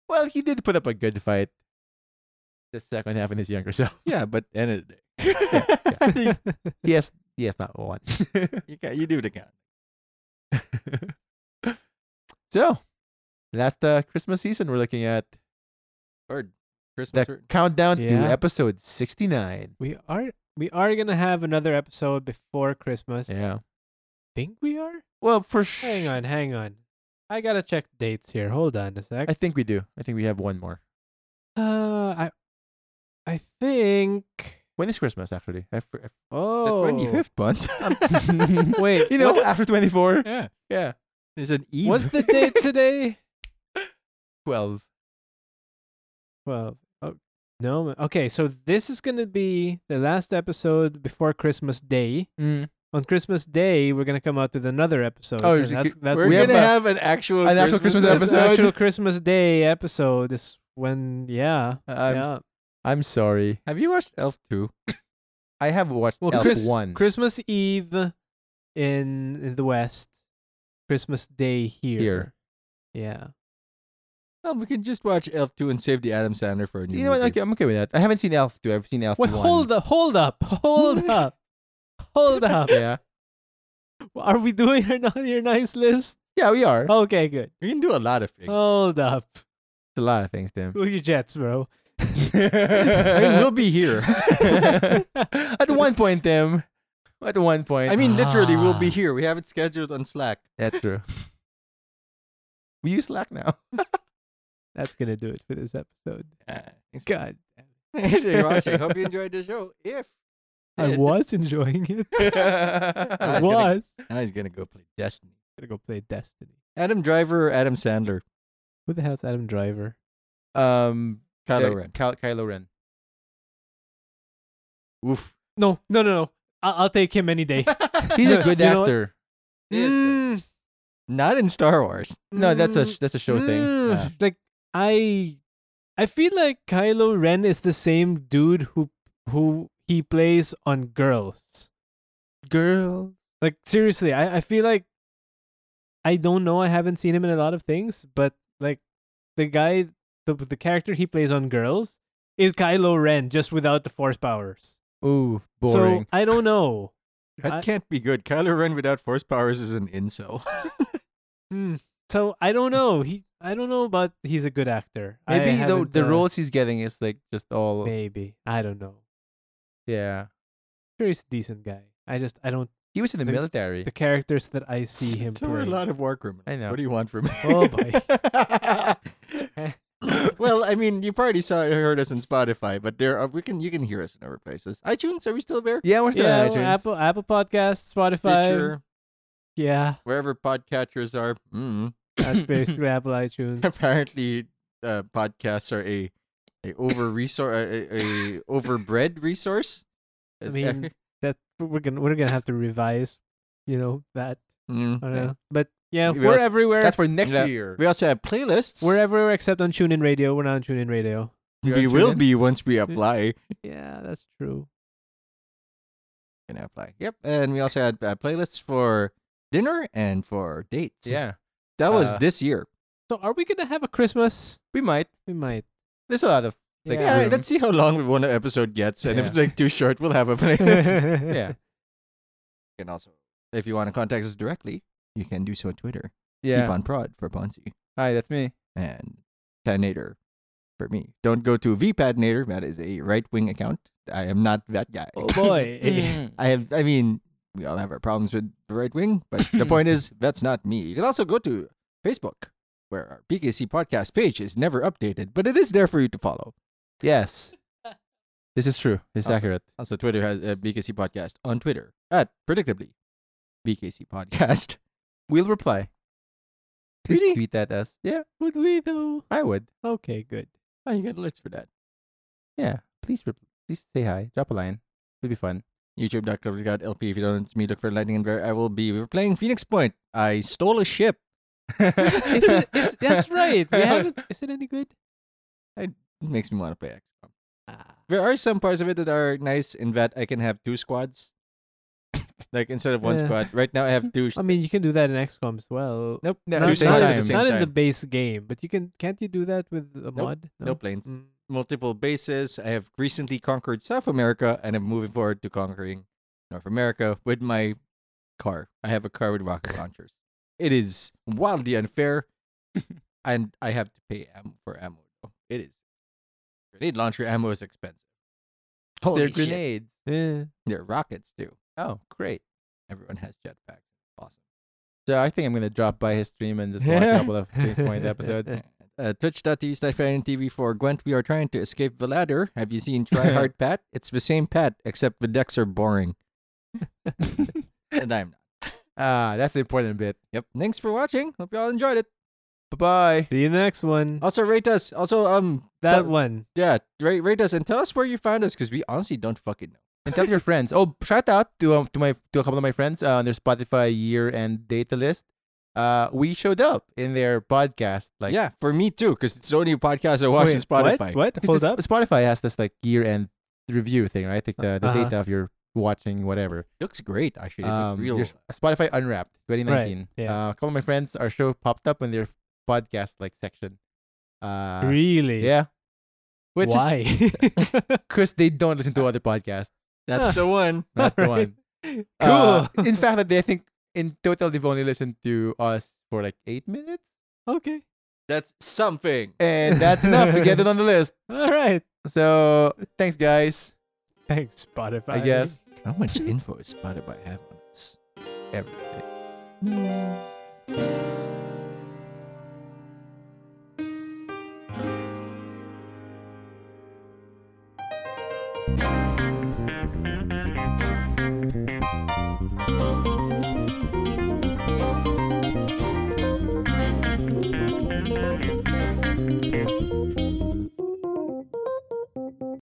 Speaker 2: Well, he did put up a good fight. The second half in his younger self.
Speaker 1: yeah, but end of the day,
Speaker 2: Yes, yes, not one.
Speaker 1: you can you do the count.
Speaker 2: so, last uh, Christmas season, we're looking at
Speaker 1: Or
Speaker 2: the
Speaker 1: Christmas. or-
Speaker 2: countdown to
Speaker 3: Yeah.
Speaker 2: episode 69.
Speaker 3: we are we are gonna have another episode before Christmas.
Speaker 2: Yeah.
Speaker 3: Think we are?
Speaker 2: Well, for sure.
Speaker 3: Hang on, hang on. I gotta check dates here. Hold on a sec.
Speaker 2: I think we do. I think we have one more.
Speaker 3: uh, I, I think.
Speaker 2: When is Christmas, actually? I fr- I
Speaker 1: The
Speaker 3: Oh,
Speaker 1: 25th month.
Speaker 2: fr-
Speaker 3: wait.
Speaker 2: you know, after 24?
Speaker 1: yeah.
Speaker 2: Yeah.
Speaker 1: There's an eve.
Speaker 3: What's the date today?
Speaker 2: 12.
Speaker 3: Well, oh, no. ma- Okay, so this is going to be the last episode before Christmas Day.
Speaker 2: Mm.
Speaker 3: On Christmas Day, we're going to come out with another episode.
Speaker 2: Oh,
Speaker 3: and
Speaker 2: is it
Speaker 3: that's
Speaker 2: g-
Speaker 3: that's
Speaker 1: We're
Speaker 2: We have
Speaker 3: gonna
Speaker 1: gonna
Speaker 2: a-
Speaker 1: have an actual
Speaker 2: an actual
Speaker 1: Christmas,
Speaker 2: Christmas
Speaker 3: this
Speaker 2: episode?
Speaker 3: actual Christmas Day episode is when yeah.
Speaker 2: I'm,
Speaker 3: yeah.
Speaker 2: I'm sorry.
Speaker 1: Have you watched Elf two?
Speaker 2: I have watched
Speaker 3: Well,
Speaker 2: Elf
Speaker 3: Chris-
Speaker 2: 1.
Speaker 3: Christmas Eve in, in the West. Christmas Day here.
Speaker 2: Here.
Speaker 3: Yeah.
Speaker 1: Oh, we can just watch Elf two and save the Adam Sandler for a new.
Speaker 2: You know what?
Speaker 1: movie.
Speaker 2: Okay, I'm okay with that. I haven't seen Elf 2. I've seen Elf
Speaker 3: Wait,
Speaker 2: 1.
Speaker 3: hold up, hold up, hold up, hold up.
Speaker 2: Yeah.
Speaker 3: Are we doing your, your nice list?
Speaker 2: Yeah, we are.
Speaker 3: Okay, good.
Speaker 1: We can do a lot of things.
Speaker 3: Hold up.
Speaker 2: It's a lot of things, Tim.
Speaker 3: Cool your jets, bro.
Speaker 1: I mean, we'll
Speaker 2: At
Speaker 1: be here.
Speaker 2: one point, Tim. At one point.
Speaker 1: I mean, literally, we'll be
Speaker 3: Ah.
Speaker 1: here. We have it scheduled on Slack.
Speaker 2: that's true. we use Slack now.
Speaker 3: That's gonna do it for this episode.
Speaker 1: thanks
Speaker 3: God,
Speaker 1: Thanks for watching. Hope you enjoyed the show. If
Speaker 3: I
Speaker 1: did-
Speaker 3: was enjoying it. I
Speaker 1: That's
Speaker 2: I
Speaker 1: gonna-
Speaker 3: was.
Speaker 1: now he's gonna go play Destiny.
Speaker 3: Gonna go play Destiny.
Speaker 1: Adam Driver or Adam Sandler?
Speaker 3: Who the hell's Adam Driver?
Speaker 2: um,
Speaker 1: Kylo
Speaker 2: uh,
Speaker 1: Ren.
Speaker 2: Ky- Kylo Ren.
Speaker 1: Oof.
Speaker 3: No, no, no, no. I- I'll take him any day.
Speaker 2: He's a good
Speaker 3: You know what?
Speaker 2: actor.
Speaker 3: Mm,
Speaker 1: Not in Star Wars.
Speaker 2: No, that's a
Speaker 3: mm,
Speaker 2: sh- that's a show thing. Uh.
Speaker 3: mm.
Speaker 2: Yeah.
Speaker 3: Like I, I feel like Kylo Ren is the same dude who who he plays on Girls. Girls. Like seriously, I, I feel like I don't know. I haven't seen him in a lot of things, but like the guy, the the character he plays on Girls is Kylo Ren, just without the Force powers.
Speaker 2: Ooh, boring.
Speaker 3: So I don't know.
Speaker 1: That
Speaker 3: I-
Speaker 1: can't be good. Kylo Ren without force powers is an incel.
Speaker 3: Hmm. So I don't know. He I don't know, but he's a good actor. I
Speaker 2: Maybe the
Speaker 3: haven't,
Speaker 2: the
Speaker 3: uh,
Speaker 2: roles he's getting is like just all
Speaker 3: Maybe I don't know.
Speaker 2: yeah.
Speaker 3: Sure, he's a decent guy. I just I don't
Speaker 2: He was in the,
Speaker 3: The-
Speaker 2: military.
Speaker 3: the characters that I see him
Speaker 1: So are a
Speaker 3: play.
Speaker 1: lot of war criminals.
Speaker 2: I know.
Speaker 1: What do you want from me?
Speaker 3: Oh, boy.
Speaker 1: well, I mean, you probably saw heard us on Spotify, but there are, we can you can hear us in other places. iTunes, are we still there?
Speaker 2: yeah, we're still
Speaker 3: yeah,
Speaker 2: on iTunes.
Speaker 3: Apple Apple Podcasts, Spotify.
Speaker 1: Stitcher,
Speaker 3: Yeah,
Speaker 1: wherever podcatchers are. Mm.
Speaker 3: that's basically Apple iTunes.
Speaker 1: Apparently, uh, podcasts are a a over resource, a, a, a overbred resource.
Speaker 3: I
Speaker 1: As-
Speaker 3: mean, that we're gonna we're gonna have to revise, you know that.
Speaker 1: Mm.
Speaker 3: I don't know. But yeah,
Speaker 2: Maybe
Speaker 3: we're
Speaker 2: also-
Speaker 3: everywhere.
Speaker 2: That's for next
Speaker 1: Yeah.
Speaker 2: year.
Speaker 1: We also have playlists.
Speaker 3: we're everywhere except on TuneIn Radio. We're not on TuneIn Radio.
Speaker 2: We are
Speaker 1: we will
Speaker 2: TuneIn.
Speaker 1: be once we apply.
Speaker 3: Yeah, that's true.
Speaker 1: Gonna apply. Yep. And we also had uh, playlists for dinner and for dates.
Speaker 2: Yeah,
Speaker 1: That was
Speaker 2: Uh,
Speaker 1: this year.
Speaker 3: So are we gonna have a Christmas?
Speaker 2: we might.
Speaker 3: We might.
Speaker 2: There's a lot of Like,
Speaker 1: Yeah,
Speaker 3: yeah.
Speaker 2: room.
Speaker 1: let's see how long one episode gets, and if
Speaker 2: Yeah.
Speaker 1: it's like too short, we'll have a playlist.
Speaker 2: yeah,
Speaker 1: and also, if you want to contact us directly, you can do so on Twitter. Keep
Speaker 2: yeah.
Speaker 1: on prod for Ponzi
Speaker 2: Hi, that's me.
Speaker 1: and Panator for me. Don't go to VPadnator. That is a right wing account. I am not that guy.
Speaker 3: oh boy.
Speaker 2: Mm.
Speaker 1: I have. I mean, we all have our problems with the right wing, but the point is that's not me. You can also go to Facebook, where our BKC podcast page is never updated, but it is there for you to follow.
Speaker 2: yes, this is true. This is
Speaker 1: Awesome.
Speaker 2: accurate.
Speaker 1: Also, Twitter has uh, BKC Podcast on Twitter at predictably BKC Podcast.
Speaker 2: We'll reply. Please
Speaker 1: Really?
Speaker 2: tweet at us. Yeah,
Speaker 3: Would we though?
Speaker 2: I would.
Speaker 3: Okay, good.
Speaker 1: Oh, you got alerts for that.
Speaker 2: Yeah, please, rep- please say hi. Drop a line. It'll be fun.
Speaker 1: YouTube.com got LP. If you don't, it's me. Look for lightning and bear. I will be. We're playing Phoenix Point. I stole a ship.
Speaker 3: Is it, is, that's right. We haven't. Is it any good?
Speaker 1: It makes me want to play XCOM.
Speaker 3: Ah.
Speaker 1: There are some parts of it that are nice in that I can have two squads. like instead of one
Speaker 3: Yeah.
Speaker 1: squad, right now I have two.
Speaker 3: I mean, you can do that in XCOM as well.
Speaker 1: nope,
Speaker 2: No,
Speaker 1: two
Speaker 3: not,
Speaker 2: same
Speaker 3: not,
Speaker 2: time.
Speaker 3: not in the base game, but you can. Can't you do that with a mod?
Speaker 1: no planes.
Speaker 3: Mm.
Speaker 1: multiple bases. I have recently conquered South America and I'm moving forward to conquering North America with my car. I have a car with rocket launchers. It is wildly unfair and I have to pay ammo for ammo. though. It is. Grenade launcher ammo is expensive. Holy
Speaker 2: They're
Speaker 1: shit.
Speaker 2: grenades.
Speaker 3: Yeah.
Speaker 1: They're rockets too.
Speaker 2: Oh, great.
Speaker 1: Everyone has jetpacks. Awesome.
Speaker 2: So I think I'm gonna drop by his stream and just watch a couple of things point episodes.
Speaker 1: Uh, Twitch.tv slash TV for Gwent. We are trying to escape the ladder. Have you seen Try Hard Pat? It's the same Pat, except the decks are boring. and I'm not.
Speaker 2: Ah, that's the important bit.
Speaker 1: Yep. Thanks for watching. Hope you all enjoyed it.
Speaker 2: Bye bye.
Speaker 3: See you next one.
Speaker 2: Oh,
Speaker 1: Also rate us. Also, um,
Speaker 3: that
Speaker 1: t-
Speaker 3: one.
Speaker 1: yeah, rate rate us and tell us where you found us because we honestly don't fucking know.
Speaker 2: and tell your friends. Oh, shout out to um, to my to a couple of my friends uh, on their Spotify year end data list. Uh, we showed up in their podcast. Like,
Speaker 1: yeah, for me too, because it's the only podcast I watch
Speaker 2: Wait,
Speaker 1: on Spotify.
Speaker 3: What? What?
Speaker 2: 'cause
Speaker 3: Hold
Speaker 2: this-
Speaker 3: up.
Speaker 2: Spotify has this like year end review thing, right? Like the, the
Speaker 3: Uh-huh.
Speaker 2: data of your watching whatever.
Speaker 1: Looks great, actually. It looks
Speaker 2: Um,
Speaker 1: real.
Speaker 2: your Spotify Unwrapped 2019.
Speaker 3: yeah.
Speaker 2: Uh, a couple of my friends, our show popped up in their podcast like section. Uh,
Speaker 3: really?
Speaker 2: yeah. Which is
Speaker 3: Why?
Speaker 2: because they don't listen to other podcasts.
Speaker 1: That's the one.
Speaker 2: That's the
Speaker 3: Alright.
Speaker 2: one.
Speaker 3: cool.
Speaker 2: Uh, in fact, that they I think in total they've only listened to us for like eight minutes,
Speaker 3: okay.
Speaker 1: That's something.
Speaker 2: and that's enough to get it on the list.
Speaker 3: All right.
Speaker 2: So thanks, guys.
Speaker 3: Thanks, Spotify.
Speaker 2: I guess
Speaker 1: How much info is Spotify have on us? Hmm.
Speaker 2: everything.